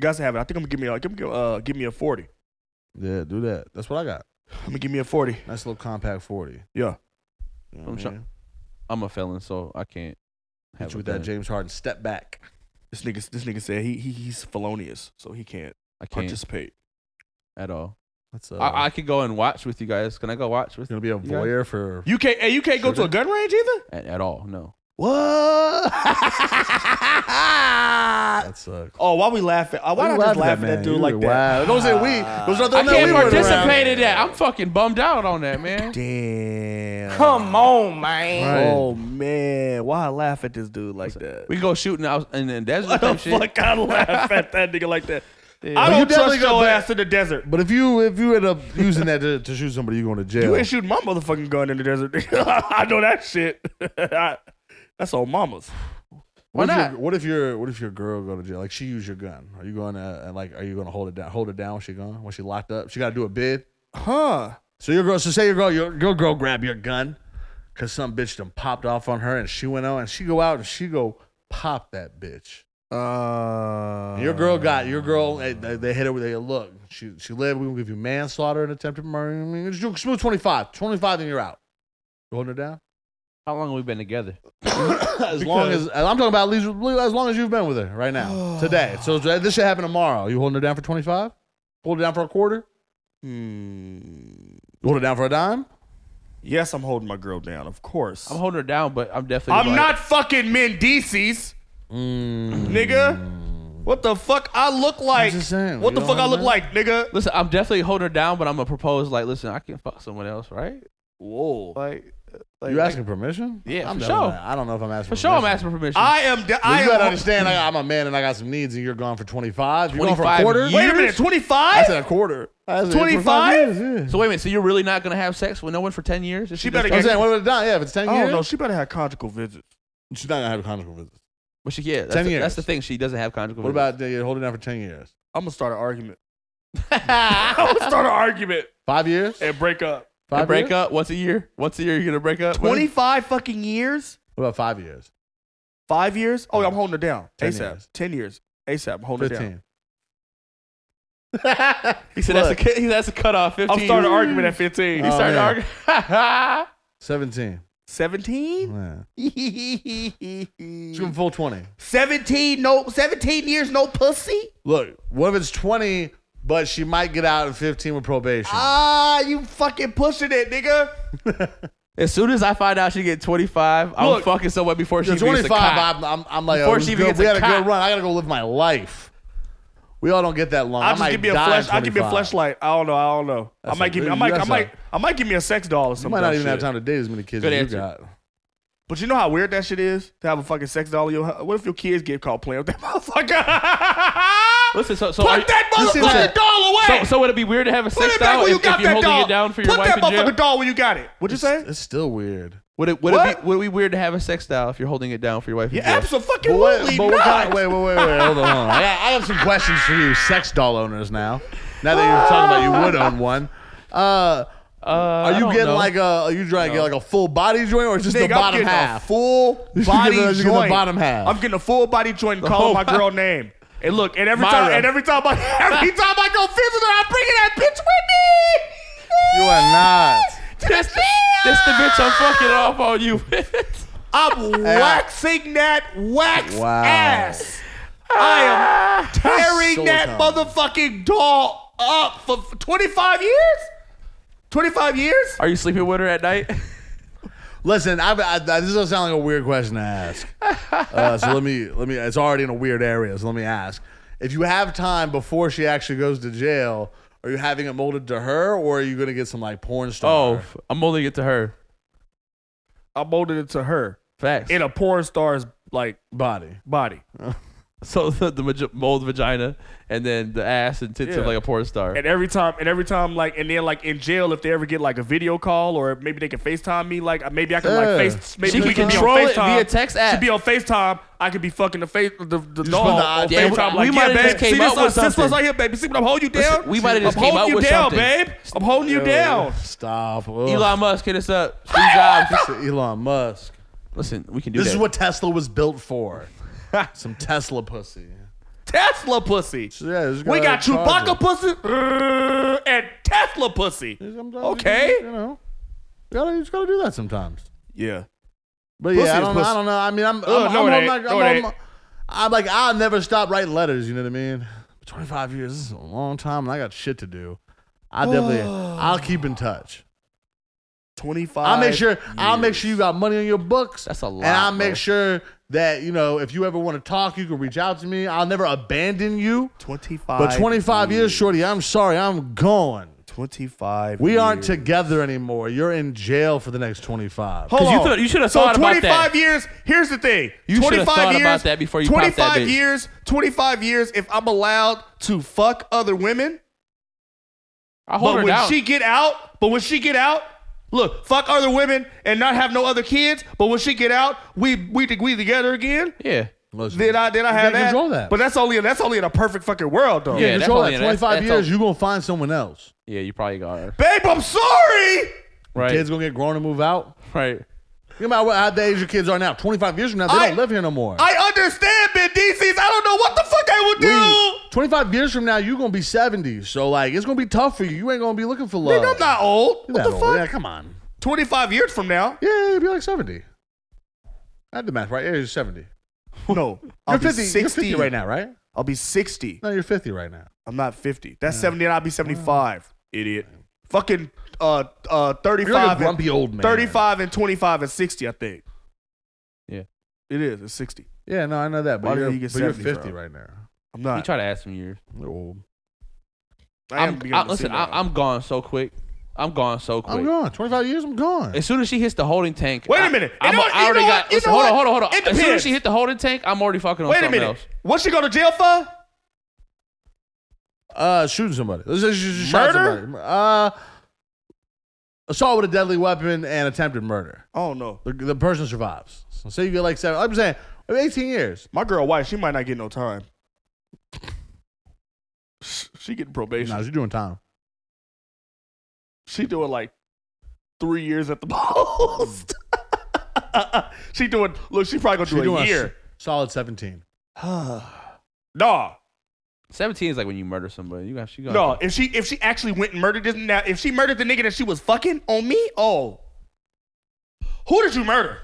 Speaker 10: guys have it. I think I'm gonna give me a give me a, uh, give me a forty.
Speaker 9: Yeah, do that. That's what I got.
Speaker 10: I'm gonna give me a forty.
Speaker 9: Nice little compact forty.
Speaker 10: Yeah.
Speaker 9: You know
Speaker 11: I'm
Speaker 9: what I
Speaker 11: sure-
Speaker 9: mean?
Speaker 11: I'm a felon, so I can't. Have
Speaker 9: Hit
Speaker 11: a
Speaker 9: you with that
Speaker 11: gun.
Speaker 9: James Harden step back.
Speaker 10: This nigga this nigga said he, he he's felonious, so he can't
Speaker 11: I can't
Speaker 10: participate.
Speaker 11: at all.
Speaker 9: That's uh,
Speaker 11: I, I could go and watch with you guys. Can I go watch with
Speaker 9: gonna be a
Speaker 11: you guys?
Speaker 9: voyeur for
Speaker 10: You can't hey, you can't go to a gun range either?
Speaker 11: At, at all? No.
Speaker 10: [LAUGHS] What?
Speaker 9: that sucks.
Speaker 10: oh, why we laughing? Uh, Why
Speaker 9: you
Speaker 10: not just
Speaker 9: laugh
Speaker 10: laugh
Speaker 9: at that
Speaker 10: at that
Speaker 9: man?
Speaker 10: dude
Speaker 9: You
Speaker 10: like that?
Speaker 9: wild. Don't say we. Those are the
Speaker 11: I
Speaker 9: no,
Speaker 11: can't
Speaker 9: we weren't
Speaker 11: participate
Speaker 9: around.
Speaker 11: in that. I'm fucking bummed out on that, man.
Speaker 10: Damn.
Speaker 2: Come on, man.
Speaker 9: Right.
Speaker 10: Oh man, why I laugh at this dude like that?
Speaker 11: We go shooting out in the desert
Speaker 10: Why the
Speaker 11: type shit.
Speaker 10: fuck I laugh at that nigga
Speaker 11: [LAUGHS]
Speaker 10: like that? I
Speaker 9: But you
Speaker 10: don't
Speaker 9: definitely
Speaker 10: trust
Speaker 9: go
Speaker 10: your
Speaker 9: back-
Speaker 10: ass in the desert.
Speaker 9: But if you if you end up using that to, to shoot somebody, you're going to jail.
Speaker 10: You ain't shooting my motherfucking gun in the desert. [LAUGHS] I know that shit. [LAUGHS] I- that's on mamas.
Speaker 9: what,
Speaker 11: Why
Speaker 9: if your-
Speaker 11: not?
Speaker 9: what if your what if your girl go to jail? Like she used your gun. Are you going to uh, like are you going to hold it down? Hold it down when she gone? When she locked up? She got to do a bid.
Speaker 10: Huh.
Speaker 9: So your girl, so say your girl, your, your girl grab your gun because some bitch done popped off on her and she went out and she go out and she go pop that bitch.
Speaker 10: Uh,
Speaker 9: And your girl got your girl. They, they they hit her with a look. She she lived. We gonna give you manslaughter and attempted murder. I mean, it's- smooth 25, 25, then you're out. You holding it down
Speaker 11: How long have we been together?
Speaker 9: [COUGHS] as long as and I'm talking about at least, as long as you've been with her
Speaker 10: [SIGHS]
Speaker 9: right now today. So this should happen tomorrow. You holding her down for twenty five? Hold it down for a quarter? You hold it down for a dime?
Speaker 10: Hmm. Yes, I'm holding my girl down, of course.
Speaker 11: I'm
Speaker 10: I'm,
Speaker 11: holding her down, but I'm definitely. like-
Speaker 10: not fucking Mendices, nigga. What the fuck I look like?
Speaker 9: Hmm. just saying,
Speaker 10: what
Speaker 9: you
Speaker 10: the
Speaker 9: don't
Speaker 10: fuck I
Speaker 9: hold
Speaker 10: look
Speaker 9: that?
Speaker 10: like, nigga?
Speaker 11: Listen, I'm definitely holding her down, but I'm gonna propose. Like, listen, I can fuck someone else, right?
Speaker 10: Whoa.
Speaker 11: Like,
Speaker 9: you asking permission?
Speaker 11: Yeah,
Speaker 9: I'm
Speaker 11: for
Speaker 9: done
Speaker 11: sure.
Speaker 9: with that. I don't know if I'm asking
Speaker 11: For sure, I'm asking for permission.
Speaker 10: I am. d-
Speaker 9: Well,
Speaker 10: I
Speaker 9: you gotta
Speaker 10: am.
Speaker 9: understand, I, I'm a man and I got some needs, and you're gone for 25. You're gone for a
Speaker 11: 25
Speaker 9: quarter.
Speaker 11: years?
Speaker 10: Wait a minute, twenty
Speaker 9: I
Speaker 10: five.
Speaker 9: said a quarter. I said
Speaker 10: 25?
Speaker 9: 25 years, yeah.
Speaker 11: so wait a minute. So you're really not gonna have sex with no one for ten years? Is
Speaker 10: She
Speaker 11: just-
Speaker 10: better
Speaker 9: I'm
Speaker 10: get-
Speaker 9: saying, what would it done? Yeah, if it's 10
Speaker 10: Oh
Speaker 9: years,
Speaker 10: no, she better have conjugal visits.
Speaker 9: she's not gonna have a conjugal visit.
Speaker 11: But she, yeah, that's,
Speaker 9: 10
Speaker 11: the,
Speaker 9: years.
Speaker 11: that's the thing. She doesn't have conjugal.
Speaker 9: What about uh, you're holding out for 10 years?
Speaker 10: I'm gonna start an
Speaker 9: [LAUGHS]
Speaker 10: argument. I'm gonna start an argument
Speaker 9: Five years?
Speaker 10: and break up.
Speaker 9: Five
Speaker 11: break
Speaker 9: years?
Speaker 11: up once a year? Once a year you're gonna break up? with?
Speaker 10: Twenty five fucking years.
Speaker 9: What about five years?
Speaker 10: Five years? Oh, I'm holding her down.
Speaker 9: 10
Speaker 10: ASAP.
Speaker 9: years.
Speaker 10: Ten years. ASAP. I'm holding her down.
Speaker 9: 15. [LAUGHS]
Speaker 11: He said that's a ki- he- that's a cutoff. Fifteen.
Speaker 10: I'm starting an argument at fifteen.
Speaker 11: He
Speaker 9: Oh,
Speaker 11: started
Speaker 9: man.
Speaker 11: arguing. [LAUGHS]
Speaker 9: 17.
Speaker 10: Seventeen?
Speaker 9: Yeah. She's going full 20.
Speaker 10: Seventeen? No. Seventeen years? No pussy?
Speaker 9: Look, what if it's 20, but she might get out at 15 with probation?
Speaker 10: Ah, you fucking pushing it, nigga.
Speaker 9: [LAUGHS]
Speaker 11: as soon as I find out she get 25, I'm
Speaker 10: Look,
Speaker 11: fucking someone before she
Speaker 9: At
Speaker 11: gets 25.
Speaker 9: 25, I'm, I'm, I'm like, oh,
Speaker 11: Before
Speaker 9: this
Speaker 11: she
Speaker 9: is
Speaker 11: even
Speaker 9: good.
Speaker 11: gets
Speaker 9: we
Speaker 11: a
Speaker 9: had a good
Speaker 11: cop.
Speaker 9: run. I got to go live my life. We all don't get that long.
Speaker 10: I'll just
Speaker 9: might
Speaker 10: give me a
Speaker 9: die
Speaker 10: flash.
Speaker 9: at
Speaker 10: I'll give me a
Speaker 9: 25.
Speaker 10: flashlight. I don't know. I don't know.
Speaker 9: That's
Speaker 10: I might
Speaker 9: a-
Speaker 10: give me. I might. I
Speaker 9: that's
Speaker 10: might.
Speaker 9: a-
Speaker 10: I might give me a sex doll or
Speaker 9: You
Speaker 10: something.
Speaker 9: might not even have time to date as many kids
Speaker 11: Good
Speaker 9: as
Speaker 11: answer.
Speaker 9: you got.
Speaker 10: But you know how weird that shit is to have a fucking sex doll in your house. What if your kids get caught playing with that [LAUGHS] motherfucker?
Speaker 11: Listen, so, so
Speaker 10: Put
Speaker 11: are you-
Speaker 10: that
Speaker 9: you see
Speaker 10: motherfucking
Speaker 9: that-
Speaker 10: doll away.
Speaker 11: So, so would it be weird to have a
Speaker 10: Put
Speaker 11: sex
Speaker 10: it back
Speaker 11: doll
Speaker 10: where you
Speaker 11: if, if
Speaker 10: got
Speaker 11: you're
Speaker 10: that
Speaker 11: holding
Speaker 10: doll.
Speaker 11: it down for your
Speaker 10: Put
Speaker 11: wife
Speaker 10: that
Speaker 11: in jail?
Speaker 10: motherfucking doll when you got it. What'd you say?
Speaker 9: It's still weird.
Speaker 11: Would it would it
Speaker 10: What?
Speaker 11: be would it be weird to have a sex doll if you're holding it down for your wife?
Speaker 10: Yeah,
Speaker 11: in jail?
Speaker 10: absolutely
Speaker 9: But what-
Speaker 10: not.
Speaker 9: but what kind of- wait, wait, wait, wait. Hold on, hold on. I, got- I have some questions for you, sex doll owners. Now, now that you're talking about, you would own one. Uh,
Speaker 11: Uh,
Speaker 9: are you
Speaker 11: don't
Speaker 9: getting
Speaker 11: know.
Speaker 9: like a? Are you trying to get like a full body joint or just
Speaker 10: Nigga,
Speaker 9: the
Speaker 10: I'm
Speaker 9: bottom
Speaker 10: getting a
Speaker 9: half?
Speaker 10: full
Speaker 9: [LAUGHS] You should
Speaker 10: body
Speaker 9: get the- you should get the
Speaker 10: joint.
Speaker 9: bottom half.
Speaker 10: I'm getting a full body joint and calling
Speaker 9: [LAUGHS]
Speaker 11: whole
Speaker 10: my
Speaker 11: body.
Speaker 10: girl name. And look, and every time,
Speaker 11: Myra.
Speaker 10: and every time, I, [LAUGHS] every
Speaker 9: [LAUGHS]
Speaker 10: time I go visit her, I'm bringing that bitch with
Speaker 9: You
Speaker 10: me. [LAUGHS]
Speaker 9: are not.
Speaker 11: That's the, that's the bitch I'm fucking off on you. with. [LAUGHS]
Speaker 9: [LAUGHS]
Speaker 10: I'm waxing that wax
Speaker 9: Wow. Ah,
Speaker 10: ass. I am tearing
Speaker 9: So
Speaker 10: that
Speaker 9: dumb.
Speaker 10: motherfucking doll up for f- 25 years. 25 years.
Speaker 11: Are you sleeping with her at night?
Speaker 9: [LAUGHS] Listen, I, I, I- this doesn't sound like a weird question
Speaker 11: [LAUGHS]
Speaker 9: to ask. Uh, so let me let me. It's already in a weird area. So let me ask: If you have time before she actually goes to jail, are you having it molded to her, or are you gonna get some like porn star?
Speaker 11: Oh, f- I'm holding it to her.
Speaker 10: I molded it to her
Speaker 11: Facts.
Speaker 10: in a porn star's like
Speaker 9: body.
Speaker 10: body,
Speaker 11: [LAUGHS] so the, the maj- mold vagina and then the ass and tits
Speaker 10: Yeah.
Speaker 11: of like a porn star.
Speaker 10: and every time, and every time, like, and then like in jail, if they ever get like a video call or maybe they can Facetime me, like maybe I can
Speaker 9: Yeah.
Speaker 10: like face, maybe
Speaker 11: She
Speaker 10: we
Speaker 11: can
Speaker 10: can
Speaker 11: control
Speaker 10: be
Speaker 11: it
Speaker 10: on FaceTime
Speaker 11: via text app.
Speaker 10: She be on Facetime. I could be fucking the face, the, the
Speaker 9: just put
Speaker 10: doll
Speaker 9: the-
Speaker 10: on
Speaker 9: yeah,
Speaker 10: FaceTime.
Speaker 11: we-
Speaker 10: like,
Speaker 11: we
Speaker 10: yeah,
Speaker 11: might've
Speaker 10: babe.
Speaker 11: just came
Speaker 10: See this,
Speaker 11: out with
Speaker 10: uh, this one's
Speaker 11: something.
Speaker 10: right here, baby. See what I'm holding you down?
Speaker 11: Listen, we might've just
Speaker 10: I'm
Speaker 11: came
Speaker 10: holding
Speaker 11: out
Speaker 10: you
Speaker 11: with
Speaker 10: down,
Speaker 11: something.
Speaker 10: babe. I'm holding you down.
Speaker 9: Stop. Ugh.
Speaker 11: Elon Musk hit us up. Steve Jobs.
Speaker 9: Said Elon Musk.
Speaker 11: Listen, we can do
Speaker 9: This
Speaker 11: that.
Speaker 9: is what Tesla was built
Speaker 10: [LAUGHS]
Speaker 9: for. Some Tesla pussy.
Speaker 10: Tesla pussy.
Speaker 9: So, yeah, just
Speaker 10: We
Speaker 9: gotta
Speaker 10: got
Speaker 9: charge
Speaker 10: Chewbacca
Speaker 9: it.
Speaker 10: pussy uh, and Tesla pussy.
Speaker 9: Sometimes you
Speaker 10: Okay.
Speaker 9: just, You know, you, gotta, you just gotta do that sometimes.
Speaker 10: Yeah.
Speaker 9: But
Speaker 10: Pussy
Speaker 9: yeah, I
Speaker 10: is
Speaker 9: don't, know,
Speaker 10: pussy.
Speaker 9: I don't know. I mean, I'm, I'm,
Speaker 10: Ugh,
Speaker 9: I'm,
Speaker 10: Oh, no, it
Speaker 9: I'm,
Speaker 10: ain't.
Speaker 9: like,
Speaker 10: No, it
Speaker 9: I'm,
Speaker 10: ain't.
Speaker 9: I'm, I'm like, I'll never stop writing letters. You know what I mean? 25 years this is a long time, and I got shit to do. I definitely, I'll keep in touch.
Speaker 10: 25.
Speaker 9: I'll make sure, I'll make sure you got money on your books.
Speaker 11: That's a lot,
Speaker 9: And I'll make
Speaker 11: bro.
Speaker 9: sure that you know if you ever want to talk, you can reach out to me. I'll never abandon you.
Speaker 10: 25.
Speaker 9: But 25 years, shorty, I'm sorry, I'm going.
Speaker 10: 25.
Speaker 9: We aren't together anymore. You're in jail for the next
Speaker 10: Hold
Speaker 9: 25.
Speaker 11: 'Cause
Speaker 10: on.
Speaker 11: you thought- you should have
Speaker 10: so
Speaker 11: thought about
Speaker 10: 25
Speaker 11: that.
Speaker 10: years. Here's the thing.
Speaker 11: You should have
Speaker 10: 25
Speaker 11: thought
Speaker 10: years,
Speaker 11: about that before you popped that
Speaker 10: 25
Speaker 11: bitch.
Speaker 10: years. 25 years. If I'm allowed to fuck other women,
Speaker 11: I hold
Speaker 10: but
Speaker 11: her
Speaker 10: when
Speaker 11: down.
Speaker 10: she get out, but when she get out, look, fuck other women and not have no other kids. But when she get out, we we we together again.
Speaker 11: yeah.
Speaker 9: Listen,
Speaker 10: Then I then I have
Speaker 9: can't
Speaker 10: that.
Speaker 9: control that.
Speaker 10: But that's only that's only in a perfect fucking world though.
Speaker 9: you
Speaker 11: Yeah,
Speaker 9: can't control
Speaker 11: that's
Speaker 9: that.
Speaker 11: only- that's-
Speaker 9: 25 years,
Speaker 11: that's
Speaker 9: you're going to find someone else.
Speaker 11: Yeah, you probably got her.
Speaker 10: Babe, I'm sorry.
Speaker 11: Right.
Speaker 9: Kids going to get grown and move out.
Speaker 11: right.
Speaker 9: No matter what, how the age your kids are now, 25 years from now, they
Speaker 10: I-
Speaker 9: don't live here no more.
Speaker 10: I understand, Ben DC's. I don't know what the fuck I would
Speaker 9: We-
Speaker 10: do.
Speaker 9: 25 years from now, you're going to be 70. So, like, it's going to be tough for you. You ain't going to be looking for love.
Speaker 10: Nigga, I'm not old.
Speaker 9: You're
Speaker 10: What
Speaker 9: not
Speaker 10: the
Speaker 9: old.
Speaker 10: fuck?
Speaker 9: Yeah, come on.
Speaker 10: 25 years from
Speaker 9: [LAUGHS]
Speaker 10: now.
Speaker 9: Yeah, you'll be like 70. I did the math right. Yeah, you're 70.
Speaker 10: No. I'll
Speaker 9: You're
Speaker 10: be
Speaker 9: 50,
Speaker 10: 60.
Speaker 9: you're 50 right now, right?
Speaker 10: I'll be 60.
Speaker 9: No, you're 50 right now.
Speaker 10: I'm not 50. That's 70 and I'll be 75. Idiot. Fucking uh uh 35
Speaker 9: You're like a
Speaker 10: and-
Speaker 9: grumpy old man.
Speaker 10: 35 and 25 and 60, I think.
Speaker 11: Yeah.
Speaker 10: It is. It's 60.
Speaker 9: Yeah, no, I know that. But,
Speaker 10: Why did
Speaker 9: you're,
Speaker 10: you get
Speaker 9: but you're
Speaker 10: 70, bro?
Speaker 9: 50 right now.
Speaker 10: I'm
Speaker 11: You
Speaker 10: not.
Speaker 11: try to ask some years.
Speaker 9: You're old.
Speaker 10: I am
Speaker 11: I'm,
Speaker 10: beginning
Speaker 11: I,
Speaker 10: to see
Speaker 11: listen,
Speaker 10: that.
Speaker 11: I, I'm gone so quick. I'm gone so quick.
Speaker 9: I'm gone. 25 years, I'm gone.
Speaker 11: As soon as she hits the holding tank,
Speaker 10: Wait a
Speaker 11: I-
Speaker 10: minute. You
Speaker 11: I'm,
Speaker 10: know what-
Speaker 11: I
Speaker 10: you
Speaker 11: already
Speaker 10: know
Speaker 11: got.
Speaker 10: what? You
Speaker 11: listen,
Speaker 10: know
Speaker 11: hold on,
Speaker 10: what?
Speaker 11: hold on, hold on.
Speaker 10: It
Speaker 11: As soon as she
Speaker 10: depends.
Speaker 11: hit the holding tank, I'm already fucking on
Speaker 10: Wait a
Speaker 11: something
Speaker 10: minute.
Speaker 11: else.
Speaker 10: What she go to jail for?
Speaker 9: Uh, shooting somebody. Let's just, just shot
Speaker 10: Murder?
Speaker 9: somebody. Uh, assault with a deadly weapon and attempted murder.
Speaker 10: Oh no.
Speaker 9: The, the person survives. So say you get like seven. I'm saying 18 years.
Speaker 10: My girl white, she might not get no time. She getting probation.
Speaker 9: No, you're doing time.
Speaker 10: She doing like three years at the [LAUGHS] most. [LAUGHS] she doing look, she probably
Speaker 9: You're
Speaker 10: gonna do a
Speaker 9: doing
Speaker 10: year.
Speaker 9: s- solid 17.
Speaker 10: Nah.
Speaker 11: Seventeen is like when you murder somebody. You got she got
Speaker 10: No, if she if she actually went and murdered this now, if she murdered the nigga that she was fucking on me, oh. Who did you murder?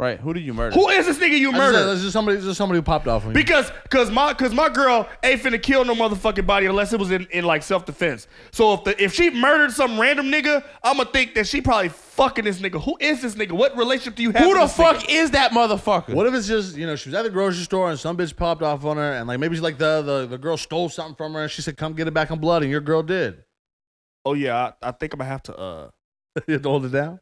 Speaker 11: right. Who did you murder?
Speaker 10: Who is this nigga you
Speaker 9: I just said,
Speaker 10: murdered?
Speaker 9: This is somebody. This is somebody who popped off on you.
Speaker 10: Because cause my cause my girl ain't finna kill no motherfucking body unless it was in, in like self defense. So if the if she murdered some random nigga, I'ma think that she probably fucking this nigga. Who is this nigga? What relationship do you have?
Speaker 11: Who
Speaker 10: with
Speaker 11: the
Speaker 10: this
Speaker 11: fuck
Speaker 10: nigga?
Speaker 11: is that motherfucker?
Speaker 9: What if it's just you know she was at the grocery store and some bitch popped off on her and like maybe she, like the, the the girl stole something from her and she said come get it back in blood and your girl did.
Speaker 10: Oh yeah, I, I think I'm gonna have to uh
Speaker 9: [LAUGHS] you have to hold it down.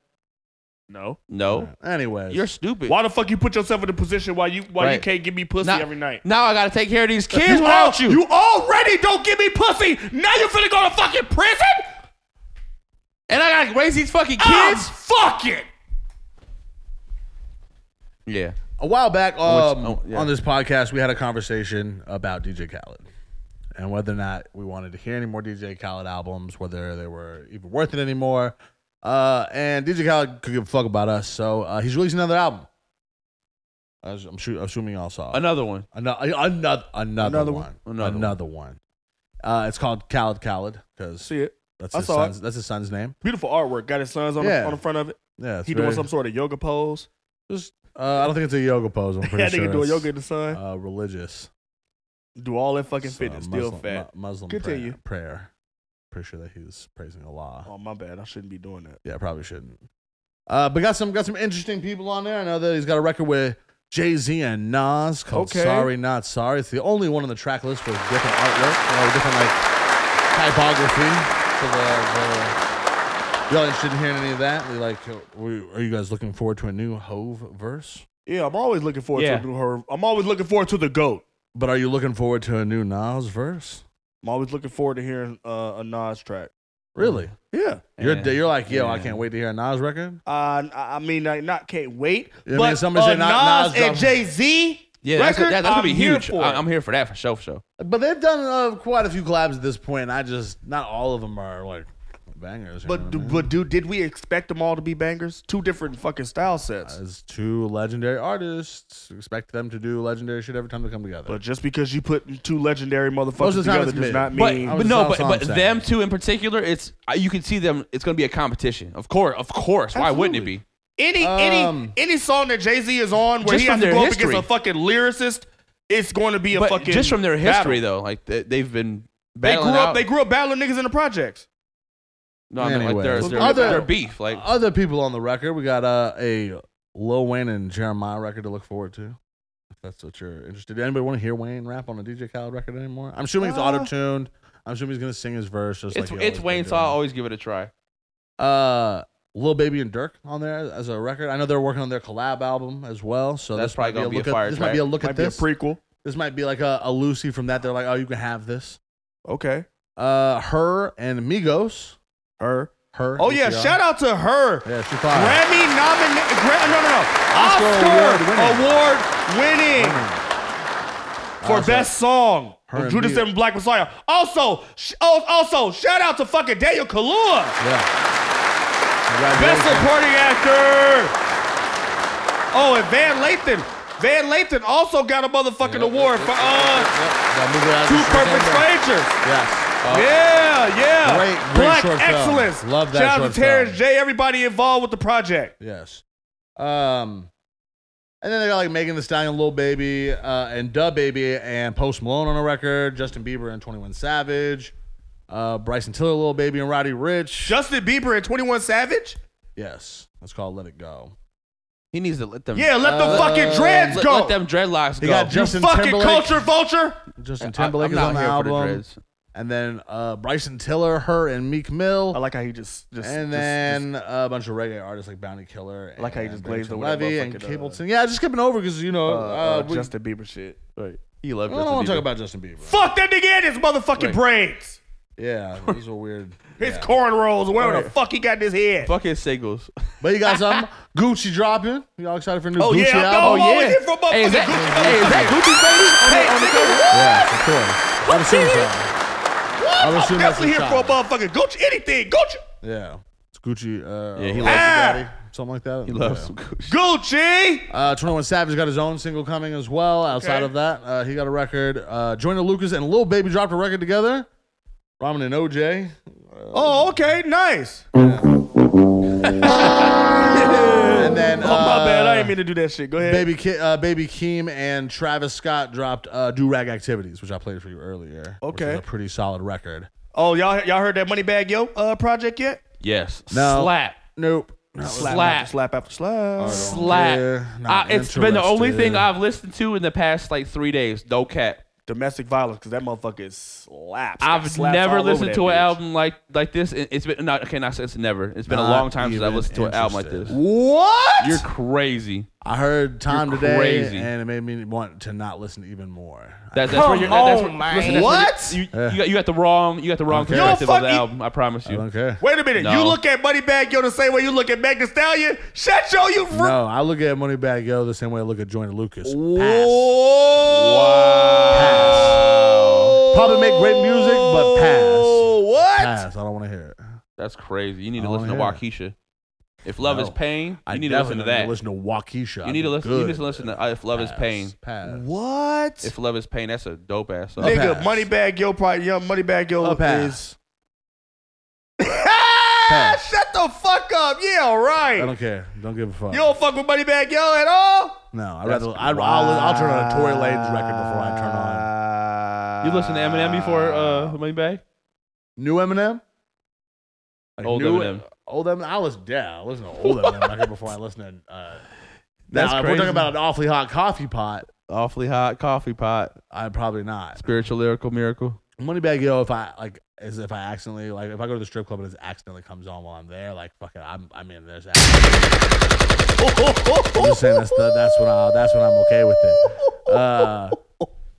Speaker 10: no.
Speaker 11: No,
Speaker 9: Anyways,
Speaker 11: you're stupid.
Speaker 10: Why the fuck you put yourself in a position why you why you
Speaker 11: Right.
Speaker 10: can't give me pussy
Speaker 11: Now-
Speaker 10: every night?
Speaker 11: Now I gotta take care of these kids
Speaker 10: al-
Speaker 11: without you.
Speaker 10: You already don't give me pussy. Now you finna go to fucking prison?
Speaker 11: and I gotta raise these fucking
Speaker 10: I'm
Speaker 11: kids.
Speaker 10: fucking.
Speaker 11: yeah.
Speaker 9: a while back
Speaker 11: Oh,
Speaker 9: um,
Speaker 11: it's- oh, yeah.
Speaker 9: on this podcast, we had a conversation about DJ Khaled and whether or not we wanted to hear any more DJ Khaled albums, whether they were even worth it anymore. Uh, and DJ Khaled could give a fuck about us, so uh, he's releasing another album. As I'm sure, assuming y'all saw. it.
Speaker 11: Another one.
Speaker 9: Another, another, another,
Speaker 10: Another
Speaker 9: one.
Speaker 11: one? Another
Speaker 9: one. Uh, it's called Khaled Khaled because
Speaker 10: See it.
Speaker 9: that's
Speaker 10: I
Speaker 9: his
Speaker 10: saw it.
Speaker 9: son's. That's his son's name.
Speaker 10: Beautiful artwork. Got his sons on,
Speaker 9: Yeah.
Speaker 10: the, on the front of it.
Speaker 9: Yeah, it's
Speaker 10: he
Speaker 9: very-
Speaker 10: doing some sort of yoga pose.
Speaker 9: Just, uh, I don't think it's a yoga
Speaker 10: [LAUGHS]
Speaker 9: pose. I'm pretty
Speaker 10: That
Speaker 9: sure
Speaker 10: nigga doing
Speaker 9: it's,
Speaker 10: yoga in the sun.
Speaker 9: Uh, religious.
Speaker 10: Do all that fucking
Speaker 9: So,
Speaker 10: fitness. Still
Speaker 9: Muslim-
Speaker 10: fat.
Speaker 9: Mu- Muslim
Speaker 10: Continue.
Speaker 9: prayer, prayer. Pretty sure that he was praising Allah.
Speaker 10: Oh my bad. I shouldn't be doing that.
Speaker 9: Yeah, probably shouldn't. Uh, but got some got some interesting people on there. I know that he's got a record with Jay Z and Nas called
Speaker 10: Okay.
Speaker 9: "Sorry Not Sorry." It's the only one on the track list with different artwork, you know, different like typography. So the, the, y'all interested in hearing any of that? We like, uh, we, are you guys looking forward to a new Hove verse?
Speaker 10: Yeah, I'm always looking forward
Speaker 11: Yeah.
Speaker 10: to a new her. I'm always looking forward to the goat.
Speaker 9: But are you looking forward to a new Nas verse?
Speaker 10: I'm always looking forward to hearing uh, a Nas track.
Speaker 9: Really?
Speaker 10: Yeah.
Speaker 9: You're
Speaker 11: Yeah.
Speaker 9: you're like, yo, I
Speaker 11: Yeah.
Speaker 9: can't wait to hear a Nas record.
Speaker 10: Uh, I I mean, I not can't wait.
Speaker 9: I mean,
Speaker 10: but
Speaker 9: somebody
Speaker 10: a
Speaker 9: said not-
Speaker 10: Nas,
Speaker 9: Nas
Speaker 10: and
Speaker 9: dropping-
Speaker 10: Jay Z.
Speaker 11: Yeah, that's,
Speaker 10: record,
Speaker 11: that- that's gonna be
Speaker 10: I'm here
Speaker 11: huge.
Speaker 10: for
Speaker 11: I,
Speaker 10: it.
Speaker 11: am here for that for show. For show.
Speaker 9: But they've done uh, quite a few collabs at this point. and I just not all of them are like bangers. you know
Speaker 10: But
Speaker 9: what I
Speaker 10: do,
Speaker 9: mean?
Speaker 10: but dude, did we expect them all to be bangers? Two different fucking style sets.
Speaker 9: as two legendary artists, expect them to do legendary shit every time they come together.
Speaker 10: But just because you put two legendary
Speaker 9: Most
Speaker 10: motherfuckers
Speaker 9: of the time
Speaker 10: together does
Speaker 9: it's mid.
Speaker 10: not
Speaker 11: But,
Speaker 10: mean.
Speaker 9: I
Speaker 11: but
Speaker 9: was-
Speaker 11: no,
Speaker 9: that's
Speaker 11: but,
Speaker 9: what I'm
Speaker 11: but
Speaker 9: saying.
Speaker 11: them two in particular, it's uh, you can see them. It's gonna be a competition. Of course, of course. Why wouldn't it be?
Speaker 10: any
Speaker 9: Um,
Speaker 10: any any song that Jay Z is on where
Speaker 11: Just
Speaker 10: he
Speaker 11: from
Speaker 10: has to
Speaker 11: their
Speaker 10: go
Speaker 11: history.
Speaker 10: up against a fucking lyricist, it's going to be a
Speaker 11: But
Speaker 10: fucking
Speaker 11: just from their history,
Speaker 10: battle.
Speaker 11: though, like they, they've been
Speaker 10: They grew
Speaker 11: battling
Speaker 10: up.
Speaker 11: out.
Speaker 10: They grew up battling niggas in the projects.
Speaker 11: no, I mean, like
Speaker 9: Anyways.
Speaker 11: their, their,
Speaker 9: Other-
Speaker 11: their beef. Like
Speaker 9: Uh, Other people on the record, we got uh, a Lil Wayne and Jeremiah record to look forward to. If that's what you're interested in. Anybody want to hear Wayne rap on a DJ Khaled record anymore? I'm assuming it's
Speaker 10: Uh,
Speaker 9: auto tuned. I'm assuming he's gonna sing his verse. Just
Speaker 11: it's
Speaker 9: like he
Speaker 11: it's
Speaker 9: always
Speaker 11: Wayne,
Speaker 9: been
Speaker 11: so I
Speaker 9: doing.
Speaker 11: always give it a try.
Speaker 9: uh Lil Baby and Dirk on there as a record. I know they're working on their collab album as well. So
Speaker 11: That's
Speaker 9: this might
Speaker 11: probably
Speaker 9: be a
Speaker 11: gonna be a
Speaker 9: look at
Speaker 11: fire
Speaker 9: this might be a
Speaker 11: track.
Speaker 9: look
Speaker 10: Might
Speaker 9: at
Speaker 10: be a
Speaker 9: this.
Speaker 10: prequel.
Speaker 9: this might be like a, a Lucy from that. They're like, oh, you can have this.
Speaker 10: Okay.
Speaker 9: Uh, her and Migos.
Speaker 10: Her.
Speaker 9: Her.
Speaker 10: Oh yeah!
Speaker 9: H-E-R.
Speaker 10: Shout out to her.
Speaker 9: Yeah, she fine.
Speaker 10: Grammy nominated. Gra- no, no, no. Oscar,
Speaker 9: award
Speaker 10: award
Speaker 9: winning.
Speaker 10: winning, for
Speaker 9: Also-
Speaker 10: best song.
Speaker 9: Her and
Speaker 10: Judas
Speaker 9: Mia.
Speaker 10: and Black Messiah. Also, sh- oh, also shout out to fucking Daniel Kaluuya,
Speaker 9: Yeah.
Speaker 10: best
Speaker 9: Congratulations.
Speaker 10: supporting actor. Oh, and Van Lathan. Van Lathan also got a motherfucking award for uh,
Speaker 9: Yep, that movie I
Speaker 10: Two
Speaker 9: just
Speaker 10: Perfect
Speaker 9: remembered.
Speaker 10: Strangers. yeah,
Speaker 9: Yes.
Speaker 10: yeah. [LAUGHS]
Speaker 9: great- great
Speaker 10: Black
Speaker 9: short film.
Speaker 10: excellence.
Speaker 9: Love that
Speaker 10: Shout out
Speaker 9: short
Speaker 10: to Terrence
Speaker 9: film.
Speaker 10: J. Everybody involved with the project.
Speaker 9: Yes. Um, and then they got like Megan Thee Stallion, Lil Baby, uh, and Dub Baby, and Post Malone on a record. Justin Bieber and Twenty One Savage. Uh, Bryson Tiller, Lil Baby, and Roddy Rich.
Speaker 10: Justin Bieber and Twenty One Savage.
Speaker 9: Yes. That's called Let It Go.
Speaker 11: He needs to let them.
Speaker 10: Yeah, let the
Speaker 9: Uh,
Speaker 10: fucking dreads
Speaker 11: let,
Speaker 10: go.
Speaker 11: let them dreadlocks
Speaker 9: He
Speaker 11: go.
Speaker 9: got
Speaker 10: you
Speaker 9: Justin
Speaker 10: fucking
Speaker 9: Timberlake.
Speaker 10: culture vulture.
Speaker 9: Justin
Speaker 11: I-
Speaker 9: Timberlake
Speaker 11: I'm
Speaker 9: is
Speaker 11: not
Speaker 9: on the
Speaker 11: here for the
Speaker 9: album.
Speaker 11: dreads.
Speaker 9: and then uh, Bryson Tiller, her, and Meek Mill.
Speaker 10: I like how he just just just-
Speaker 9: and then a bunch of reggae artists like Bounty Killer.
Speaker 10: I like how you
Speaker 9: and
Speaker 10: just glazed
Speaker 9: Brenton
Speaker 10: over that
Speaker 9: Levy and
Speaker 10: motherfucking, uh,
Speaker 9: Capleton. yeah, just skipping over because you know
Speaker 10: just, uh, uh,
Speaker 9: uh, we,
Speaker 10: Justin Bieber shit. Right.
Speaker 11: He loved
Speaker 9: I don't want to talk about Justin Bieber.
Speaker 10: Fuck that nigga in his motherfucking
Speaker 9: Right.
Speaker 10: braids,
Speaker 9: Yeah, these are weird.
Speaker 10: [LAUGHS] his
Speaker 9: yeah.
Speaker 10: cornrows, wherever the fuck he got in his head.
Speaker 11: Fuck his singles.
Speaker 9: [LAUGHS] But you got something Gucci dropping. Y'all excited for a new
Speaker 10: Oh
Speaker 9: Gucci
Speaker 10: yeah, I'm,
Speaker 9: album?
Speaker 10: I'm always here for motherfucking
Speaker 11: Hey, is that,
Speaker 10: Gucci.
Speaker 11: hey, is that Gucci's baby? Hey,
Speaker 9: Yeah, of course. I've seen that.
Speaker 10: I'm,
Speaker 9: would assume that's
Speaker 10: definitely here
Speaker 9: the
Speaker 10: for a motherfucking Gucci. Anything, Gucci.
Speaker 9: Yeah, it's Gucci. Uh,
Speaker 11: Yeah, he
Speaker 9: or
Speaker 11: loves-
Speaker 9: Daddy, something like that.
Speaker 11: He loves some Gucci.
Speaker 10: Gucci.
Speaker 9: Uh, 21 Savage got his own single coming as well. Outside
Speaker 10: Okay.
Speaker 9: of that, uh, he got a record. Uh, Joyner Lucas and Lil Baby dropped a record together. Ramen and Uh, OJ.
Speaker 10: Oh, okay,
Speaker 9: [LAUGHS]
Speaker 10: nice.
Speaker 9: And then uh,
Speaker 10: oh my bad, I didn't mean to do that shit. Go ahead.
Speaker 9: Baby, Ke- uh, Baby Keem and Travis Scott dropped uh, Do Rag Activities, which I played for you earlier. which
Speaker 10: Okay.
Speaker 9: was a pretty solid record.
Speaker 10: Oh, y'all y'all heard that Money Bag Yo uh, project yet?
Speaker 11: Yes.
Speaker 9: No.
Speaker 7: Slap.
Speaker 9: Nope.
Speaker 7: Slap.
Speaker 10: Slap after slap.
Speaker 7: Slap.
Speaker 9: care,
Speaker 7: I,
Speaker 9: not
Speaker 7: it's been the only thing
Speaker 9: interested.
Speaker 7: I've listened to in the past like three days.
Speaker 11: No cat.
Speaker 10: Domestic violence, because that motherfucker is slaps. Got
Speaker 7: I've
Speaker 10: slaps all
Speaker 7: never
Speaker 10: over
Speaker 7: listened
Speaker 10: that
Speaker 7: to an
Speaker 10: bitch.
Speaker 7: album like like this. It- It's been not okay. Not since never. It's been a
Speaker 9: Not
Speaker 7: long time since I've
Speaker 9: even
Speaker 7: listened to an album like this.
Speaker 10: What?
Speaker 7: You're crazy.
Speaker 9: I heard Time Today,
Speaker 7: crazy.
Speaker 9: and it made me want to not listen even more.
Speaker 7: That, that's
Speaker 10: Come
Speaker 7: where you're. that- that's where,
Speaker 10: on, man.
Speaker 7: listen, that's
Speaker 10: What?
Speaker 7: Where you- you, you, got, you got the wrong. You got the wrong
Speaker 9: Okay.
Speaker 7: perspective
Speaker 10: Yo,
Speaker 7: of the
Speaker 10: fuck you-
Speaker 7: album. I promise
Speaker 9: I
Speaker 7: you.
Speaker 9: don't care.
Speaker 10: Wait a minute.
Speaker 7: No.
Speaker 10: You look at Money Bag Yo the same way you look at Meg Thee Stallion? Shut yo, you fr-
Speaker 9: No, I look at Moneybag Yo the same way I look at Joyner Lucas.
Speaker 10: Wow.
Speaker 9: Probably make great music, but pass.
Speaker 10: What?
Speaker 9: Pass. I don't want to hear it.
Speaker 11: That's crazy. You need to
Speaker 9: I
Speaker 11: listen to
Speaker 9: don't
Speaker 11: Waukesha. If love
Speaker 9: No.
Speaker 11: is pain, you
Speaker 9: I
Speaker 11: need to listen to
Speaker 9: definitely
Speaker 11: that.
Speaker 9: Listen to Waukesha.
Speaker 11: you need to
Speaker 9: I'd be
Speaker 11: listen. You
Speaker 9: good.
Speaker 11: need to listen to uh, if love is
Speaker 9: Pass.
Speaker 11: pain.
Speaker 9: Pass.
Speaker 10: What?
Speaker 11: If love is pain, that's a dope ass. song.
Speaker 9: A
Speaker 10: Nigga,
Speaker 9: pass.
Speaker 10: Money Bag Yo probably young Money Bag Yo
Speaker 9: A
Speaker 10: is
Speaker 9: pass.
Speaker 10: Ah, [LAUGHS]
Speaker 9: Pass.
Speaker 10: Shut the fuck up. Yeah, all right.
Speaker 9: I don't care. Don't give a fuck.
Speaker 10: You don't fuck with Money Bag Yo at all?
Speaker 9: no, I'd
Speaker 11: That's
Speaker 9: rather. I'd, I'll, I'll turn on a Tory Lanez record before I turn on
Speaker 7: You listen to Eminem before uh, Moneybag?
Speaker 9: new Eminem. Like
Speaker 7: Old
Speaker 9: new-
Speaker 7: Eminem.
Speaker 9: Old Eminem. I listen. Yeah, I listen to old Eminem record before I listen to. Uh,
Speaker 11: That's
Speaker 9: now, if we're
Speaker 11: crazy.
Speaker 9: talking about an awfully hot coffee pot,
Speaker 11: Awfully hot coffee pot.
Speaker 9: I probably not.
Speaker 11: Spiritual lyrical miracle.
Speaker 9: Moneybag Yo, if I like, is if I accidentally like, if I go to the strip club and it accidentally comes on while I'm there, like, fuck it, I'm, I mean, there's. I'm just saying that's the, that's when I that's when I'm okay with it. Uh,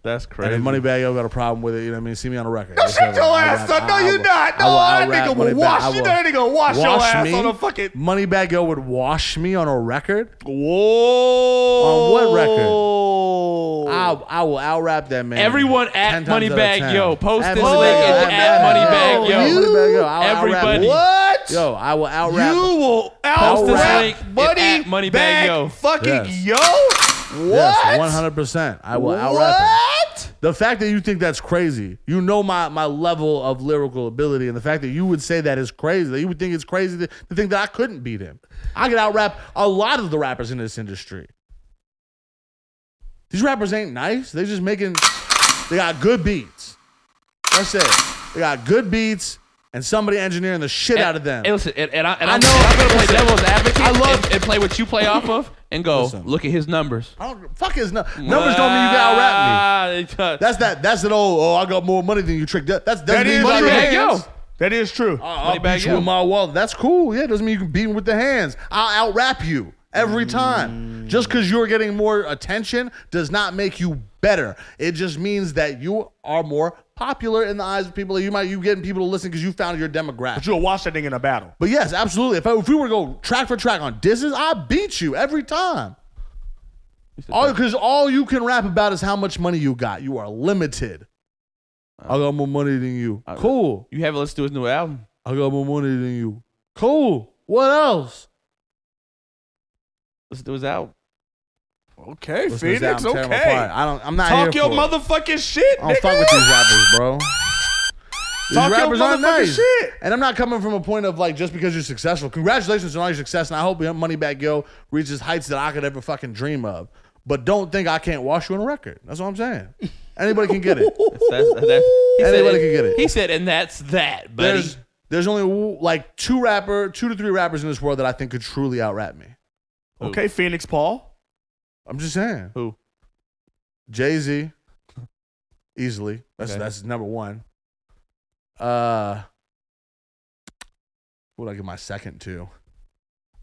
Speaker 11: That's
Speaker 9: and
Speaker 11: crazy.
Speaker 9: if Moneybag Yo got a problem with it, you know what I mean? See me on a record.
Speaker 10: No,
Speaker 9: It's
Speaker 10: shut
Speaker 9: over.
Speaker 10: your
Speaker 9: I'll
Speaker 10: ass
Speaker 9: rap-
Speaker 10: up. No,
Speaker 9: I
Speaker 10: you
Speaker 9: will-
Speaker 10: not. No,
Speaker 9: I
Speaker 10: that
Speaker 9: will rap
Speaker 10: nigga will
Speaker 9: Moneybag- I
Speaker 10: wash. You
Speaker 9: will
Speaker 10: know that nigga will wash, your
Speaker 9: wash
Speaker 10: ass
Speaker 9: me.
Speaker 10: on a fucking.
Speaker 9: Moneybag Yo would wash me on a record.
Speaker 10: Whoa.
Speaker 9: On what record?
Speaker 10: Oh.
Speaker 9: I, I will out rap that man.
Speaker 7: Everyone at
Speaker 9: 10 times out of
Speaker 7: Moneybag
Speaker 9: 10.
Speaker 7: Yo. Post
Speaker 9: At
Speaker 7: this
Speaker 9: Moneybag
Speaker 7: link
Speaker 9: Yo,
Speaker 7: and at Moneybag Yo.
Speaker 9: Moneybag Yo. I'll out-rap
Speaker 7: Everybody.
Speaker 9: you.
Speaker 10: What?
Speaker 9: Yo, I will out rap.
Speaker 10: You will out
Speaker 9: Post this
Speaker 7: link
Speaker 10: rap
Speaker 7: and
Speaker 10: Money
Speaker 7: at Money Bag
Speaker 10: Bag
Speaker 7: Yo.
Speaker 10: Fucking
Speaker 9: Yes.
Speaker 10: yo.
Speaker 9: Yes,
Speaker 10: What?
Speaker 9: one hundred percent. I will out rap him.
Speaker 10: What?
Speaker 9: The fact that you think that's crazy, you know my my level of lyrical ability, and the fact that you would say that is crazy. That you would think it's crazy to, to think that I couldn't beat him. I could out rap a lot of the rappers in this industry. These rappers ain't nice. They just making. They got good beats. That's it. They got good beats and somebody engineering the shit out of them.
Speaker 7: And listen, and, and, I, and
Speaker 9: I
Speaker 7: I
Speaker 9: know-
Speaker 7: know I'm gonna play
Speaker 9: listen,
Speaker 7: devil's advocate.
Speaker 9: I love-
Speaker 7: and, and play what you play off of, and go
Speaker 9: Listen.
Speaker 7: look at his numbers.
Speaker 9: I don't, fuck is no, numbers don't mean you got out rap me.
Speaker 7: rap
Speaker 9: That's that. That's an old. Oh, I got more money than you tricked. That that's
Speaker 10: That
Speaker 9: doesn't mean
Speaker 10: is
Speaker 9: you got
Speaker 10: true.
Speaker 9: your
Speaker 7: Moneybag
Speaker 9: hands.
Speaker 7: Yo.
Speaker 10: That is true.
Speaker 9: I'll
Speaker 7: Moneybag
Speaker 9: beat you
Speaker 7: Yo.
Speaker 9: with my wallet. That's cool. Yeah, doesn't mean you can beat him with the hands. I'll out rap you every time. Just because you're getting more attention does not make you better. It just means that you are more popular in the eyes of people. You might you getting people to listen because you found your demographic.
Speaker 10: You'll watch that nigga in a battle.
Speaker 9: But yes, absolutely. If, I, if we were to go track for track on disses, I beat you every time. All because all you can rap about is how much money you got. You are limited. I Uh, got more money than you. Cool.
Speaker 11: You haven't listened to his new album.
Speaker 9: I got more money than you. Cool. What else?
Speaker 11: Listen to his album.
Speaker 10: Okay,
Speaker 9: Listen to this
Speaker 10: Phoenix.
Speaker 9: album, Tear 'Em
Speaker 10: Okay.
Speaker 9: Apart. I don't. I'm not
Speaker 10: Talk
Speaker 9: here
Speaker 10: your
Speaker 9: for it.
Speaker 10: motherfucking shit,
Speaker 9: I don't
Speaker 10: nigga.
Speaker 9: fuck with these rappers, bro. These
Speaker 10: Talk your
Speaker 9: rappers aren't
Speaker 10: motherfucking
Speaker 9: nice.
Speaker 10: shit.
Speaker 9: And I'm not coming from a point of like just because you're successful. Congratulations on all your success, and I hope your money back yo reaches heights that I could ever fucking dream of. But don't think I can't wash you on a record. That's what I'm saying. Anybody can get
Speaker 10: [LAUGHS]
Speaker 9: it.
Speaker 11: That's, that's, he said,
Speaker 9: Anybody can get it.
Speaker 7: He said, and that's that, buddy.
Speaker 9: There's there's only like two rapper, two to three rappers in this world that I think could truly out rap me.
Speaker 10: Okay, Phoenix Paul.
Speaker 9: I'm just saying.
Speaker 11: Who?
Speaker 9: Jay Z, easily. That's
Speaker 11: Okay.
Speaker 9: that's number one. Uh, what would I give my second to?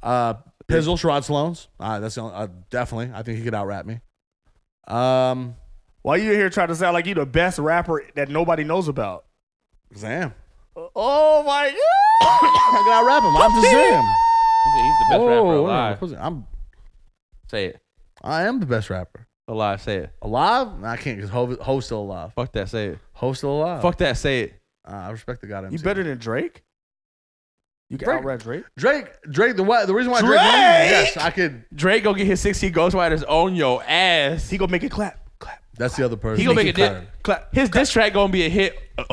Speaker 9: Uh, Pizzle, Sherrod Sloan's. Uh, that's the only, uh, definitely. I think he could out rap me. Um,
Speaker 10: Why you here trying to sound like you the best rapper that nobody knows about?
Speaker 9: Because I am.
Speaker 10: Oh my
Speaker 9: I [COUGHS] can out rap him. I'm just saying.
Speaker 11: He's the best rapper
Speaker 9: Whoa,
Speaker 11: alive.
Speaker 9: I'm,
Speaker 11: Say it.
Speaker 9: I am the best rapper.
Speaker 11: Alive, say it.
Speaker 9: Alive? Nah, I can't because Ho, Ho's still alive.
Speaker 11: Fuck that, say it.
Speaker 9: Ho's still alive.
Speaker 11: Fuck that, say it.
Speaker 9: Uh, I respect the god.
Speaker 10: You
Speaker 9: MC.
Speaker 10: better than Drake? You can
Speaker 9: Drake-
Speaker 10: outrap Drake?
Speaker 9: Drake. Drake. The what? The reason why Drake.
Speaker 10: Drake!
Speaker 9: won, yes, I could.
Speaker 11: Drake go get his 16 Ghostwriters on your ass.
Speaker 10: He
Speaker 11: He,
Speaker 10: gonna make it clap. Clap.
Speaker 9: That's the other person.
Speaker 11: gonna make a
Speaker 9: it
Speaker 11: diss.
Speaker 10: Clap.
Speaker 11: His diss track gonna be a hit uh,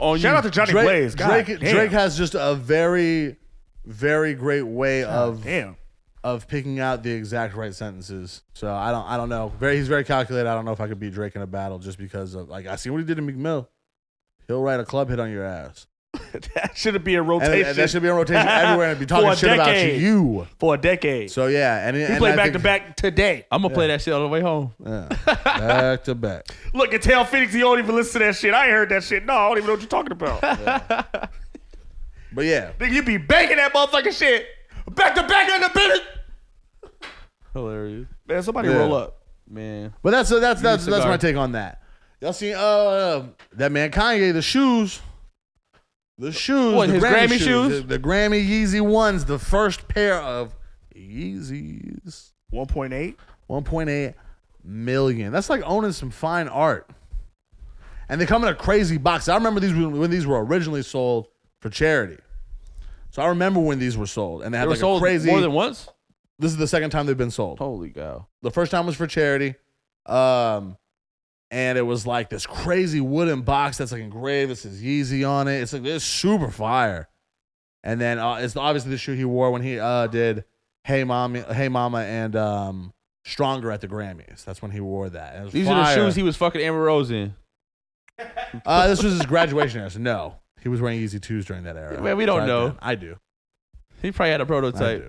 Speaker 11: on
Speaker 10: Shout
Speaker 11: you.
Speaker 10: out to Johnny
Speaker 9: Drake.
Speaker 10: Blaze. God
Speaker 9: Drake.
Speaker 10: damn.
Speaker 9: Drake has just a very, very great way of
Speaker 10: Damn.
Speaker 9: of picking out the exact right sentences. So I don't. I don't know. Very. He's very calculated. I don't know if I could beat Drake in a battle just because of like I see what he did to McMill. He'll write a club hit on your ass.
Speaker 10: [LAUGHS] that should be a
Speaker 9: And,
Speaker 10: rotation
Speaker 9: and that should be on rotation everywhere and be
Speaker 10: [LAUGHS]
Speaker 9: talking
Speaker 10: For a
Speaker 9: shit
Speaker 10: decade.
Speaker 9: about you.
Speaker 10: for a decade.
Speaker 9: So yeah, and
Speaker 10: he played back to back today.
Speaker 11: I'm gonna play that shit on the way home.
Speaker 9: back to back.
Speaker 10: [LAUGHS] Look at Tail Phoenix, you don't even listen to that shit. I ain't heard that shit. No, I don't even know what you're talking about.
Speaker 9: But yeah,
Speaker 10: Nigga, you be banking that motherfucking shit. Back to back in the business.
Speaker 11: Hilarious.
Speaker 10: Man, somebody
Speaker 9: Yeah.
Speaker 10: roll up.
Speaker 11: Man.
Speaker 9: but that's uh, that's that's that's
Speaker 11: cigar.
Speaker 9: my take on that. Y'all see, uh, that man Kanye, the shoes, the shoes,
Speaker 11: What,
Speaker 9: the
Speaker 11: his Grammy shoes?
Speaker 9: the, the Grammy Yeezy ones, the first pair of Yeezys,
Speaker 10: 1.8.
Speaker 9: one point eight million. That's like owning some fine art. And they come in a crazy box. I remember these when when these were originally sold for charity. So I remember when these were sold, and they had
Speaker 11: They were
Speaker 9: like
Speaker 11: sold
Speaker 9: a crazy.
Speaker 11: more than once?
Speaker 9: this is the second time they've been sold.
Speaker 11: Holy cow.
Speaker 9: The first time was for charity. Um, and it was like this crazy wooden box that's like engraved. This is Yeezy on it. It's like this super fire. And then uh, it's obviously the shoe he wore when he uh, did Hey Mommy, Hey Mama, and um, Stronger at the Grammys. That's when he wore that. And it was
Speaker 11: These are the
Speaker 9: fire.
Speaker 11: shoes he was fucking Amber Rose in.
Speaker 9: uh, this was his graduation era. So no, he was wearing Yeezy twos during that era.
Speaker 11: Man, we don't
Speaker 9: I
Speaker 11: know.
Speaker 9: did. I do.
Speaker 11: He probably had a
Speaker 9: I
Speaker 11: prototype.
Speaker 9: do.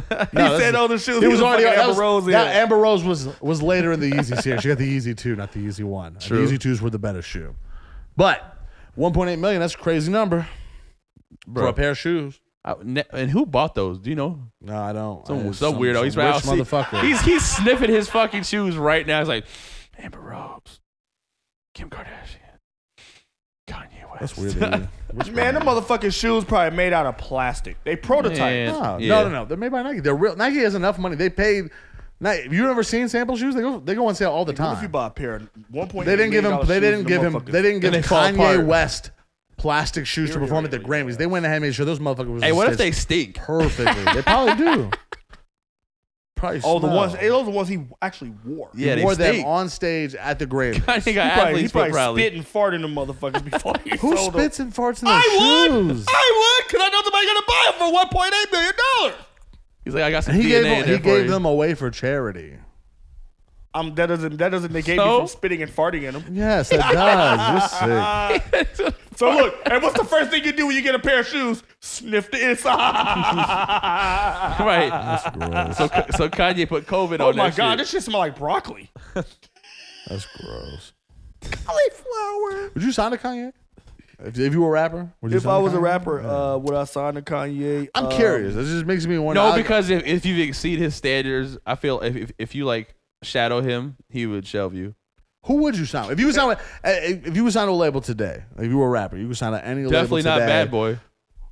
Speaker 10: he
Speaker 9: that's-
Speaker 10: said on the shoes.
Speaker 9: It was already
Speaker 10: fucking
Speaker 9: that
Speaker 10: Amber
Speaker 9: was-
Speaker 10: Rose. in.
Speaker 9: That Amber Rose was was later in the Yeezy series. She got the Yeezy two, not the Yeezy one. And
Speaker 11: True.
Speaker 9: The Yeezy twos were the better shoe, but 1.8 million. That's a crazy number for a pair of shoes.
Speaker 11: I- ne- and who bought those? Do you know?
Speaker 9: No, I don't.
Speaker 11: Some,
Speaker 9: I-
Speaker 11: some, weirdo. he's
Speaker 9: some
Speaker 11: right
Speaker 10: [LAUGHS]
Speaker 9: rich motherfucker.
Speaker 11: He's he's sniffing his fucking shoes right now. He's like, Amber Rose, Kim Kardashian, Kanye West.
Speaker 9: that's weird.
Speaker 11: [LAUGHS]
Speaker 9: that you- rich
Speaker 10: Man, the
Speaker 9: motherfucker.
Speaker 10: motherfucking shoes probably made out of plastic. They prototype.
Speaker 11: Man.
Speaker 9: No,
Speaker 11: Yeah.
Speaker 9: no, no, no. They're made by Nike. They're real. Nike has enough money. They paid. Nike, have you ever seen sample shoes? They go. They go on sale all the
Speaker 10: What if you
Speaker 9: time.
Speaker 10: buy a pair of 1.8
Speaker 9: They didn't give him.
Speaker 10: million
Speaker 9: They
Speaker 10: shoes
Speaker 9: didn't
Speaker 10: and
Speaker 9: give
Speaker 10: them
Speaker 9: him.
Speaker 10: motherfuckers-
Speaker 9: They didn't give
Speaker 11: they fall
Speaker 9: Kanye
Speaker 11: apart.
Speaker 9: West plastic shoes to perform at the Grammys. They went ahead and made sure those motherfuckers. was
Speaker 11: Hey, what if they
Speaker 9: stitched
Speaker 11: stink?
Speaker 9: perfectly. they probably
Speaker 11: [LAUGHS]
Speaker 9: do. Probably.
Speaker 10: Oh, the
Speaker 9: smell.
Speaker 10: ones. Those are the ones he actually wore.
Speaker 9: He
Speaker 11: Yeah, they
Speaker 9: wore them
Speaker 11: stink.
Speaker 9: on stage at the Grammys.
Speaker 11: Kanye got
Speaker 10: He probably, he
Speaker 11: athlete's foot
Speaker 10: probably
Speaker 11: probably.
Speaker 10: spit and fart in the motherfuckers before he
Speaker 9: Who
Speaker 11: Oh,
Speaker 10: sold them.
Speaker 9: spits and farts in their
Speaker 10: I would.
Speaker 9: shoes?
Speaker 10: I would, because I know somebody's going to buy them for one point eight million dollars.
Speaker 11: He's like, I got some
Speaker 9: He
Speaker 11: DNA in
Speaker 9: gave, them,
Speaker 11: there
Speaker 9: he
Speaker 11: for
Speaker 9: gave
Speaker 11: you.
Speaker 9: them away for charity.
Speaker 10: Um, that doesn't that doesn't negate me
Speaker 11: So?
Speaker 10: from spitting and farting in them.
Speaker 9: Yes, that does.
Speaker 11: [LAUGHS]
Speaker 9: You're sick.
Speaker 10: So look, and what's the first thing you do when you get a pair of shoes? Sniff the inside.
Speaker 11: right. So so Kanye put COVID
Speaker 10: oh
Speaker 11: on.
Speaker 10: my
Speaker 11: that
Speaker 10: god,
Speaker 11: shit.
Speaker 10: this shit smell like broccoli.
Speaker 9: That's gross.
Speaker 10: Cauliflower.
Speaker 9: Would you sign to Kanye? If, if you were a rapper, would you
Speaker 10: If
Speaker 9: sign
Speaker 10: I
Speaker 9: to
Speaker 10: was a
Speaker 9: Kanye?
Speaker 10: rapper,
Speaker 9: Yeah.
Speaker 10: uh, would I sign to Kanye?
Speaker 9: I'm
Speaker 10: Um,
Speaker 9: curious. This just makes me wonder.
Speaker 11: No,
Speaker 9: I-
Speaker 11: because if, if you exceed his standards, I feel if, if if you like shadow him, he would shelve you.
Speaker 9: Who would you sign? If you were signed, with- uh, if you were signed to a label today, if you were a rapper, you could sign to any
Speaker 11: Definitely
Speaker 9: label
Speaker 11: not
Speaker 9: today.
Speaker 11: bad boy.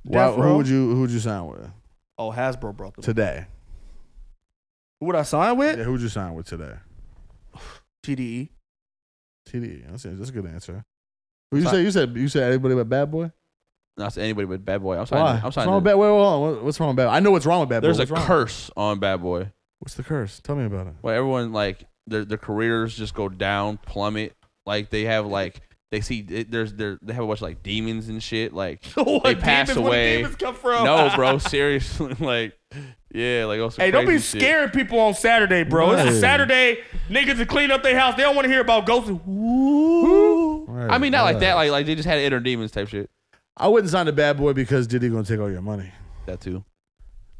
Speaker 9: Why-
Speaker 10: Death
Speaker 9: who
Speaker 10: Row.
Speaker 9: would you Who would you sign with
Speaker 10: Oh, Hasbro brought them.
Speaker 9: today?
Speaker 10: Who would I sign
Speaker 9: Yeah,
Speaker 10: with?
Speaker 9: who would you sign with today?
Speaker 10: TDE.
Speaker 9: TD. That's a, that's a good answer. Who you say? You said you said anybody but Bad Boy.
Speaker 11: Not to anybody but bad boy. I'm sorry.
Speaker 9: Why?
Speaker 11: I'm
Speaker 9: What's
Speaker 11: sorry.
Speaker 9: wrong with Bad Boy? Wait, wait, hold on. What's wrong with Bad Boy? I know what's wrong with Bad Boy.
Speaker 11: There's a
Speaker 9: What's wrong?
Speaker 11: curse on bad boy.
Speaker 9: What's the curse? Tell me about it.
Speaker 11: Where everyone like their their careers just go down, plummet. Like they have like they see it- there's there they have a bunch of, like demons and shit. Like
Speaker 10: [LAUGHS] What
Speaker 11: they pass
Speaker 10: demons- where the
Speaker 11: away.
Speaker 10: demons come from? [LAUGHS]
Speaker 11: No, bro. Seriously, [LAUGHS] like yeah, like oh, some
Speaker 10: Hey, don't be
Speaker 11: crazy shit.
Speaker 10: scaring people on Saturday, bro. It's
Speaker 9: Right.
Speaker 10: a Saturday. Niggas to clean up their house. They don't want to hear about ghosts.
Speaker 11: I mean, not like that. Like like they just had inner demons type shit.
Speaker 9: I wouldn't sign to Bad Boy because Diddy gonna take all your money.
Speaker 11: That too.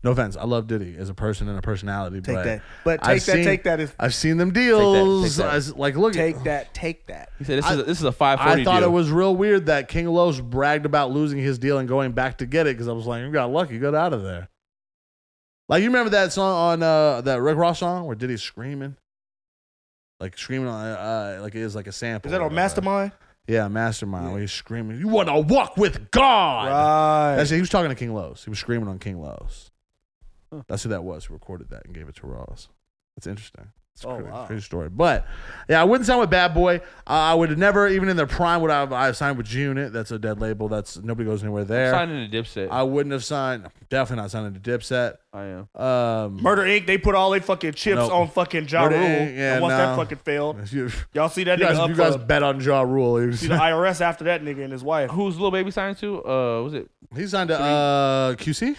Speaker 9: No offense, I love Diddy as a person and a personality.
Speaker 10: Take
Speaker 9: but
Speaker 10: that. But
Speaker 9: I've
Speaker 10: take that,
Speaker 9: seen-
Speaker 10: take that is-
Speaker 9: I've seen them
Speaker 10: that, take
Speaker 9: deals.
Speaker 10: that.
Speaker 9: I was like, look, at-
Speaker 10: Take that, take that.
Speaker 11: He said this
Speaker 9: I-
Speaker 11: is a, this is a 540
Speaker 9: I thought
Speaker 11: deal.
Speaker 9: it was real weird that King Los bragged about losing his deal and going back to get it because I was like, you got lucky, got out of there. Like you remember that song on uh, that Rick Ross song where Diddy's screaming, like screaming on uh, like it is like a sample.
Speaker 10: Is that on
Speaker 9: or whatever.
Speaker 10: Mastermind?
Speaker 9: Yeah, Mastermind. Where he's screaming, "You want to walk with God?"
Speaker 10: Right.
Speaker 9: That's it. He was talking to King Los. He was screaming on King Los. That's who that was who recorded that and gave it to Ross. That's interesting. It's
Speaker 10: Oh,
Speaker 9: a crazy,
Speaker 10: wow.
Speaker 9: crazy story. But yeah, I wouldn't sign with Bad Boy. Uh, I would never, even in their prime, would I have I have signed with Unit. That's a dead label. That's nobody goes anywhere there.
Speaker 11: signing to Dipset.
Speaker 9: I wouldn't have signed. Definitely not signing to Dipset.
Speaker 11: I am.
Speaker 9: Um,
Speaker 10: Murder Inc. They put all their fucking chips
Speaker 9: Nope.
Speaker 10: on fucking Ja
Speaker 9: Murder,
Speaker 10: Rule.
Speaker 9: Inc, yeah,
Speaker 10: and once that
Speaker 9: no.
Speaker 10: fucking failed,
Speaker 9: [LAUGHS] you,
Speaker 10: y'all see that
Speaker 9: you
Speaker 10: nigga
Speaker 9: guys,
Speaker 10: up
Speaker 9: you guys
Speaker 10: for-
Speaker 9: bet on Jaw Rule. He was-
Speaker 10: see the IRS after that nigga and his wife.
Speaker 11: Who's Lil Baby signed to? Uh, was it?
Speaker 9: [LAUGHS] he signed to uh, QC.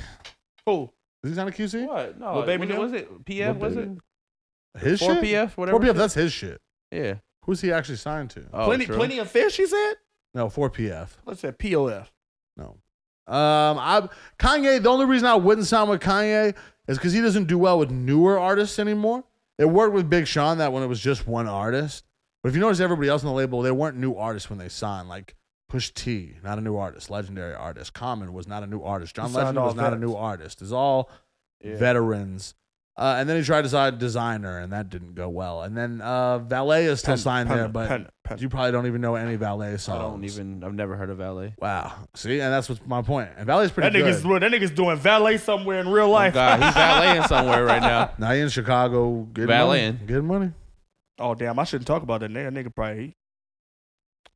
Speaker 10: Who?
Speaker 9: Did he sign to QC?
Speaker 11: What? No.
Speaker 10: Lil Baby
Speaker 11: when it-
Speaker 10: Doe?
Speaker 11: was it? PF
Speaker 9: Lil
Speaker 11: was it?
Speaker 9: Baby. His
Speaker 11: 4
Speaker 9: shit.
Speaker 11: PF, whatever
Speaker 9: 4 PF.
Speaker 11: shit.
Speaker 9: That's his shit.
Speaker 11: Yeah.
Speaker 9: Who's he actually signed to?
Speaker 11: Oh,
Speaker 10: plenty,
Speaker 11: true.
Speaker 10: plenty of fish. He said.
Speaker 9: No, 4 PF.
Speaker 10: Let's say POF.
Speaker 9: No. Um, I Kanye. The only reason I wouldn't sign with Kanye is because he doesn't do well with newer artists anymore. It worked with Big Sean that when it was just one artist. But if you notice, everybody else on the label they weren't new artists when they signed. Like Push T, not a new artist, legendary artist. Common was not a new artist. John
Speaker 10: He signed
Speaker 9: Legend was
Speaker 10: all
Speaker 9: not a new
Speaker 10: vets.
Speaker 9: artist. It's all veterans. Uh, and then he tried to sign designer, and that didn't go well. And then uh, Valet is still
Speaker 10: Pen-
Speaker 9: signed
Speaker 10: pen-
Speaker 9: there, but
Speaker 10: pen- pen.
Speaker 9: you probably don't even know any Valet songs.
Speaker 11: I don't even. I've never heard of Valet.
Speaker 9: Wow. See, and that's what's my point. And Valet's
Speaker 10: That
Speaker 9: pretty
Speaker 10: nigga's
Speaker 9: good.
Speaker 10: doing- that nigga's doing valet somewhere in real
Speaker 11: Oh,
Speaker 10: life.
Speaker 11: God, he's
Speaker 10: [LAUGHS]
Speaker 11: valeting somewhere right now.
Speaker 9: now you in Chicago getting money.
Speaker 11: Valeting.
Speaker 9: Getting money.
Speaker 10: oh damn, I shouldn't talk about that nigga. That nigga probably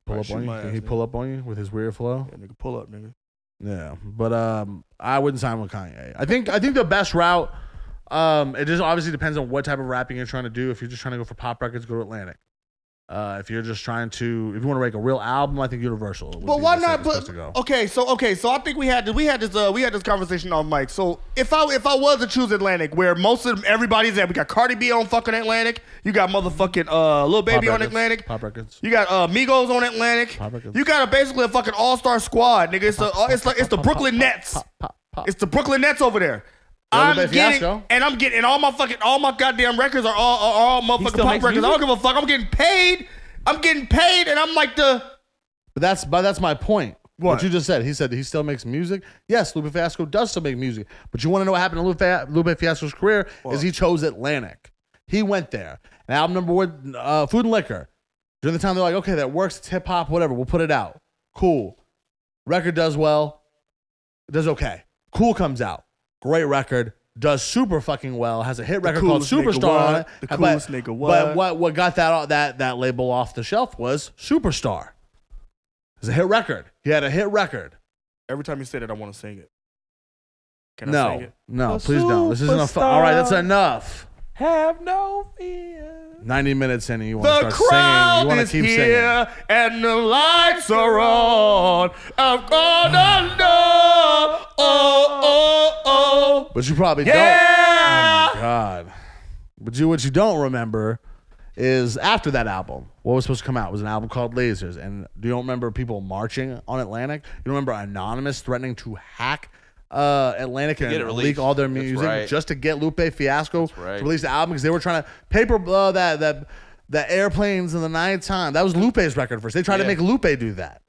Speaker 9: Pull
Speaker 10: Right,
Speaker 9: up
Speaker 10: shoot
Speaker 9: on you.
Speaker 10: my
Speaker 9: Can
Speaker 10: ass,
Speaker 9: he
Speaker 10: nigga.
Speaker 9: pull up on you with his weird flow?
Speaker 10: that nigga pull up, nigga.
Speaker 9: Yeah. But um I wouldn't sign with Kanye. I think I think the best route, um, it just obviously depends on what type of rapping you're trying to do. If you're just trying to go for pop records, go to Atlantic. Uh, if you're just trying to, if you want to make a real album, I think Universal. Would
Speaker 10: But
Speaker 9: be
Speaker 10: why
Speaker 9: the
Speaker 10: not?
Speaker 9: safest place
Speaker 10: But
Speaker 9: to go.
Speaker 10: okay, so okay, so I think we had we had this uh, we had this conversation on mic. So if I if I was to choose Atlantic, where most of them, everybody's at, we got Cardi B on fucking Atlantic. You got motherfucking uh, little
Speaker 9: Pop
Speaker 10: baby on
Speaker 9: records.
Speaker 10: Atlantic.
Speaker 9: Pop records.
Speaker 10: You got uh, Migos on Atlantic.
Speaker 9: Pop records.
Speaker 10: You got a, basically a fucking all star squad, nigga. It's the oh, it's like it's the Brooklyn Nets. It's the Brooklyn Nets over there.
Speaker 9: Little
Speaker 10: I'm
Speaker 9: Baby
Speaker 10: getting
Speaker 9: Fiasco.
Speaker 10: and I'm getting and all my fucking all my goddamn records are all are all motherfucking
Speaker 11: still
Speaker 10: pop
Speaker 11: makes
Speaker 10: records. I don't
Speaker 11: music?
Speaker 10: give a fuck. I'm getting paid. I'm getting paid, and I'm like the
Speaker 9: But that's but that's my point. What?
Speaker 10: What?
Speaker 9: you just said. He said he still makes music. Yes, Lupe Fiasco does still make music. But you want to know what happened to Lupe, Fia- Lupe Fiasco's career? Is he chose Atlantic. He went there. And album number one, uh, Food and Liquor. During the time they're like, okay, that works. It's hip hop, whatever. We'll put it out. Cool. Record does well. Does okay. Cool comes out. Great record. Does super fucking well. Has a hit record called
Speaker 10: coolest nigga
Speaker 9: Superstar on
Speaker 10: what?
Speaker 9: it.
Speaker 10: The
Speaker 9: But-
Speaker 10: coolest nigga what?
Speaker 9: But what what got that that that label off the shelf was Superstar. It's a hit record. He had a hit record.
Speaker 10: Every time you say that, I want to sing it. Can I sing
Speaker 9: no,
Speaker 10: it?
Speaker 9: no,
Speaker 11: A
Speaker 9: please don't. This isn't a fu- All right, that's enough.
Speaker 11: Have no fear.
Speaker 9: 90 minutes in and you want
Speaker 10: The
Speaker 9: to start singing. You
Speaker 10: crowd
Speaker 9: want
Speaker 10: is
Speaker 9: to keep singing.
Speaker 10: here and the lights are on. I'm gonna know. Oh, oh, oh.
Speaker 9: But you probably
Speaker 10: Yeah.
Speaker 9: don't. Oh my God. But you, what you don't remember is after that album, what was supposed to come out was an album called Lasers. And do you don't remember people marching on Atlantic? You don't remember Anonymous threatening to hack uh, Atlantic
Speaker 11: get
Speaker 9: and
Speaker 11: it
Speaker 9: leak
Speaker 11: released.
Speaker 9: all their
Speaker 11: That's
Speaker 9: music
Speaker 11: right.
Speaker 9: just to get Lupe Fiasco
Speaker 11: right.
Speaker 9: to release the album because they were trying to paper blow that that the airplanes in the nighttime. That was Lupe's record first. They tried to
Speaker 11: Yeah.
Speaker 9: make Lupe do that.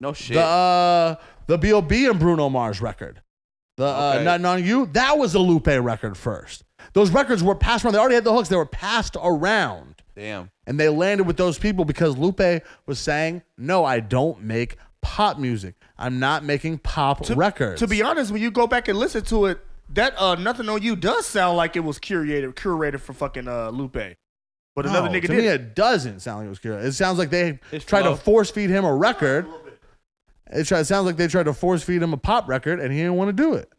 Speaker 11: No shit.
Speaker 9: The uh, the B.O.B. and Bruno Mars record. The uh,
Speaker 11: Okay.
Speaker 9: Nothing on You, that was a Lupe record first. Those records were passed around. They already had the hooks. They were passed around.
Speaker 11: Damn.
Speaker 9: And they landed with those people because Lupe was saying, No, I don't make pop music. I'm not making pop records.
Speaker 10: To be honest, when you go back and listen to it, that uh, nothing on you does sound like it was curated, curated for fucking uh, Lupe. But another
Speaker 9: No,
Speaker 10: nigga
Speaker 9: to me,
Speaker 10: did.
Speaker 9: it doesn't sound like it was Kira. It sounds like they
Speaker 11: It's
Speaker 9: tried
Speaker 11: flow.
Speaker 9: to force feed him a record. It, tried, it sounds like they tried to force feed him a pop record, and he didn't want to do it.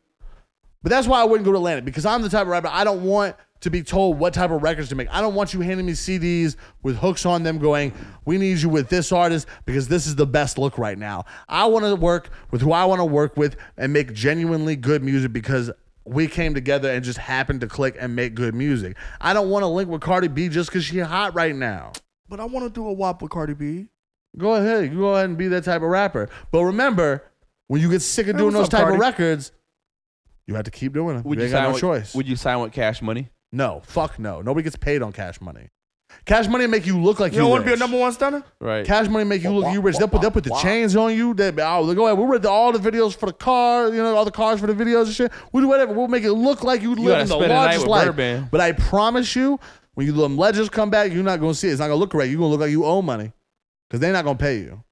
Speaker 9: But that's why I wouldn't go to Atlantic because I'm the type of rapper I don't want to be told what type of records to make. I don't want you handing me CDs with hooks on them going, "We need you with this artist because this is the best look right now." I want to work with who I want to work with and make genuinely good music because we came together and just happened to click and make good music. I don't want to link with Cardi B just because she's hot right now.
Speaker 10: But I want to do a WAP with Cardi B.
Speaker 9: Go ahead, you go ahead and be that type of rapper. But remember, when you get sick of
Speaker 10: Hey,
Speaker 9: doing
Speaker 10: what's
Speaker 9: those
Speaker 10: up,
Speaker 9: type
Speaker 10: Cardi?
Speaker 9: of records, You had to keep doing it.
Speaker 11: Would you
Speaker 9: you ain't got
Speaker 11: sign
Speaker 9: no
Speaker 11: with,
Speaker 9: choice.
Speaker 11: Would you sign with Cash Money?
Speaker 9: No, fuck no. Nobody gets paid on cash money. Cash money make you look like
Speaker 10: You
Speaker 9: you,
Speaker 10: don't
Speaker 9: want
Speaker 10: want to be a number one stunner?
Speaker 11: Right.
Speaker 9: Cash money make you look you rich. They'll put they'll put the chains on you. They oh they go ahead. We'll rent all the videos for the car. You know all the cars for the videos and shit. We do whatever. We'll make it look like you live
Speaker 11: gotta
Speaker 9: in the
Speaker 11: spend a night
Speaker 9: largest
Speaker 11: with
Speaker 9: life.
Speaker 11: Birdman.
Speaker 9: But I promise you, when you them legends come back, you're not gonna see it. It's not gonna look right. You're gonna look like you owe money because they're not gonna pay you.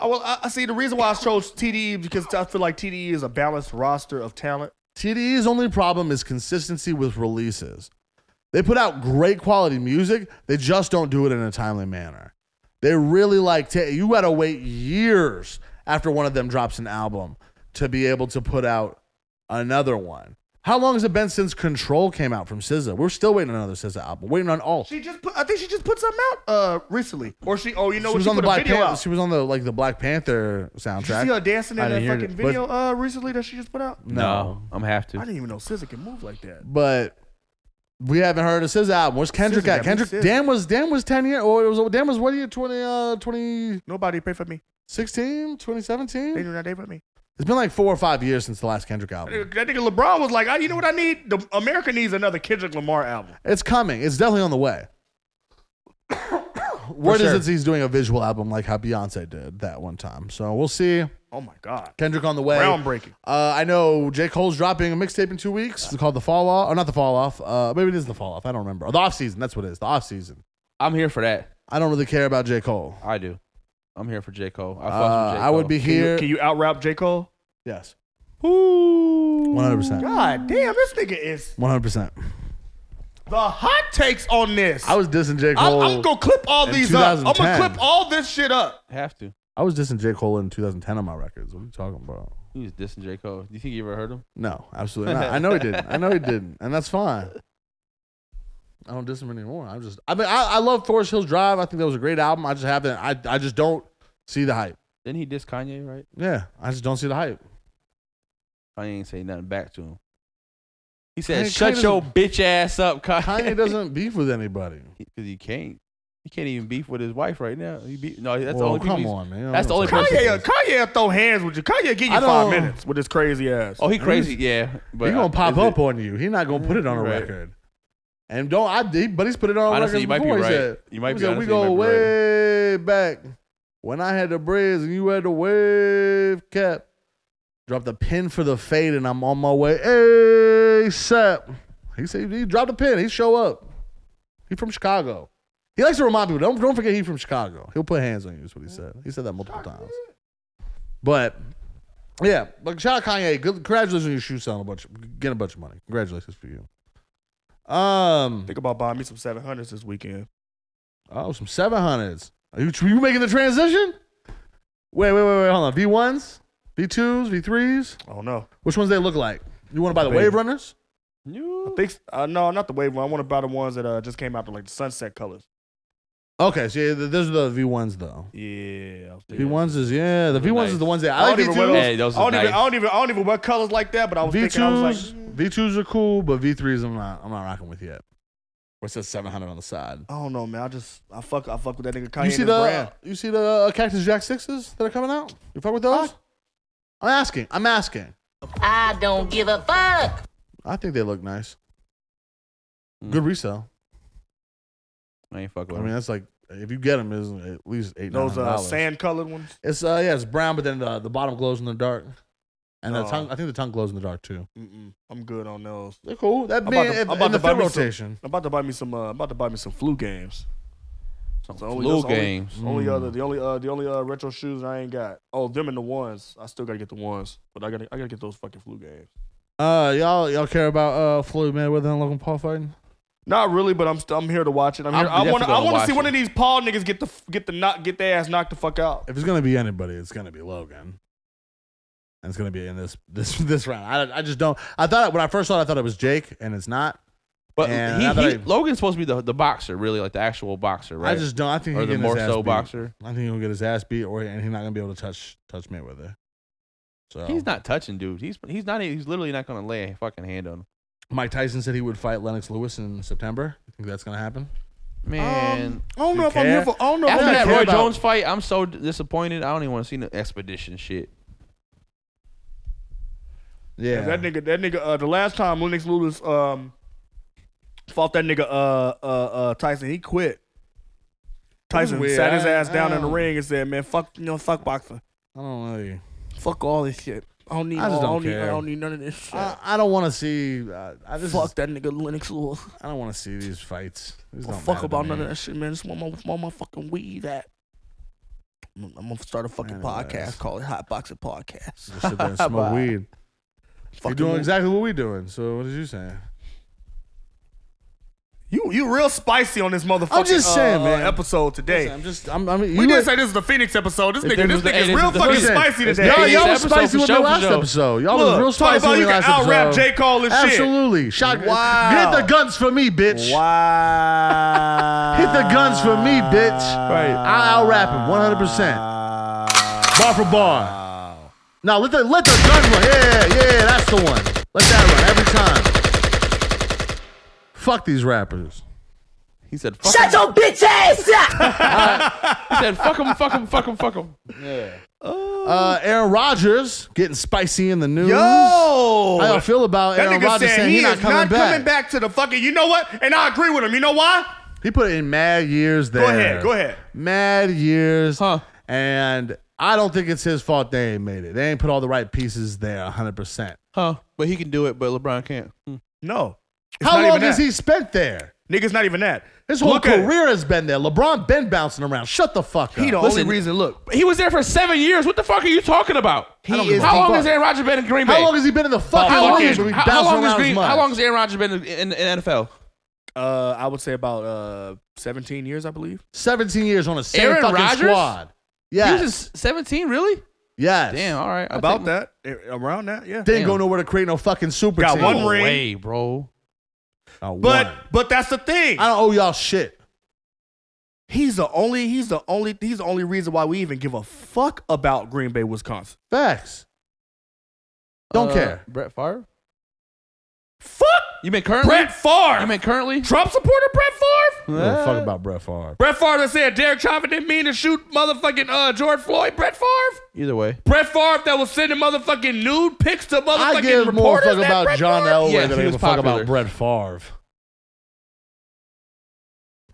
Speaker 10: Oh, well, I, I see the reason why I chose TDE because I feel like TDE is a balanced roster of talent.
Speaker 9: TDE's only problem is consistency with releases. They put out great quality music, they just don't do it in a timely manner. They really like ta- you got to wait years after one of them drops an album to be able to put out another one. How long has it been since Control came out from SZA? We're still waiting on another SZA album. Waiting on all.
Speaker 10: She just put, I think she just put something out uh recently. Or she, oh, you know
Speaker 9: she
Speaker 10: what?
Speaker 9: was
Speaker 10: She
Speaker 9: on the
Speaker 10: put a
Speaker 9: Black
Speaker 10: video
Speaker 9: Panther.
Speaker 10: out.
Speaker 9: She was on the like the Black Panther
Speaker 10: Did you
Speaker 9: soundtrack.
Speaker 10: see her dancing in that
Speaker 9: didn't hear
Speaker 10: fucking
Speaker 9: it, but-
Speaker 10: video uh recently that she just put out?
Speaker 9: No.
Speaker 11: I'm have to.
Speaker 10: I didn't even know SZA can move like that.
Speaker 9: but we haven't heard of SZA album. Where's Kendrick
Speaker 10: SZA
Speaker 9: at?
Speaker 10: got
Speaker 9: Kendrick
Speaker 10: me SZA.
Speaker 9: Dan was Dan was ten year or it was Dan was what year 20 uh 20
Speaker 10: Nobody pay for me.
Speaker 9: 16, 2017?
Speaker 10: They do not pay for me.
Speaker 9: It's been like four or five years since the last Kendrick album.
Speaker 10: That nigga LeBron was like, I, you know what I need? The America needs another Kendrick Lamar album.
Speaker 9: It's coming. It's definitely on the way.
Speaker 11: [COUGHS]
Speaker 9: Word
Speaker 10: sure.
Speaker 9: is that he's doing a visual album like how Beyonce did that one time. So we'll see.
Speaker 10: Oh my God.
Speaker 9: Kendrick on the way.
Speaker 10: Groundbreaking.
Speaker 9: Uh, I know J. Cole's dropping a mixtape in two weeks. It's called The Fall Off. Or not The Fall Off. Uh, maybe it is The Fall Off. I don't remember. Or the Off Season. That's what it is. The Off Season.
Speaker 11: I'm here for that.
Speaker 9: I don't really care about J. Cole.
Speaker 11: I do. I'm here for J. Cole. I,
Speaker 9: Uh,
Speaker 11: fucks with J.
Speaker 9: I would
Speaker 11: Cole.
Speaker 9: be
Speaker 10: Can you,
Speaker 9: here.
Speaker 10: can you out rap J. Cole?
Speaker 9: Yes.
Speaker 10: Ooh.
Speaker 9: 100%.
Speaker 10: God damn, this nigga is
Speaker 9: 100%.
Speaker 10: the hot takes on this.
Speaker 9: I was dissing J.
Speaker 10: I'm,
Speaker 9: Cole.
Speaker 10: I'm gonna clip all
Speaker 9: in
Speaker 10: these up. I'm gonna
Speaker 9: 2010.
Speaker 10: clip all this shit up.
Speaker 11: have to.
Speaker 9: I was dissing J. Cole in 2010 on my records. What are you talking about?
Speaker 11: Who's dissing J. Cole? Do you think you ever heard him?
Speaker 9: No, absolutely
Speaker 11: [LAUGHS]
Speaker 9: not. I know he didn't. I know he didn't. And that's fine. I don't diss him anymore. I'm just, I mean, I, I love Forest Hills Drive. I think that was a great album. I just haven't, I, I just don't see the hype.
Speaker 11: Didn't he diss Kanye, right?
Speaker 9: Yeah, I just don't see the hype.
Speaker 11: Kanye ain't say nothing back to him. He said,
Speaker 9: Kanye-
Speaker 11: shut
Speaker 9: Kanye
Speaker 11: your bitch ass up, Kanye. [LAUGHS]
Speaker 9: Kanye doesn't beef with anybody.
Speaker 11: Because he can't. He can't even beef with his wife right now. He beef, no, that's the
Speaker 9: Well,
Speaker 11: only people
Speaker 9: come
Speaker 11: he's-
Speaker 9: on, man. I
Speaker 11: That's
Speaker 9: don't
Speaker 11: the only
Speaker 9: know.
Speaker 11: person.
Speaker 10: Kanye, Kanye will throw hands with you. Kanye give
Speaker 9: I
Speaker 10: you five
Speaker 9: don't-
Speaker 10: minutes with his crazy ass.
Speaker 11: Oh, he crazy. Yeah. But
Speaker 9: He
Speaker 11: I-
Speaker 9: gonna pop
Speaker 11: is
Speaker 9: up
Speaker 11: it-
Speaker 9: on you. He's not gonna put it on a
Speaker 11: Right.
Speaker 9: record. And don't I? he- But he's put it on a
Speaker 11: Honestly,
Speaker 9: record
Speaker 11: you might be
Speaker 9: before. He
Speaker 11: right.
Speaker 9: said,
Speaker 11: You might
Speaker 9: he
Speaker 11: be-
Speaker 9: said, we
Speaker 11: honestly, you
Speaker 9: go
Speaker 11: might be
Speaker 9: way back when I had the braids and you had the wave cap. Drop the pin for the fade and I'm on my way ASAP. He said he dropped a pin. He show up. He from Chicago. He likes to remind people. Don't don't forget he from Chicago. He'll put hands on you. Is what he said. He said that multiple times. But yeah, but shout out Kanye. Good, congratulations on your shoe selling a bunch, getting a bunch of money. Congratulations for you. Um,
Speaker 10: Think about buying me some seven hundreds this weekend.
Speaker 9: oh, some seven hundreds. Are you, you making the transition? Wait, wait, wait, wait. Hold on. V ones, V twos, V threes.
Speaker 10: I don't know.
Speaker 9: Which ones they look like? You want to buy the
Speaker 10: Baby.
Speaker 9: wave runners?
Speaker 10: I think s- uh, no, not the wave one. I want to buy the ones that uh, just came out to like the sunset colors.
Speaker 9: Okay, so yeah, th- those are the V ones though.
Speaker 10: Yeah. I was
Speaker 9: V
Speaker 10: thinking-
Speaker 9: ones is yeah. The V ones is
Speaker 11: nice.
Speaker 9: the ones that
Speaker 10: I
Speaker 9: I like.
Speaker 10: don't
Speaker 9: V
Speaker 10: even wear those.
Speaker 9: twos.
Speaker 11: Hey, those
Speaker 10: I don't
Speaker 11: are
Speaker 10: even.
Speaker 11: nice.
Speaker 10: I don't even. I don't even wear colors like that. But I was
Speaker 9: V
Speaker 10: thinking. I was
Speaker 9: twos.
Speaker 10: like,
Speaker 9: V twos are cool, but V threes I'm not. I'm not rocking with yet. Where it says seven hundred on the side.
Speaker 10: I don't know, man. I just. I fuck. I fuck with that nigga Kanye.
Speaker 9: You see
Speaker 10: and his
Speaker 9: the
Speaker 10: brand.
Speaker 9: you see the uh, Cactus Jack sixes that are coming out. You fuck with those? I'm asking. I'm asking.
Speaker 12: I don't give a fuck.
Speaker 9: I think they look nice.
Speaker 11: Mm.
Speaker 9: Good resale.
Speaker 11: I ain't fucking
Speaker 9: I
Speaker 11: with
Speaker 9: mean,
Speaker 11: him.
Speaker 9: that's like if you get them, is at least eight
Speaker 10: Those uh,
Speaker 9: dollars.
Speaker 10: sand colored ones.
Speaker 9: It's uh yeah, it's brown, but then the, the bottom glows in the dark, and the
Speaker 10: Oh.
Speaker 9: tongue. I think the tongue glows in the dark too.
Speaker 10: Mm-mm, I'm good on those.
Speaker 9: They're cool. That
Speaker 10: I'm
Speaker 9: being
Speaker 10: about to-
Speaker 9: in,
Speaker 10: I'm about
Speaker 9: in the
Speaker 10: to buy
Speaker 9: fit
Speaker 10: me some-
Speaker 9: rotation.
Speaker 10: I'm about to buy me some. Uh, I'm about to buy me some flu games.
Speaker 11: Some
Speaker 10: It's the only-
Speaker 11: flu
Speaker 10: that's the only-
Speaker 11: games.
Speaker 10: Only
Speaker 9: Mm.
Speaker 10: other, the only uh, the only uh, retro shoes I ain't got. Oh, them and the ones. I still gotta get the ones, but I gotta I gotta get those fucking flu games.
Speaker 9: Uh, y'all y'all care about uh Floyd Mayweather and Logan Paul fighting?
Speaker 10: Not really, but I'm st- I'm here to watch it. I'm
Speaker 11: I'm
Speaker 10: here. I want
Speaker 11: definitely
Speaker 10: I
Speaker 11: gonna
Speaker 10: want to
Speaker 11: watch
Speaker 10: see one
Speaker 11: it.
Speaker 10: of these Paul niggas get the f- get the knock get their ass knocked the fuck out.
Speaker 9: If it's gonna be anybody, it's gonna be Logan. And it's gonna be in this this [LAUGHS] this round. I, I just don't. I thought when I first saw it, I thought it was Jake, and it's not.
Speaker 11: But
Speaker 9: And
Speaker 11: he,
Speaker 9: now that
Speaker 11: he-
Speaker 9: I-
Speaker 11: Logan's supposed to be the, the boxer, really, like the actual boxer, right?
Speaker 9: I just don't. I think
Speaker 11: or
Speaker 9: he's
Speaker 11: the
Speaker 9: getting
Speaker 11: more
Speaker 9: his ass
Speaker 11: so
Speaker 9: beat.
Speaker 11: boxer.
Speaker 9: I think he'll get his ass beat, or and he's not gonna be able to touch touch Mayweather. So
Speaker 11: He's not touching dudes. He's he's not. He's literally not gonna lay a fucking hand on him.
Speaker 9: Mike Tyson said he would fight Lennox Lewis in September. You think that's gonna happen?
Speaker 11: Man,
Speaker 10: Um, I don't know if I'm
Speaker 9: care?
Speaker 10: here for. oh, I don't know. If
Speaker 11: after
Speaker 9: I
Speaker 11: that
Speaker 9: care
Speaker 11: Roy
Speaker 9: about-
Speaker 11: Jones fight, I'm so d- disappointed. I don't even want to see the expedition shit.
Speaker 9: Yeah.
Speaker 10: That nigga, that nigga, uh, the last time Lennox Lewis um, fought that nigga uh, uh, uh, Tyson, he quit. Tyson
Speaker 9: weird.
Speaker 10: sat his
Speaker 9: I-
Speaker 10: ass
Speaker 9: I
Speaker 10: down in the
Speaker 9: don't-
Speaker 10: ring and said, man, fuck, you know, fuck boxing.
Speaker 9: I don't know you.
Speaker 10: Fuck all this shit. I don't need,
Speaker 9: I
Speaker 10: I
Speaker 9: just
Speaker 10: I
Speaker 9: don't
Speaker 10: don't, need, I
Speaker 9: care.
Speaker 10: don't need none of this shit.
Speaker 9: I, I don't want to see. I, I just
Speaker 10: fuck that nigga Lennox Lewis.
Speaker 9: I don't want to see these fights. These
Speaker 10: Don't
Speaker 9: don't
Speaker 10: fuck
Speaker 9: matter to
Speaker 10: about
Speaker 9: me.
Speaker 10: none of that shit, man. Just want my, want my fucking weed at. I'm, I'm gonna start a fucking
Speaker 9: Anyways.
Speaker 10: podcast called Hot Boxing Podcast. [LAUGHS]
Speaker 9: Just sit there and smoke
Speaker 10: Bye.
Speaker 9: weed. You're
Speaker 10: Fucking
Speaker 9: doing
Speaker 10: weed.
Speaker 9: exactly what we're doing. So what are you saying?
Speaker 10: You you real spicy on this motherfucking
Speaker 9: I'm just saying,
Speaker 10: uh,
Speaker 9: man.
Speaker 10: episode today.
Speaker 9: Listen, I'm just. I'm. I mean,
Speaker 10: we
Speaker 9: you
Speaker 10: did
Speaker 9: were-
Speaker 10: say this is the Phoenix episode. This
Speaker 9: If
Speaker 10: nigga,
Speaker 9: this
Speaker 10: this
Speaker 9: was the-
Speaker 10: nigga is
Speaker 9: hey,
Speaker 10: real
Speaker 9: this is the
Speaker 10: fucking
Speaker 9: Phoenix
Speaker 10: spicy
Speaker 9: episode.
Speaker 10: today.
Speaker 9: Y'all- y'all was
Speaker 10: Phoenix episode
Speaker 9: spicy
Speaker 10: for
Speaker 9: with me
Speaker 10: sure, for
Speaker 9: last
Speaker 10: sure.
Speaker 9: episode. Y'all was
Speaker 10: Look,
Speaker 9: real spicy
Speaker 10: Talk about
Speaker 9: with
Speaker 10: you
Speaker 9: me
Speaker 10: can
Speaker 9: last
Speaker 10: out rap
Speaker 9: episode.
Speaker 10: J Cole and shit.
Speaker 9: Absolutely. Shot.
Speaker 10: Wow.
Speaker 9: Hit the guns for me, bitch.
Speaker 10: Wow.
Speaker 9: Hit the guns for me, bitch.
Speaker 10: Right.
Speaker 9: I'll rap him 100. percent Bar for bar. Now let the let the gun run. Yeah, yeah, that's the one. Let that run every time. Fuck these rappers.
Speaker 11: He said, fuck
Speaker 12: Shut your bitch ass up!
Speaker 11: He said, fuck him, fuck him, fuck him, fuck him.
Speaker 9: Uh, Aaron Rodgers getting spicy in the news.
Speaker 10: Yo!
Speaker 9: how y'all feel about
Speaker 10: That
Speaker 9: Aaron
Speaker 10: nigga
Speaker 9: Rodgers
Speaker 10: said
Speaker 9: saying
Speaker 10: he
Speaker 9: he's not
Speaker 10: is
Speaker 9: coming
Speaker 10: not
Speaker 9: back?
Speaker 10: coming back to the fucking. You know what? And I agree with him. You know why?
Speaker 9: He put in mad years there.
Speaker 10: ahead, go ahead.
Speaker 9: Mad years. Huh. And I don't think it's his fault they ain't made it. They ain't put all the right pieces there 100%.
Speaker 11: Huh? But he can do it, but LeBron can't. Hmm.
Speaker 10: No. It's
Speaker 9: How
Speaker 10: not
Speaker 9: long
Speaker 10: even
Speaker 9: has
Speaker 10: that.
Speaker 9: he spent there?
Speaker 10: Nigga's not even that.
Speaker 9: His whole
Speaker 10: Look at it.
Speaker 9: career has been there. LeBron been bouncing around. Shut the fuck up.
Speaker 10: He the
Speaker 11: Listen,
Speaker 10: only reason. Look,
Speaker 11: He was there for seven years. What the fuck are you talking about?
Speaker 10: He
Speaker 9: don't give
Speaker 10: is
Speaker 9: a
Speaker 11: How
Speaker 9: fuck.
Speaker 11: long has Aaron Rodgers been in Green Bay?
Speaker 9: How long has he been in the fucking
Speaker 11: How long
Speaker 9: league?
Speaker 11: is-
Speaker 9: where he
Speaker 11: how- how
Speaker 9: bouncing
Speaker 11: long is
Speaker 9: around as
Speaker 11: Green-
Speaker 9: much?
Speaker 11: how long has Aaron Rodgers been in, in, in NFL?
Speaker 10: uh, I would say about uh, 17 years, I believe.
Speaker 9: 17 years on a same
Speaker 11: Aaron
Speaker 9: fucking
Speaker 11: Rodgers?
Speaker 9: squad.
Speaker 11: He
Speaker 9: Yes.
Speaker 11: was just 17, really?
Speaker 9: yes.
Speaker 11: Damn, all right. I'll
Speaker 10: About
Speaker 11: take-
Speaker 10: that, a- around that, yeah.
Speaker 9: Didn't go
Speaker 11: Damn.
Speaker 9: nowhere to create no fucking super
Speaker 10: Got
Speaker 9: team.
Speaker 10: one
Speaker 11: No
Speaker 10: ring.
Speaker 11: way, bro.
Speaker 9: Not
Speaker 10: But
Speaker 9: one.
Speaker 10: but that's the thing.
Speaker 9: I don't owe y'all shit.
Speaker 10: He's the only. He's the only. He's the only reason why we even give a fuck about Green Bay, Wisconsin.
Speaker 9: Facts. Don't
Speaker 11: Uh,
Speaker 9: care.
Speaker 11: Brett Favre?
Speaker 10: Fuck
Speaker 11: You mean currently?
Speaker 10: Brett Favre.
Speaker 11: You mean currently?
Speaker 10: Trump supporter Brett Favre.
Speaker 9: Give a fuck about Brett Favre.
Speaker 10: Uh, Brett Favre that said Derek Chauvin didn't mean to shoot motherfucking uh, George Floyd. Brett Favre.
Speaker 11: Either way.
Speaker 10: Brett Favre that was sending motherfucking nude pics to motherfucking
Speaker 9: I give more
Speaker 10: reporters.
Speaker 9: fuck
Speaker 10: that
Speaker 9: about
Speaker 10: Brett
Speaker 9: John
Speaker 10: Favre?
Speaker 9: Elway
Speaker 11: Yes,
Speaker 9: than
Speaker 11: he
Speaker 9: I give a
Speaker 11: was
Speaker 9: fuck
Speaker 11: popular.
Speaker 9: about Brett Favre.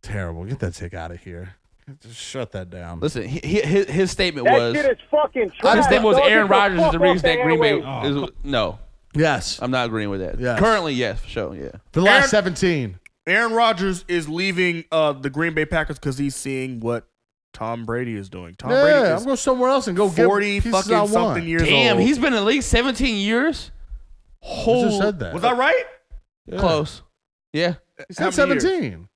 Speaker 9: Terrible. Get that tick out of here. Just shut that down.
Speaker 11: Listen, he, he, his, his statement was
Speaker 13: fucking
Speaker 11: his statement was Aaron Rodgers is the reason that Green Bay
Speaker 9: airwaves.
Speaker 10: Oh.
Speaker 11: is- no.
Speaker 9: yes.
Speaker 11: I'm not agreeing with that.
Speaker 9: Yes.
Speaker 11: Currently, yes, for sure. Yeah.
Speaker 9: Um, The last
Speaker 10: Aaron-
Speaker 9: 17.
Speaker 10: Aaron Rodgers is leaving uh, the Green Bay Packers because he's seeing what Tom Brady is doing. Tom Brady
Speaker 9: Yeah,
Speaker 10: is
Speaker 9: I'm going somewhere else and go get
Speaker 10: 40
Speaker 9: pieces
Speaker 10: fucking
Speaker 9: I want.
Speaker 10: something years
Speaker 11: Damn,
Speaker 10: old.
Speaker 11: he's been in the league 17 years.
Speaker 9: I
Speaker 11: Whole
Speaker 9: just said that.
Speaker 10: was I right?
Speaker 9: Yeah.
Speaker 11: close. Yeah.
Speaker 9: He
Speaker 10: How
Speaker 9: said
Speaker 10: many years?
Speaker 9: 17.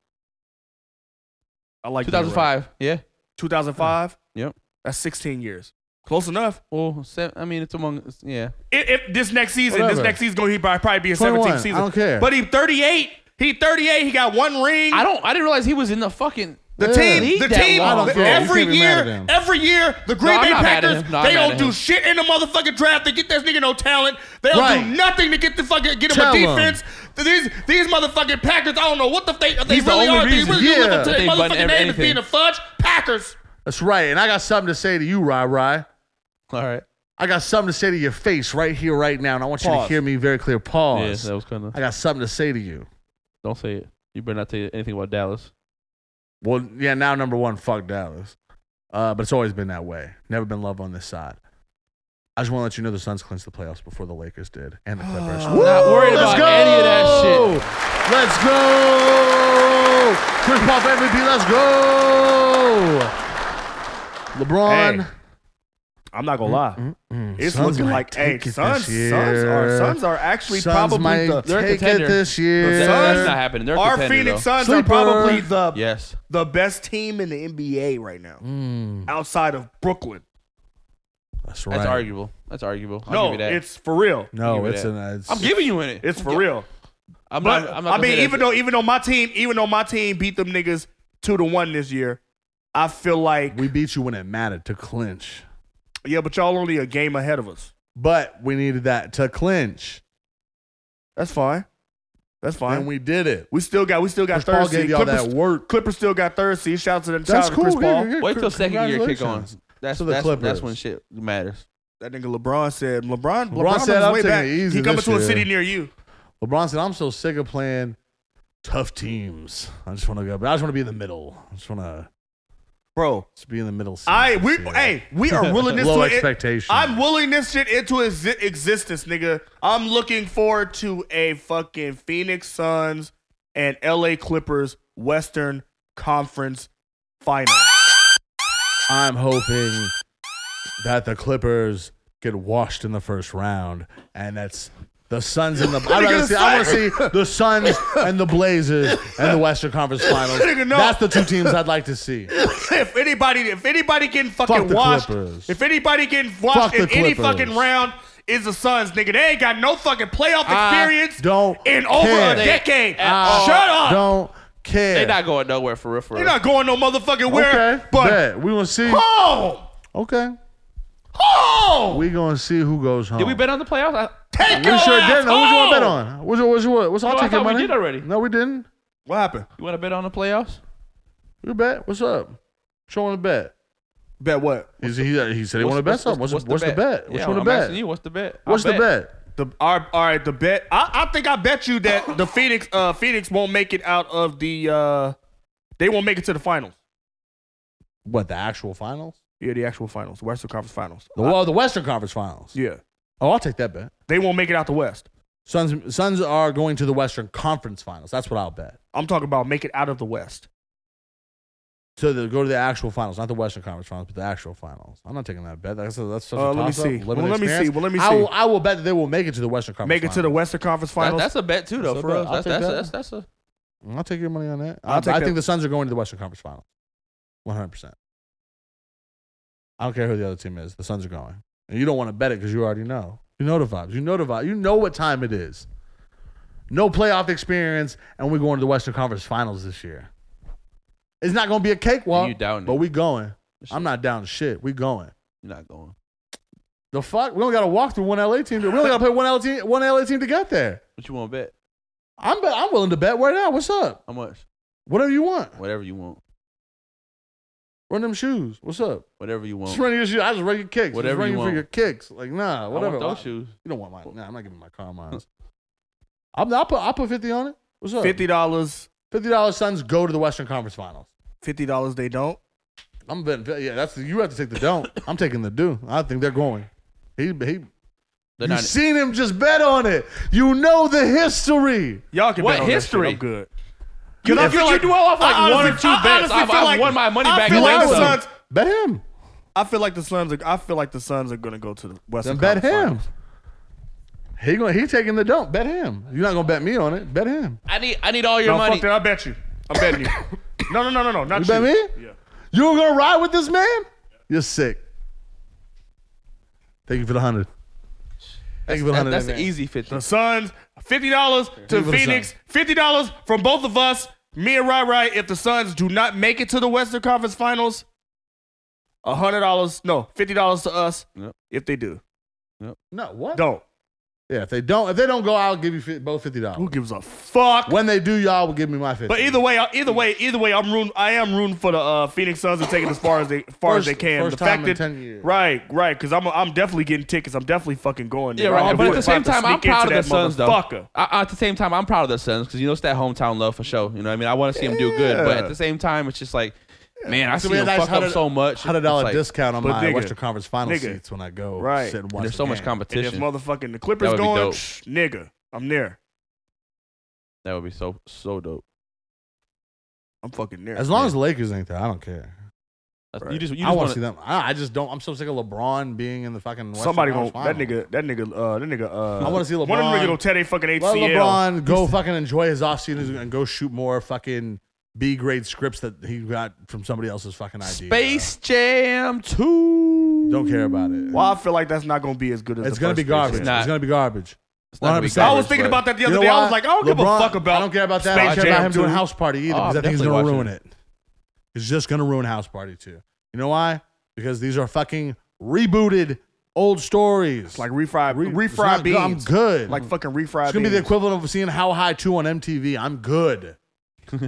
Speaker 10: I like being right.
Speaker 11: 2005. Yeah.
Speaker 10: 2005.
Speaker 11: Yep.
Speaker 10: That's 16 years. Close enough.
Speaker 11: Well, se- I mean, it's among. it's- Yeah.
Speaker 10: If, if this next season,
Speaker 9: Whatever.
Speaker 10: this next season going to probably be a
Speaker 9: 21,
Speaker 10: 17
Speaker 9: I
Speaker 10: season.
Speaker 9: don't care.
Speaker 10: But he 38. He 38. He got one ring.
Speaker 11: I don't. I didn't realize he was in the fucking.
Speaker 10: the
Speaker 9: Yeah.
Speaker 10: team,
Speaker 11: League
Speaker 10: the
Speaker 11: that
Speaker 10: team,
Speaker 11: long. I don't
Speaker 10: the-
Speaker 9: care. You
Speaker 10: every
Speaker 9: can't be mad at
Speaker 10: year,
Speaker 9: him.
Speaker 10: every year, the Green
Speaker 11: I'm
Speaker 10: Bay
Speaker 11: not mad at
Speaker 10: Packers,
Speaker 11: him. No, I'm
Speaker 10: they
Speaker 11: mad
Speaker 10: don't
Speaker 11: at
Speaker 10: do
Speaker 11: him.
Speaker 10: shit in the motherfucking draft to get this nigga no talent. They don't
Speaker 9: Right.
Speaker 10: do nothing to get the fucking get him
Speaker 9: Tell
Speaker 10: a
Speaker 9: 'em.
Speaker 10: defense. These these motherfucking Packers, I don't know what the they, they
Speaker 11: He's the
Speaker 10: really
Speaker 11: only
Speaker 10: are.
Speaker 11: reason.
Speaker 10: They really do
Speaker 9: Yeah.
Speaker 10: live up to their
Speaker 11: They've done
Speaker 10: motherfucking name as
Speaker 11: everything.
Speaker 10: being the fudge Packers.
Speaker 9: That's right. And I got something to say to you, Rai Rai.
Speaker 11: All right.
Speaker 9: I got something to say to your face right here, right now. And I want you to
Speaker 10: Pause.
Speaker 9: hear me very clear. Pause.
Speaker 11: Yeah, that was kind of.
Speaker 9: I got something to say to you.
Speaker 11: Don't say it. You better not say anything about Dallas.
Speaker 9: Well, yeah, now number one, fuck Dallas. Uh, but it's always been that way. Never been love on this side. I just want to let you know the Suns clinched the playoffs before the Lakers did and the Clippers.
Speaker 11: I'm not worried
Speaker 9: Let's
Speaker 11: about
Speaker 9: go!
Speaker 11: any of that shit.
Speaker 9: Let's go! Chris Paul for MVP. Let's go! LeBron.
Speaker 10: Hey, I'm not gonna lie.
Speaker 9: Mm,
Speaker 10: It's
Speaker 9: Suns
Speaker 10: looking
Speaker 9: might
Speaker 10: like hey,
Speaker 9: take it
Speaker 10: Suns,
Speaker 9: this year.
Speaker 10: Suns are Suns are actually
Speaker 9: Suns
Speaker 10: probably
Speaker 9: might
Speaker 10: the
Speaker 11: They're a
Speaker 9: take it
Speaker 11: contender.
Speaker 9: this year.
Speaker 11: They're-
Speaker 10: Suns,
Speaker 11: that's not happening. They're a
Speaker 10: our
Speaker 11: contender,
Speaker 10: Phoenix
Speaker 11: though.
Speaker 10: Suns
Speaker 9: Sleeper.
Speaker 10: are probably the
Speaker 11: Yes.
Speaker 10: the best team in the NBA right now,
Speaker 9: Mm,
Speaker 10: outside of Brooklyn.
Speaker 9: that's right.
Speaker 11: That's arguable. That's arguable. I'll
Speaker 10: no,
Speaker 11: give you that.
Speaker 10: it's
Speaker 11: [LAUGHS]
Speaker 10: for real.
Speaker 9: No,
Speaker 11: Give me
Speaker 9: it's
Speaker 11: that.
Speaker 9: an. It's,
Speaker 11: I'm giving you in it.
Speaker 10: It's for real.
Speaker 11: I'm
Speaker 10: But
Speaker 11: not. I'm not
Speaker 10: I
Speaker 11: gonna say
Speaker 10: mean,
Speaker 11: that.
Speaker 10: even though even though my team even though my team beat them niggas two to one this year, I feel like
Speaker 9: we beat you when it mattered to clinch.
Speaker 10: yeah, but y'all only a game ahead of us.
Speaker 9: But we needed that to clinch.
Speaker 10: That's fine. That's fine.
Speaker 9: And
Speaker 10: We,
Speaker 9: we did it.
Speaker 10: we still got we still got
Speaker 9: Chris Paul
Speaker 10: third
Speaker 9: gave
Speaker 10: seed.
Speaker 9: y'all
Speaker 10: Clippers,
Speaker 9: that work.
Speaker 10: Clippers still got third seed. Shout out to them. Shout out to Chris Paul.
Speaker 11: wait till second year kick on. That's
Speaker 9: To the
Speaker 11: that's, that's
Speaker 9: Clippers.
Speaker 11: when shit matters.
Speaker 10: That nigga LeBron said. LeBron. LeBron,
Speaker 9: LeBron said,
Speaker 10: was
Speaker 9: "I'm
Speaker 10: way
Speaker 9: taking
Speaker 10: back.
Speaker 9: it easy
Speaker 10: He coming
Speaker 9: this
Speaker 10: to a
Speaker 9: year."
Speaker 10: city near you.
Speaker 9: LeBron said, "I'm so sick of playing tough teams. I just want to go. But I just want to be in the middle. I just want to,
Speaker 10: bro,
Speaker 9: just be in the middle." seat
Speaker 10: I we
Speaker 9: this year."
Speaker 10: hey we are willing this
Speaker 9: low
Speaker 10: to
Speaker 9: expectations.
Speaker 10: I'm willing this shit into exi- existence, nigga. I'm looking forward to a fucking Phoenix Suns and L.A. Clippers Western Conference final.
Speaker 9: I'm hoping that the Clippers get washed in the first round, and that's the
Speaker 10: [LAUGHS]
Speaker 9: Suns and the. I'd rather see, I want to see the Suns and the Blazers and the
Speaker 10: [LAUGHS]
Speaker 9: Western Conference Finals.
Speaker 10: Nigga, no.
Speaker 9: That's the two teams I'd like to see.
Speaker 10: [LAUGHS] if anybody, if anybody getting fucking
Speaker 9: the
Speaker 10: washed,
Speaker 9: Clippers.
Speaker 10: if anybody getting washed
Speaker 9: Fuck the
Speaker 10: in any
Speaker 9: Clippers.
Speaker 10: fucking round is the Suns, nigga. They ain't got no fucking playoff
Speaker 11: I
Speaker 10: experience
Speaker 9: don't
Speaker 10: in over
Speaker 11: Ah, care.
Speaker 10: a decade.
Speaker 11: They- I
Speaker 10: Shut up.
Speaker 9: Don't care.
Speaker 11: They're not going nowhere for real. For
Speaker 10: You're
Speaker 11: real.
Speaker 10: not going no motherfucking where.
Speaker 9: okay,
Speaker 10: but
Speaker 9: bet. we gonna see.
Speaker 10: home,
Speaker 9: Okay,
Speaker 10: home.
Speaker 9: we gonna see who goes home.
Speaker 11: Did we bet on the playoffs? I,
Speaker 10: Take
Speaker 9: We
Speaker 10: your
Speaker 9: sure
Speaker 10: ass
Speaker 9: didn't. Who'd you want to bet
Speaker 10: home.
Speaker 9: on? What's your, what's your, what's our
Speaker 11: No, I
Speaker 9: ticket
Speaker 11: thought we
Speaker 9: money?
Speaker 11: did already.
Speaker 9: No, we didn't.
Speaker 10: What happened?
Speaker 11: You want to bet on the playoffs?
Speaker 9: We bet. What's up? Showing a bet.
Speaker 10: Bet what?
Speaker 9: He's, he, uh, he said he
Speaker 11: What's-
Speaker 9: wanted to bet
Speaker 11: what's-
Speaker 9: something. What's, what's, the bet? What
Speaker 11: Yeah,
Speaker 9: you want
Speaker 11: I'm
Speaker 9: to bet?
Speaker 11: asking you. What's the bet? I
Speaker 9: What's the bet?
Speaker 10: The our, all right, the bet. I, I think I bet you that the Phoenix uh Phoenix won't make it out of the uh they won't make it to the finals.
Speaker 9: What the actual finals?
Speaker 10: Yeah, the actual finals, Western Conference Finals.
Speaker 9: The well, the Western Conference Finals.
Speaker 10: Yeah,
Speaker 9: Oh, I'll take that bet.
Speaker 10: they won't make it out the West.
Speaker 9: Suns Suns are going to the Western Conference Finals. That's what I'll bet.
Speaker 10: I'm talking about make it out of the West.
Speaker 9: So they go to the actual finals, not the Western Conference Finals, but the actual finals. I'm not taking that bet. That's that's such
Speaker 10: Uh,
Speaker 9: a
Speaker 10: let me
Speaker 9: toss-up.
Speaker 10: see.
Speaker 9: Limited
Speaker 10: Well, let me see.
Speaker 9: experience.
Speaker 10: Well, let me
Speaker 9: I
Speaker 10: see.
Speaker 9: will, I will bet that they will make it to the Western Conference.
Speaker 10: Make it to the
Speaker 9: Finals.
Speaker 10: Western Conference
Speaker 11: That,
Speaker 10: Finals.
Speaker 11: that's a bet too, though.
Speaker 9: That's a
Speaker 11: for
Speaker 9: bet.
Speaker 11: real,
Speaker 9: I'll
Speaker 11: that's
Speaker 9: take
Speaker 11: that's,
Speaker 9: that.
Speaker 11: that's that's a.
Speaker 9: I'll take your money on that.
Speaker 10: I'll
Speaker 9: I,
Speaker 10: take
Speaker 9: I
Speaker 10: that.
Speaker 9: think the Suns are going to the Western Conference Finals. 100. percent I don't care who the other team is. The Suns are going, and you don't want to bet it because you already know. You know the vibes. You know the vibe. You know what time it is. No playoff experience, and we're going to the Western Conference Finals this year. It's not going to be a cakewalk.
Speaker 11: You down it.
Speaker 9: But we going. I'm not down to shit. We going.
Speaker 11: You're not going.
Speaker 9: The fuck? We only got to walk through one LA team. To, we only got to play one LA team. One LA team to get there.
Speaker 11: What you want to bet?
Speaker 9: I'm bet, I'm willing to bet right now. What's up?
Speaker 11: How much?
Speaker 9: Whatever you want.
Speaker 11: Whatever you want.
Speaker 9: Run them shoes. What's up?
Speaker 11: Whatever you want.
Speaker 9: Just run your shoes. I just run your kicks.
Speaker 11: Oh. Whatever
Speaker 9: just run
Speaker 11: you
Speaker 9: for
Speaker 11: want.
Speaker 9: your kicks. Like nah,
Speaker 11: I
Speaker 9: whatever.
Speaker 11: want those shoes.
Speaker 9: You don't want mine. Nah, I'm not giving my car
Speaker 11: [LAUGHS]
Speaker 9: mine. I'm, I'll put I'll put fifty on it. What's up?
Speaker 10: Fifty dollars.
Speaker 9: Fifty dollars. Suns go to the Western Conference Finals.
Speaker 10: Fifty dollars. They don't.
Speaker 9: I'm betting. Yeah, that's you have to take the
Speaker 11: [COUGHS]
Speaker 9: don't. I'm taking the do. I think they're going. He he.
Speaker 11: They're
Speaker 9: you
Speaker 11: not-
Speaker 9: seen him just bet on it. You know the history.
Speaker 10: Y'all can
Speaker 11: What
Speaker 10: bet on that shit.
Speaker 11: history?
Speaker 10: I'm good.
Speaker 11: Because I feel like you dwell off like
Speaker 10: I
Speaker 11: one or
Speaker 10: honestly-
Speaker 11: two
Speaker 10: I
Speaker 11: bets.
Speaker 10: honestly
Speaker 11: I've,
Speaker 10: feel
Speaker 11: I've
Speaker 10: like-
Speaker 11: won my money
Speaker 10: I
Speaker 11: back.
Speaker 10: feel like
Speaker 11: later.
Speaker 10: the Suns.
Speaker 9: Bet him.
Speaker 10: I feel like the Suns. Are, I feel like the Suns are gonna go to the Western.
Speaker 9: Then bet
Speaker 10: Conference
Speaker 9: him.
Speaker 10: Finals.
Speaker 9: He going he taking the don't. Bet him. You're not gonna bet me on it. Bet him.
Speaker 11: I need I need all your
Speaker 10: No,
Speaker 11: money.
Speaker 10: fuck that. I bet you. I'm betting you.
Speaker 9: [COUGHS]
Speaker 10: No, no, no, no, no. Not
Speaker 9: You bet me?
Speaker 10: Yeah.
Speaker 9: You were gonna ride with this man? You're sick. Thank you for the hundred. Thank you for the
Speaker 11: That-
Speaker 9: hundred.
Speaker 11: that's an
Speaker 9: man.
Speaker 11: easy fifty.
Speaker 10: The Suns, fifty dollars to
Speaker 9: Give it a
Speaker 10: Phoenix,
Speaker 9: shot.
Speaker 10: fifty dollars from both of us, me and Rai Rai. If the Suns do not make it to the Western Conference Finals, hundred dollars, no, fifty dollars to us.
Speaker 11: Yep.
Speaker 10: If they do,
Speaker 11: e-
Speaker 9: No, what?
Speaker 10: don't.
Speaker 9: Yeah, if they don't, if they don't go, I'll give you fi- both fifty
Speaker 10: Who
Speaker 9: dollars.
Speaker 10: gives a fuck?
Speaker 9: When they do, y'all will give me my fifty.
Speaker 10: But either way, I- either way, either way, I'm rooting. I am rooting for the uh, Phoenix Suns to take it as far as they, as far as they
Speaker 9: First-
Speaker 10: can.
Speaker 9: first
Speaker 10: the
Speaker 9: time
Speaker 10: fact
Speaker 9: in
Speaker 10: that,
Speaker 9: 10 years.
Speaker 10: right, right, because I'm, I'm definitely getting tickets. I'm definitely fucking going.
Speaker 11: Yeah,
Speaker 10: there.
Speaker 11: right.
Speaker 10: I'm
Speaker 11: But at
Speaker 10: gonna
Speaker 11: the same
Speaker 10: have to
Speaker 11: time, I'm
Speaker 10: sneak into
Speaker 11: proud of the
Speaker 10: that
Speaker 11: Suns, though.
Speaker 10: motherfucker.
Speaker 11: I, at the same time, I'm proud of the Suns because you know it's that hometown love for sure. You know, what I mean, I want to see them do good, but at the same time, it's just like, man, I
Speaker 9: It's
Speaker 11: see
Speaker 9: gonna be a
Speaker 11: them
Speaker 9: nice
Speaker 11: fuck up so much.
Speaker 9: hundred
Speaker 11: It's
Speaker 9: dollar
Speaker 11: like-
Speaker 9: discount on
Speaker 10: But
Speaker 9: my
Speaker 10: nigga,
Speaker 9: Western Conference Final
Speaker 10: nigga,
Speaker 9: seats when I go
Speaker 10: right.
Speaker 9: sit and watch.
Speaker 11: There's
Speaker 9: the
Speaker 11: so much
Speaker 9: game.
Speaker 10: And if
Speaker 11: competition.
Speaker 10: motherfucking the Clippers
Speaker 11: That would be
Speaker 10: going,
Speaker 11: dope.
Speaker 10: psh, nigga, I'm there.
Speaker 11: That would be so so dope.
Speaker 10: I'm fucking there.
Speaker 9: As long
Speaker 10: man.
Speaker 9: as the Lakers ain't there, I don't care.
Speaker 11: That's-
Speaker 10: Right.
Speaker 11: You just you just
Speaker 9: I want
Speaker 11: want
Speaker 9: to see them. I, I just don't. I'm so sick of LeBron being in the fucking. Western
Speaker 10: somebody gonna
Speaker 9: Conference
Speaker 10: that
Speaker 9: Finals.
Speaker 10: nigga that nigga uh that nigga uh
Speaker 9: I wanna see
Speaker 10: One of them
Speaker 9: LeBron.
Speaker 10: nigga gonna tear they fucking
Speaker 9: Let
Speaker 10: ACL.
Speaker 9: LeBron go fucking enjoy his offseason and go shoot more fucking B grade scripts that he got from somebody else's fucking idea.
Speaker 11: Space Jam Two.
Speaker 9: Don't care about it.
Speaker 10: Well, I feel like that's not gonna be as good as
Speaker 9: It's
Speaker 10: the
Speaker 9: gonna be
Speaker 10: first Space
Speaker 9: garbage.
Speaker 10: Jam.
Speaker 9: It's,
Speaker 11: It's not.
Speaker 9: gonna be garbage.
Speaker 11: It's not gonna be
Speaker 9: 100%.
Speaker 10: I
Speaker 11: garbage,
Speaker 10: was thinking
Speaker 11: but-
Speaker 10: about that the
Speaker 9: You
Speaker 10: other
Speaker 9: know
Speaker 10: day. I was
Speaker 9: why?
Speaker 10: like, I don't give a
Speaker 9: LeBron-
Speaker 10: fuck about.
Speaker 9: I don't care about that. I
Speaker 11: Space
Speaker 9: don't care about
Speaker 11: Jam
Speaker 9: him doing
Speaker 11: 2.
Speaker 9: House Party either
Speaker 11: Oh,
Speaker 9: because I
Speaker 11: I'm
Speaker 9: think he's
Speaker 11: definitely
Speaker 9: gonna
Speaker 11: watching
Speaker 9: ruin it. He's just gonna ruin House Party too. You know why? Because these are fucking rebooted old stories.
Speaker 10: It's like refried,
Speaker 9: Re- it's
Speaker 10: refried
Speaker 9: not good.
Speaker 10: beans.
Speaker 9: I'm good.
Speaker 10: Like fucking refried.
Speaker 9: it's gonna be the
Speaker 10: beans. [LAUGHS]
Speaker 9: equivalent of seeing How High Two on MTV. I'm good. With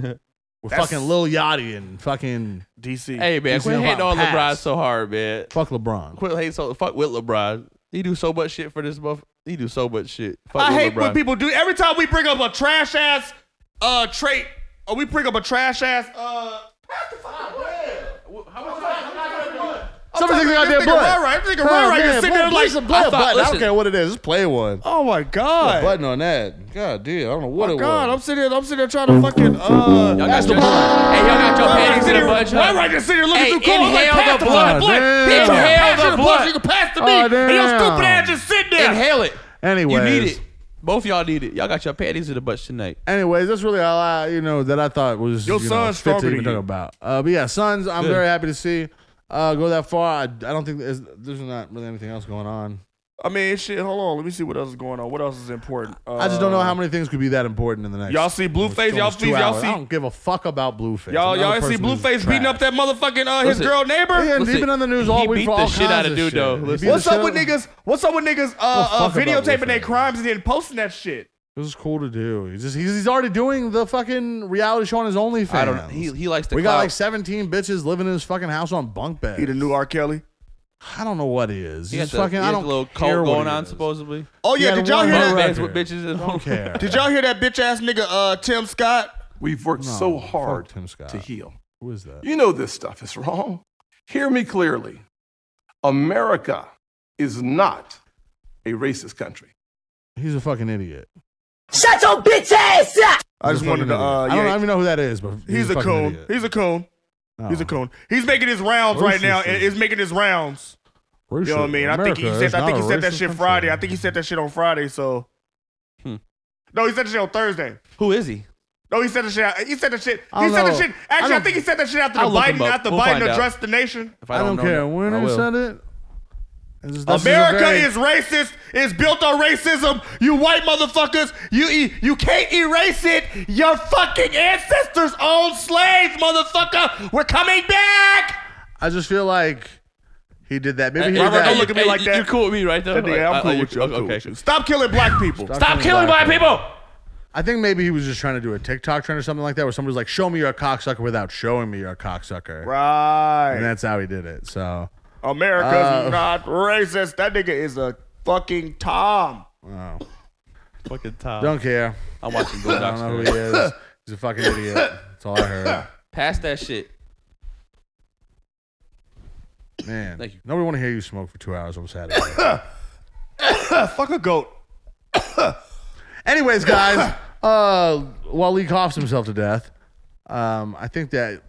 Speaker 11: That's-
Speaker 9: fucking Lil Yachty and fucking
Speaker 10: DC.
Speaker 11: Hey man, quit hating on LeBron so hard, man.
Speaker 9: Fuck LeBron.
Speaker 11: Quit hate so fuck with LeBron. He do so much shit for this month. He do so much shit. Fuck
Speaker 10: I
Speaker 11: with
Speaker 10: hate
Speaker 11: LeBron.
Speaker 10: when people do. Every time we bring up a trash ass uh trait, or we bring up a trash ass uh.
Speaker 9: Somebody
Speaker 10: talking about
Speaker 9: got that
Speaker 10: this
Speaker 9: button.
Speaker 10: nigga Ray Ray. This nigga Ray Ray is sitting there like-
Speaker 9: listen, play
Speaker 10: I
Speaker 9: a
Speaker 10: thought-
Speaker 9: button. I
Speaker 10: listen.
Speaker 9: don't care what it is. Just play one.
Speaker 10: Oh my god!
Speaker 9: Put a button on that. God damn, I don't know what
Speaker 10: Oh
Speaker 9: it
Speaker 10: God,
Speaker 9: was.
Speaker 10: I'm sitting here. I'm sitting here trying to fucking uh. That's the
Speaker 11: Hey, y'all got your panties in a bunch, huh?
Speaker 10: Why right there sitting here looking
Speaker 11: Hey,
Speaker 10: through cold? I'm like,
Speaker 11: inhale
Speaker 10: pass
Speaker 11: the
Speaker 10: the
Speaker 11: blood.
Speaker 10: blood, blood.
Speaker 11: Damn.
Speaker 10: Bitch, you
Speaker 11: Inhale
Speaker 10: pass
Speaker 11: the
Speaker 10: it to the blood.
Speaker 11: blood.
Speaker 10: You can pass to me.
Speaker 11: Oh,
Speaker 10: and your stupid
Speaker 11: damn.
Speaker 10: ass just sitting there.
Speaker 11: Inhale it.
Speaker 9: Anyways.
Speaker 11: you need it. Both y'all need it. Y'all got your panties in a bunch tonight.
Speaker 9: Anyways, that's really all I, you know, that I thought was
Speaker 11: Your
Speaker 9: you know,
Speaker 11: son's
Speaker 9: fit to
Speaker 11: stronger
Speaker 9: even
Speaker 11: than you.
Speaker 9: talk about. Uh, but yeah, Suns, I'm
Speaker 11: Good.
Speaker 9: very happy to see uh, go that far. I, I don't think there's, there's not really anything else going on.
Speaker 10: I mean, shit. Hold on. Let me see what else is going on. What else is important? Uh,
Speaker 9: I just don't know how many things could be that important in the next.
Speaker 10: Y'all see Blueface?
Speaker 9: almost
Speaker 10: Y'all
Speaker 9: two
Speaker 10: see- y'all
Speaker 9: hours.
Speaker 10: see-
Speaker 9: I don't give a fuck about Blueface.
Speaker 10: Y'all,
Speaker 9: Another
Speaker 10: y'all see
Speaker 9: person who's
Speaker 10: Blueface beating
Speaker 9: trash.
Speaker 10: up that motherfucking uh, his
Speaker 9: Listen.
Speaker 10: girl neighbor.
Speaker 9: Yeah, and he's Listen, been on the news all he week for beat the all shit kinds out of of dude, shit. though. He Listen. beat
Speaker 10: What's
Speaker 9: the
Speaker 10: up
Speaker 9: shit
Speaker 10: with
Speaker 9: out-
Speaker 10: niggas? What's up with niggas? Uh, uh
Speaker 9: fuck about
Speaker 10: videotaping their
Speaker 9: Blueface.
Speaker 10: crimes and then posting that shit.
Speaker 9: This is cool to do. He's just he's, he's already doing the fucking reality show on his OnlyFans.
Speaker 11: I don't know. He he likes the
Speaker 9: we got
Speaker 11: clout.
Speaker 9: like 17 bitches living in his fucking house on bunk beds.
Speaker 10: He the new R. Kelly.
Speaker 9: I don't know what he is.
Speaker 11: He
Speaker 9: He's
Speaker 11: got the-
Speaker 9: fucking.
Speaker 11: he
Speaker 9: I
Speaker 11: got
Speaker 9: don't
Speaker 11: the little
Speaker 9: care
Speaker 11: cult
Speaker 9: what
Speaker 11: going
Speaker 9: he
Speaker 11: on
Speaker 9: is.
Speaker 11: supposedly.
Speaker 10: Oh yeah,
Speaker 9: Yeah,
Speaker 10: did
Speaker 9: the
Speaker 10: y'all
Speaker 9: one
Speaker 10: hear
Speaker 9: on
Speaker 10: that?
Speaker 11: Beds with bitches and
Speaker 9: Don't care.
Speaker 10: Did y'all hear that bitch ass nigga uh, Tim Scott?
Speaker 1: We've worked so
Speaker 9: No, fuck
Speaker 1: hard
Speaker 9: Tim Scott.
Speaker 1: to heal.
Speaker 9: Who is that?
Speaker 1: You know this stuff is wrong. Hear me clearly. America is not a racist country.
Speaker 9: He's a fucking idiot.
Speaker 12: Shut your bitch ass up!
Speaker 10: I
Speaker 9: He's
Speaker 10: just
Speaker 9: a fucking
Speaker 10: wanted to.
Speaker 9: idiot.
Speaker 10: Uh,
Speaker 9: I don't
Speaker 10: yeah,
Speaker 9: even know who that is, but he's,
Speaker 10: he's, a
Speaker 9: fucking
Speaker 10: coon.
Speaker 9: idiot.
Speaker 10: He's a coon. He's a
Speaker 9: No.
Speaker 10: coon. He's making his rounds right
Speaker 9: Racist
Speaker 10: now.
Speaker 9: is-
Speaker 10: Is making his rounds. you know what I
Speaker 9: Racist.
Speaker 10: mean? I think he
Speaker 9: America
Speaker 10: said.
Speaker 9: is
Speaker 10: I think
Speaker 9: not
Speaker 10: he
Speaker 9: a
Speaker 10: said that
Speaker 9: racist
Speaker 10: shit
Speaker 9: country.
Speaker 10: Friday. I think he said that shit on Friday. So.
Speaker 11: Hmm.
Speaker 10: No, he said that shit on Thursday.
Speaker 11: Who is he?
Speaker 10: No, he said that shit. He said that shit.
Speaker 9: I
Speaker 10: He
Speaker 9: don't
Speaker 10: said that
Speaker 9: know.
Speaker 10: shit.
Speaker 9: I
Speaker 10: Actually, I,
Speaker 9: don't-
Speaker 10: think he said that shit after the
Speaker 11: I'll look
Speaker 10: Biden
Speaker 11: him up.
Speaker 10: after
Speaker 11: We'll find
Speaker 10: Biden
Speaker 11: out.
Speaker 10: addressed the nation.
Speaker 11: If
Speaker 9: I don't,
Speaker 11: know,
Speaker 9: care
Speaker 11: I
Speaker 9: when
Speaker 11: will.
Speaker 9: he said it. This is- this is a
Speaker 10: America
Speaker 9: very-
Speaker 10: is racist. It's built on racism. You white motherfuckers, you e- you can't erase it. Your fucking ancestors owned slaves, motherfucker. We're coming back.
Speaker 9: I just feel like he did that. Maybe
Speaker 11: Hey,
Speaker 9: he
Speaker 11: hey,
Speaker 9: did
Speaker 11: hey,
Speaker 9: that.
Speaker 10: don't look at me
Speaker 11: hey,
Speaker 10: like that.
Speaker 11: You cool with me, right? Though?
Speaker 10: That nigga, I'm
Speaker 11: Like,
Speaker 10: cool
Speaker 11: uh,
Speaker 10: with you. I'm cool
Speaker 11: okay.
Speaker 10: with you. Stop killing black people. Stop,
Speaker 9: Stop
Speaker 10: killing
Speaker 9: killing
Speaker 10: black
Speaker 9: black
Speaker 10: people.
Speaker 9: I think maybe he was just trying to do a TikTok trend or something like that, where somebody's like, "Show me you're a cocksucker" without showing me you're a cocksucker, and
Speaker 10: Right.
Speaker 9: that's how he did it. So,
Speaker 10: America's
Speaker 9: Uh,
Speaker 10: not racist. That nigga is a fucking Tom.
Speaker 9: wow.
Speaker 11: Fucking top.
Speaker 9: don't care.
Speaker 11: I'm watching
Speaker 9: I don't know
Speaker 11: Boondocks.
Speaker 9: who he
Speaker 11: tonight.
Speaker 9: is. He's a fucking idiot. That's all I heard.
Speaker 11: Pass that shit.
Speaker 9: Man,
Speaker 11: Thank you.
Speaker 9: nobody want to hear you smoke for two hours on Saturday.
Speaker 10: [COUGHS] Fuck a goat.
Speaker 9: [COUGHS]
Speaker 10: [COUGHS]
Speaker 9: Anyways, guys, uh, while Lee coughs himself to death, um, I think that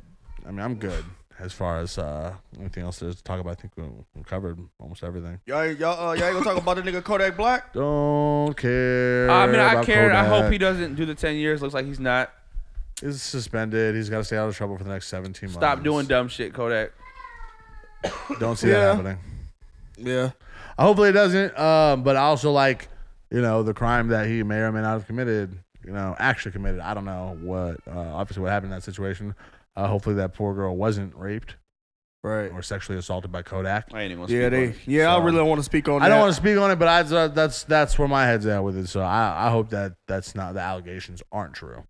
Speaker 9: I mean I'm good as far as uh, anything else there is to talk about. I think we we covered almost everything.
Speaker 10: Y'all, ain't- y'all, uh, y'all ain't gonna talk about the nigga Kodak Black.
Speaker 9: Don't care.
Speaker 11: I mean, I
Speaker 9: about
Speaker 11: care. I hope
Speaker 9: Kodak.
Speaker 11: he doesn't do the 10 years. Looks like he's not.
Speaker 9: is suspended. He's got to stay out of trouble for the next 17 months.
Speaker 11: Stop doing dumb shit, Kodak.
Speaker 9: Don't see
Speaker 10: Yeah.
Speaker 9: that happening.
Speaker 10: Yeah.
Speaker 9: Uh, Hopefully it doesn't. Um, but I also like, you know, the crime that he may or may not have committed, you know, actually committed. I don't know what, uh, obviously, what happened in that situation. Uh, hopefully that poor girl wasn't raped
Speaker 10: Right.
Speaker 9: or sexually assaulted by Kodak.
Speaker 11: I ain't even gonna
Speaker 10: Yeah,
Speaker 11: speak on
Speaker 10: they.
Speaker 11: it.
Speaker 10: Yeah, I
Speaker 9: So-
Speaker 10: really don't want to speak on.
Speaker 9: I don't
Speaker 10: that.
Speaker 9: want to speak on it, but I, uh, that's that's where my head's at with it. So I, I hope that that's not the arbegations aren't true.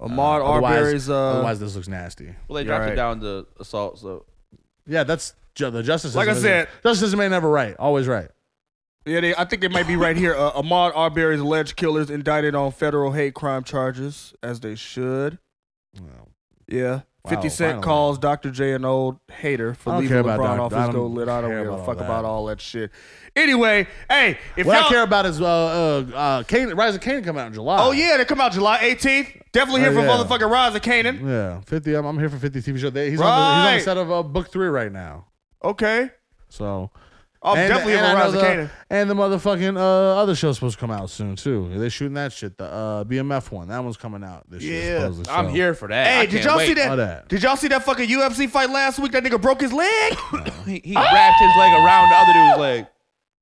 Speaker 10: Ahmad
Speaker 9: Uh, otherwise-
Speaker 10: Arbery's. Uh,
Speaker 9: otherwise, this looks nasty.
Speaker 11: Well, they
Speaker 10: You're
Speaker 11: dropped
Speaker 10: right.
Speaker 11: it down to assault, so
Speaker 9: Yeah, that's ju- the justice.
Speaker 10: Like I
Speaker 9: system isn't-
Speaker 10: said-
Speaker 9: justice system ain't never right. Always right.
Speaker 10: yeah, they, I think they might be right here. Uh, Ahmad Arbery's alleged killers indicted on federal hate crime charges, as they should.
Speaker 9: Well,
Speaker 10: Yeah. 50
Speaker 9: Wow,
Speaker 10: Cent
Speaker 9: finally.
Speaker 10: calls Dr. J an old hater
Speaker 9: I
Speaker 10: for
Speaker 9: don't
Speaker 10: leaving
Speaker 9: care about
Speaker 10: LeBron
Speaker 9: Dr.
Speaker 10: off
Speaker 9: I
Speaker 10: his
Speaker 9: don't
Speaker 10: gold lid. I don't
Speaker 9: care
Speaker 10: give a
Speaker 9: about
Speaker 10: fuck
Speaker 9: all
Speaker 10: about
Speaker 9: that.
Speaker 10: all that shit. Anyway, hey, if
Speaker 9: what
Speaker 10: y'all.
Speaker 9: I care about is uh, uh, uh, Kane, Rise of Kane coming out in July.
Speaker 10: oh, yeah, they come out July 18th. Definitely here
Speaker 9: Oh,
Speaker 10: for
Speaker 9: yeah.
Speaker 10: motherfucking Rise of Canaan.
Speaker 9: Yeah, 50. I'm, I'm here for 50 TV show. They, he's, on the, he's on
Speaker 10: Right.
Speaker 9: the set of uh, book three right now.
Speaker 10: Okay.
Speaker 9: So.
Speaker 10: I'm
Speaker 9: and-
Speaker 10: Oh, definitely
Speaker 9: and
Speaker 10: here
Speaker 9: I
Speaker 10: for
Speaker 9: know
Speaker 10: Rise of
Speaker 9: the-
Speaker 10: Canaan.
Speaker 9: And the motherfucking uh, other show's supposed to come out soon, too. They're shooting that shit. The uh, BMF one. That one's coming out this year.
Speaker 10: Yeah.
Speaker 9: supposedly,
Speaker 11: I'm
Speaker 9: so.
Speaker 11: here for that.
Speaker 10: Hey,
Speaker 11: I
Speaker 10: did
Speaker 11: can't
Speaker 10: y'all
Speaker 11: wait.
Speaker 10: see
Speaker 9: All
Speaker 10: that?
Speaker 9: that.
Speaker 10: Did y'all see that fucking UFC fight last week? That nigga broke his leg.
Speaker 11: [LAUGHS] He, he wrapped his leg around the other dude's leg.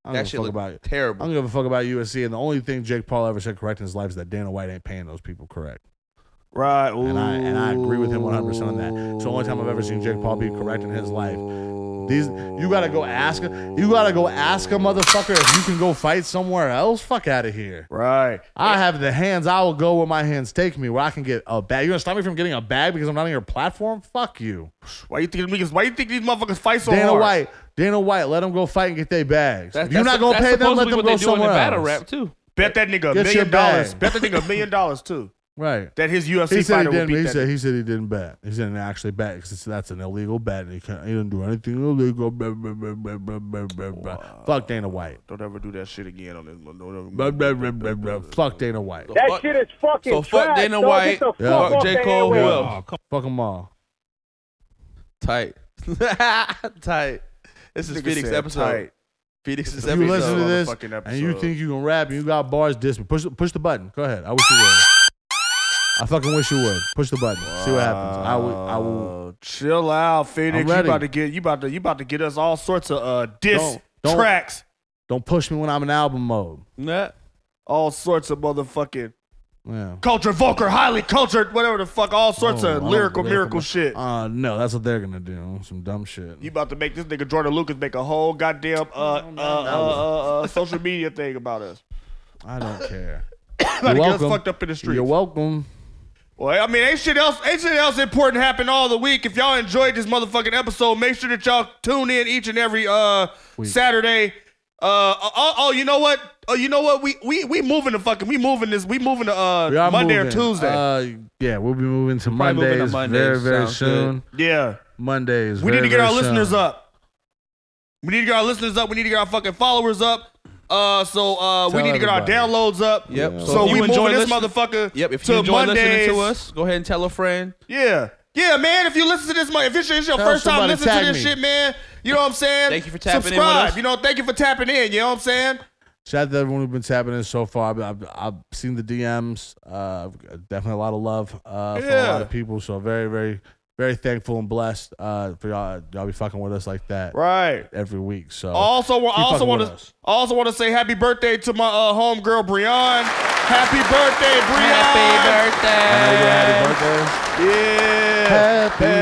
Speaker 9: I
Speaker 11: That
Speaker 9: don't give a
Speaker 11: shit
Speaker 9: fuck
Speaker 11: looked
Speaker 9: about it. I
Speaker 11: terrible.
Speaker 9: don't give a fuck about USC. And the only thing Jake Paul ever said correct in his life is that Dana White ain't paying those people correct.
Speaker 10: Right.
Speaker 9: And I, and I agree with him 100% on that. It's the only time I've ever seen Jake Paul be correct in his life. These you gotta go ask. You gotta go ask a motherfucker if you can go fight somewhere else. Fuck out of here.
Speaker 10: Right.
Speaker 9: I have the hands. I will go where my hands take me. Where I can get a bag. You gonna stop me from getting a bag because I'm not on your platform? Fuck you.
Speaker 10: Why you think niggas? Why you think these motherfuckers fight so
Speaker 9: Dana
Speaker 10: hard?
Speaker 9: White. Dana White. Let them go fight and get their bags.
Speaker 10: That-
Speaker 9: If you're
Speaker 10: that's-
Speaker 9: not gonna
Speaker 10: that's
Speaker 9: pay them. Let
Speaker 10: supposedly
Speaker 9: them
Speaker 10: what they
Speaker 9: go
Speaker 10: do in the
Speaker 9: somewhere
Speaker 10: battle
Speaker 9: else.
Speaker 10: rap, too. Bet that nigga a
Speaker 9: Get your
Speaker 10: million dollars.
Speaker 9: bag.
Speaker 10: Bet that nigga a million dollars too.
Speaker 9: Right.
Speaker 10: That his UFC
Speaker 9: he said
Speaker 10: fighter
Speaker 9: he
Speaker 10: would
Speaker 9: didn't. He
Speaker 10: beat that.
Speaker 9: said, he said he didn't bet. He didn't actually bet because that's an illegal bet. And he, can't, he didn't do anything illegal. Blah, blah, blah, blah, blah, blah, blah, blah. Fuck Dana White.
Speaker 10: Don't ever do that shit again on this. Don't ever-
Speaker 9: Blah, blah, blah, blah, blah. Fuck Dana White.
Speaker 13: That shit is fucking
Speaker 11: so fuck
Speaker 13: trash,
Speaker 11: Dana
Speaker 13: dog.
Speaker 11: White,
Speaker 13: Get the
Speaker 9: Yeah.
Speaker 11: fuck,
Speaker 13: off
Speaker 11: J
Speaker 13: the
Speaker 11: Cole, who
Speaker 13: airwaves.
Speaker 10: Oh,
Speaker 11: else?
Speaker 9: Fuck them all.
Speaker 11: Tight, [LAUGHS] tight. This is
Speaker 9: Nigga
Speaker 11: Phoenix
Speaker 9: said
Speaker 11: episode.
Speaker 9: tight.
Speaker 11: Phoenix's
Speaker 9: If
Speaker 11: episode.
Speaker 9: you listen to this
Speaker 11: Motherfucking
Speaker 9: and you
Speaker 11: episode.
Speaker 9: think you can rap and you got bars, diss me. Push, push the button. Go ahead. I wish you would. I fucking wish you would. Push the button. See what happens. I will. I will.
Speaker 10: Oh, Chill out, Phoenix. You
Speaker 9: ready.
Speaker 10: about to get you about to you about to get us all sorts of uh diss
Speaker 9: Don't- don't-
Speaker 10: tracks.
Speaker 9: Don't push me when I'm in album mode.
Speaker 11: Nah.
Speaker 10: All sorts of motherfucking
Speaker 9: Yeah.
Speaker 10: culture vulgar, highly cultured, whatever the fuck, all sorts
Speaker 9: Oh, I
Speaker 10: of
Speaker 9: don't
Speaker 10: lyrical
Speaker 9: really
Speaker 10: miracle
Speaker 9: recommend-
Speaker 10: shit.
Speaker 9: Uh, no, that's what they're gonna do. Some dumb shit.
Speaker 10: You about to make this nigga Jordan Lucas make a whole goddamn uh uh, uh, uh, uh social media thing about us.
Speaker 9: I don't
Speaker 10: [COUGHS]
Speaker 9: care.
Speaker 10: About to get us fucked up in the streets.
Speaker 9: You're welcome.
Speaker 10: Well, I mean, ain't shit else, ain't shit else important happened all the week. If y'all enjoyed this motherfucking episode, make sure that y'all tune in each and every uh Saturday. Uh oh, oh, oh, you know what? Oh, you know what? We we we moving to fucking we moving this we moving to
Speaker 9: We
Speaker 10: uh
Speaker 9: are
Speaker 10: Monday
Speaker 9: moving.
Speaker 10: or Tuesday.
Speaker 9: Uh, yeah, we'll be moving to
Speaker 10: probably
Speaker 9: Mondays,
Speaker 10: moving to Mondays.
Speaker 9: very, very
Speaker 10: Sounds
Speaker 9: soon.
Speaker 10: Yeah,
Speaker 9: Mondays.
Speaker 10: we need
Speaker 9: very,
Speaker 10: to get
Speaker 9: very
Speaker 10: our listeners
Speaker 9: soon.
Speaker 10: up. We need to get our listeners up. We need to get our fucking followers up. Uh, so uh, we
Speaker 11: Tell
Speaker 10: need to get our
Speaker 11: everybody.
Speaker 10: downloads up.
Speaker 11: Yep.
Speaker 10: So,
Speaker 11: if you
Speaker 10: we moving
Speaker 11: enjoy
Speaker 10: this
Speaker 11: listen-
Speaker 10: motherfucker.
Speaker 11: Yep. If
Speaker 10: to
Speaker 11: you enjoy listening to
Speaker 10: Mondays.
Speaker 11: us, go ahead and tell a friend.
Speaker 10: Yeah. Yeah, man. If you listen to this, mo- if it's your, it's your
Speaker 11: Tell
Speaker 10: first time
Speaker 11: somebody,
Speaker 10: listening to
Speaker 11: tag
Speaker 10: this
Speaker 11: me.
Speaker 10: shit, man, you know what I'm saying?
Speaker 11: Thank you for tapping in with
Speaker 10: Subscribe.
Speaker 11: us.
Speaker 10: You know, thank you for tapping in. You know what I'm saying?
Speaker 9: Shout out to everyone who's been tapping in so far. I've, I've, I've seen the DMs. Uh, definitely a lot of love uh, from a
Speaker 10: Yeah.
Speaker 9: lot of people. So very, very, very thankful and blessed uh, for y'all. Y'all be fucking with us like that,
Speaker 10: right?
Speaker 9: Every week. So
Speaker 10: I also, wa-
Speaker 9: keep
Speaker 10: I also
Speaker 9: fucking
Speaker 10: want
Speaker 9: with
Speaker 10: to,
Speaker 9: us.
Speaker 10: I also want to say happy birthday to my uh, homegirl Breon. Happy birthday, Breon. Happy
Speaker 9: Happy birthday.
Speaker 10: Yeah.
Speaker 9: Happy
Speaker 10: Yeah,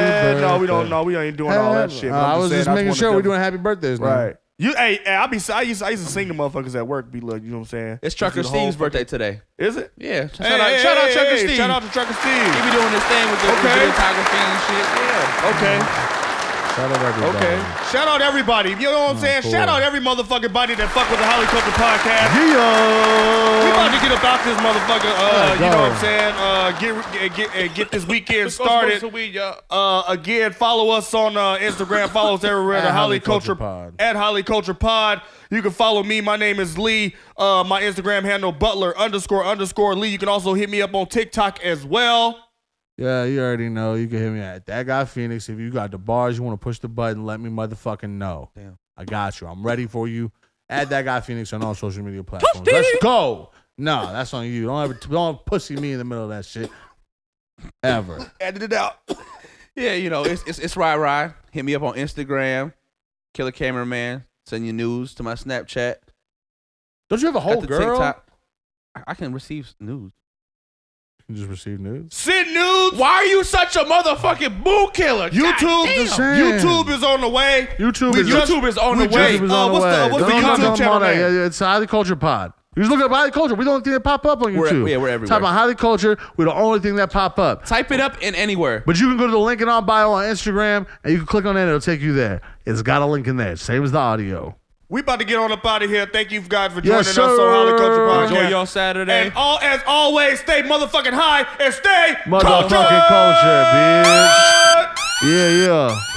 Speaker 10: No, we
Speaker 9: birthday.
Speaker 10: don't. No, we ain't doing all that
Speaker 9: Happy-
Speaker 10: shit.
Speaker 9: Uh,
Speaker 10: but I'm
Speaker 9: I was
Speaker 10: saying,
Speaker 9: just
Speaker 10: I
Speaker 9: making
Speaker 10: wanted
Speaker 9: sure
Speaker 10: them-
Speaker 9: we're doing happy birthdays. Now.
Speaker 10: Right. You, hey, hey, I be, I used, I used to sing to motherfuckers at work. Be like, you know what I'm saying?
Speaker 11: It's Trucker
Speaker 10: This is the whole
Speaker 11: Steve's birthday today.
Speaker 10: Is it?
Speaker 11: Yeah. Shout
Speaker 10: Hey,
Speaker 11: out,
Speaker 10: hey,
Speaker 11: shout out
Speaker 10: hey,
Speaker 11: Trucker
Speaker 10: hey,
Speaker 11: Steve.
Speaker 10: Shout out to Trucker Steve.
Speaker 11: He be doing his thing with the with the
Speaker 10: Okay.
Speaker 11: videography and shit. Yeah.
Speaker 10: Okay.
Speaker 9: Shout out everybody.
Speaker 10: Okay. Shout out everybody. You know what I'm saying?
Speaker 9: cool.
Speaker 10: Shout out every motherfucking body that fuck with the Holly Culture podcast. We about to get up out this
Speaker 11: Yeah,
Speaker 10: motherfucker. Uh, you know
Speaker 11: go.
Speaker 10: what I'm saying? Uh, get get get, get
Speaker 11: [LAUGHS]
Speaker 10: this weekend
Speaker 11: Let's go smoke
Speaker 10: started.
Speaker 11: some weed, y'all.
Speaker 10: Uh, again, follow us on uh, Instagram. Follow us everywhere. the
Speaker 11: At
Speaker 10: Holly
Speaker 11: Holly
Speaker 10: Culture
Speaker 11: Culture
Speaker 10: Pod. At Holly Culture Pod. You can follow me. My name is Lee. Uh, my Instagram handle Butler underscore underscore Lee. You can also hit me up on TikTok as well.
Speaker 9: Yeah, you already know. You can hit me at that guy Phoenix. If you got the bars, you want to push the button, let me motherfucking know. Damn. I got you. I'm ready for you. Add that guy Phoenix on all social media platforms. Let's go. No, that's on you. Don't ever don't pussy me in the middle of that shit. Ever.
Speaker 11: Edit it out. yeah, you know, it's it's it's Rye Rye. Hit me up on Instagram, Killer Cameraman. Send your news to my Snapchat.
Speaker 9: Don't you have a whole girl?
Speaker 11: I- I can receive news.
Speaker 9: You just received news.
Speaker 10: Send nudes.
Speaker 11: Why are you such a motherfucking boo killer?
Speaker 10: YouTube, YouTube is on the way.
Speaker 9: YouTube,
Speaker 10: We
Speaker 9: is,
Speaker 10: just-
Speaker 11: YouTube is on the
Speaker 10: we
Speaker 11: way.
Speaker 10: just-
Speaker 9: It's
Speaker 10: uh,
Speaker 9: on
Speaker 10: what's
Speaker 9: way.
Speaker 10: the, what's the
Speaker 9: Don't- don't-
Speaker 10: YouTube
Speaker 9: don't
Speaker 10: channel
Speaker 9: mind
Speaker 10: name?
Speaker 9: that. Yeah, yeah, It's Highly Culture Pod. You just look up Highly Culture. We the only thing that pop up on
Speaker 11: We're-
Speaker 9: YouTube.
Speaker 11: yeah, we're
Speaker 9: Type
Speaker 11: everywhere.
Speaker 9: about Highly Culture. We're the only thing that pop up.
Speaker 11: Type it up in anywhere.
Speaker 9: But you can go to the link in our bio on Instagram and you can click on that. It'll take you there. It's got a link in there. Same as the audio.
Speaker 10: We about to get on up out of here. Thank you guys for joining
Speaker 9: Yes,
Speaker 10: us on
Speaker 9: sir.
Speaker 10: Holly Culture Podcast.
Speaker 9: Enjoy
Speaker 11: your Saturday.
Speaker 10: And all, as always, stay motherfucking high and stay
Speaker 9: Motherfucking culture, bitch. Yeah, yeah.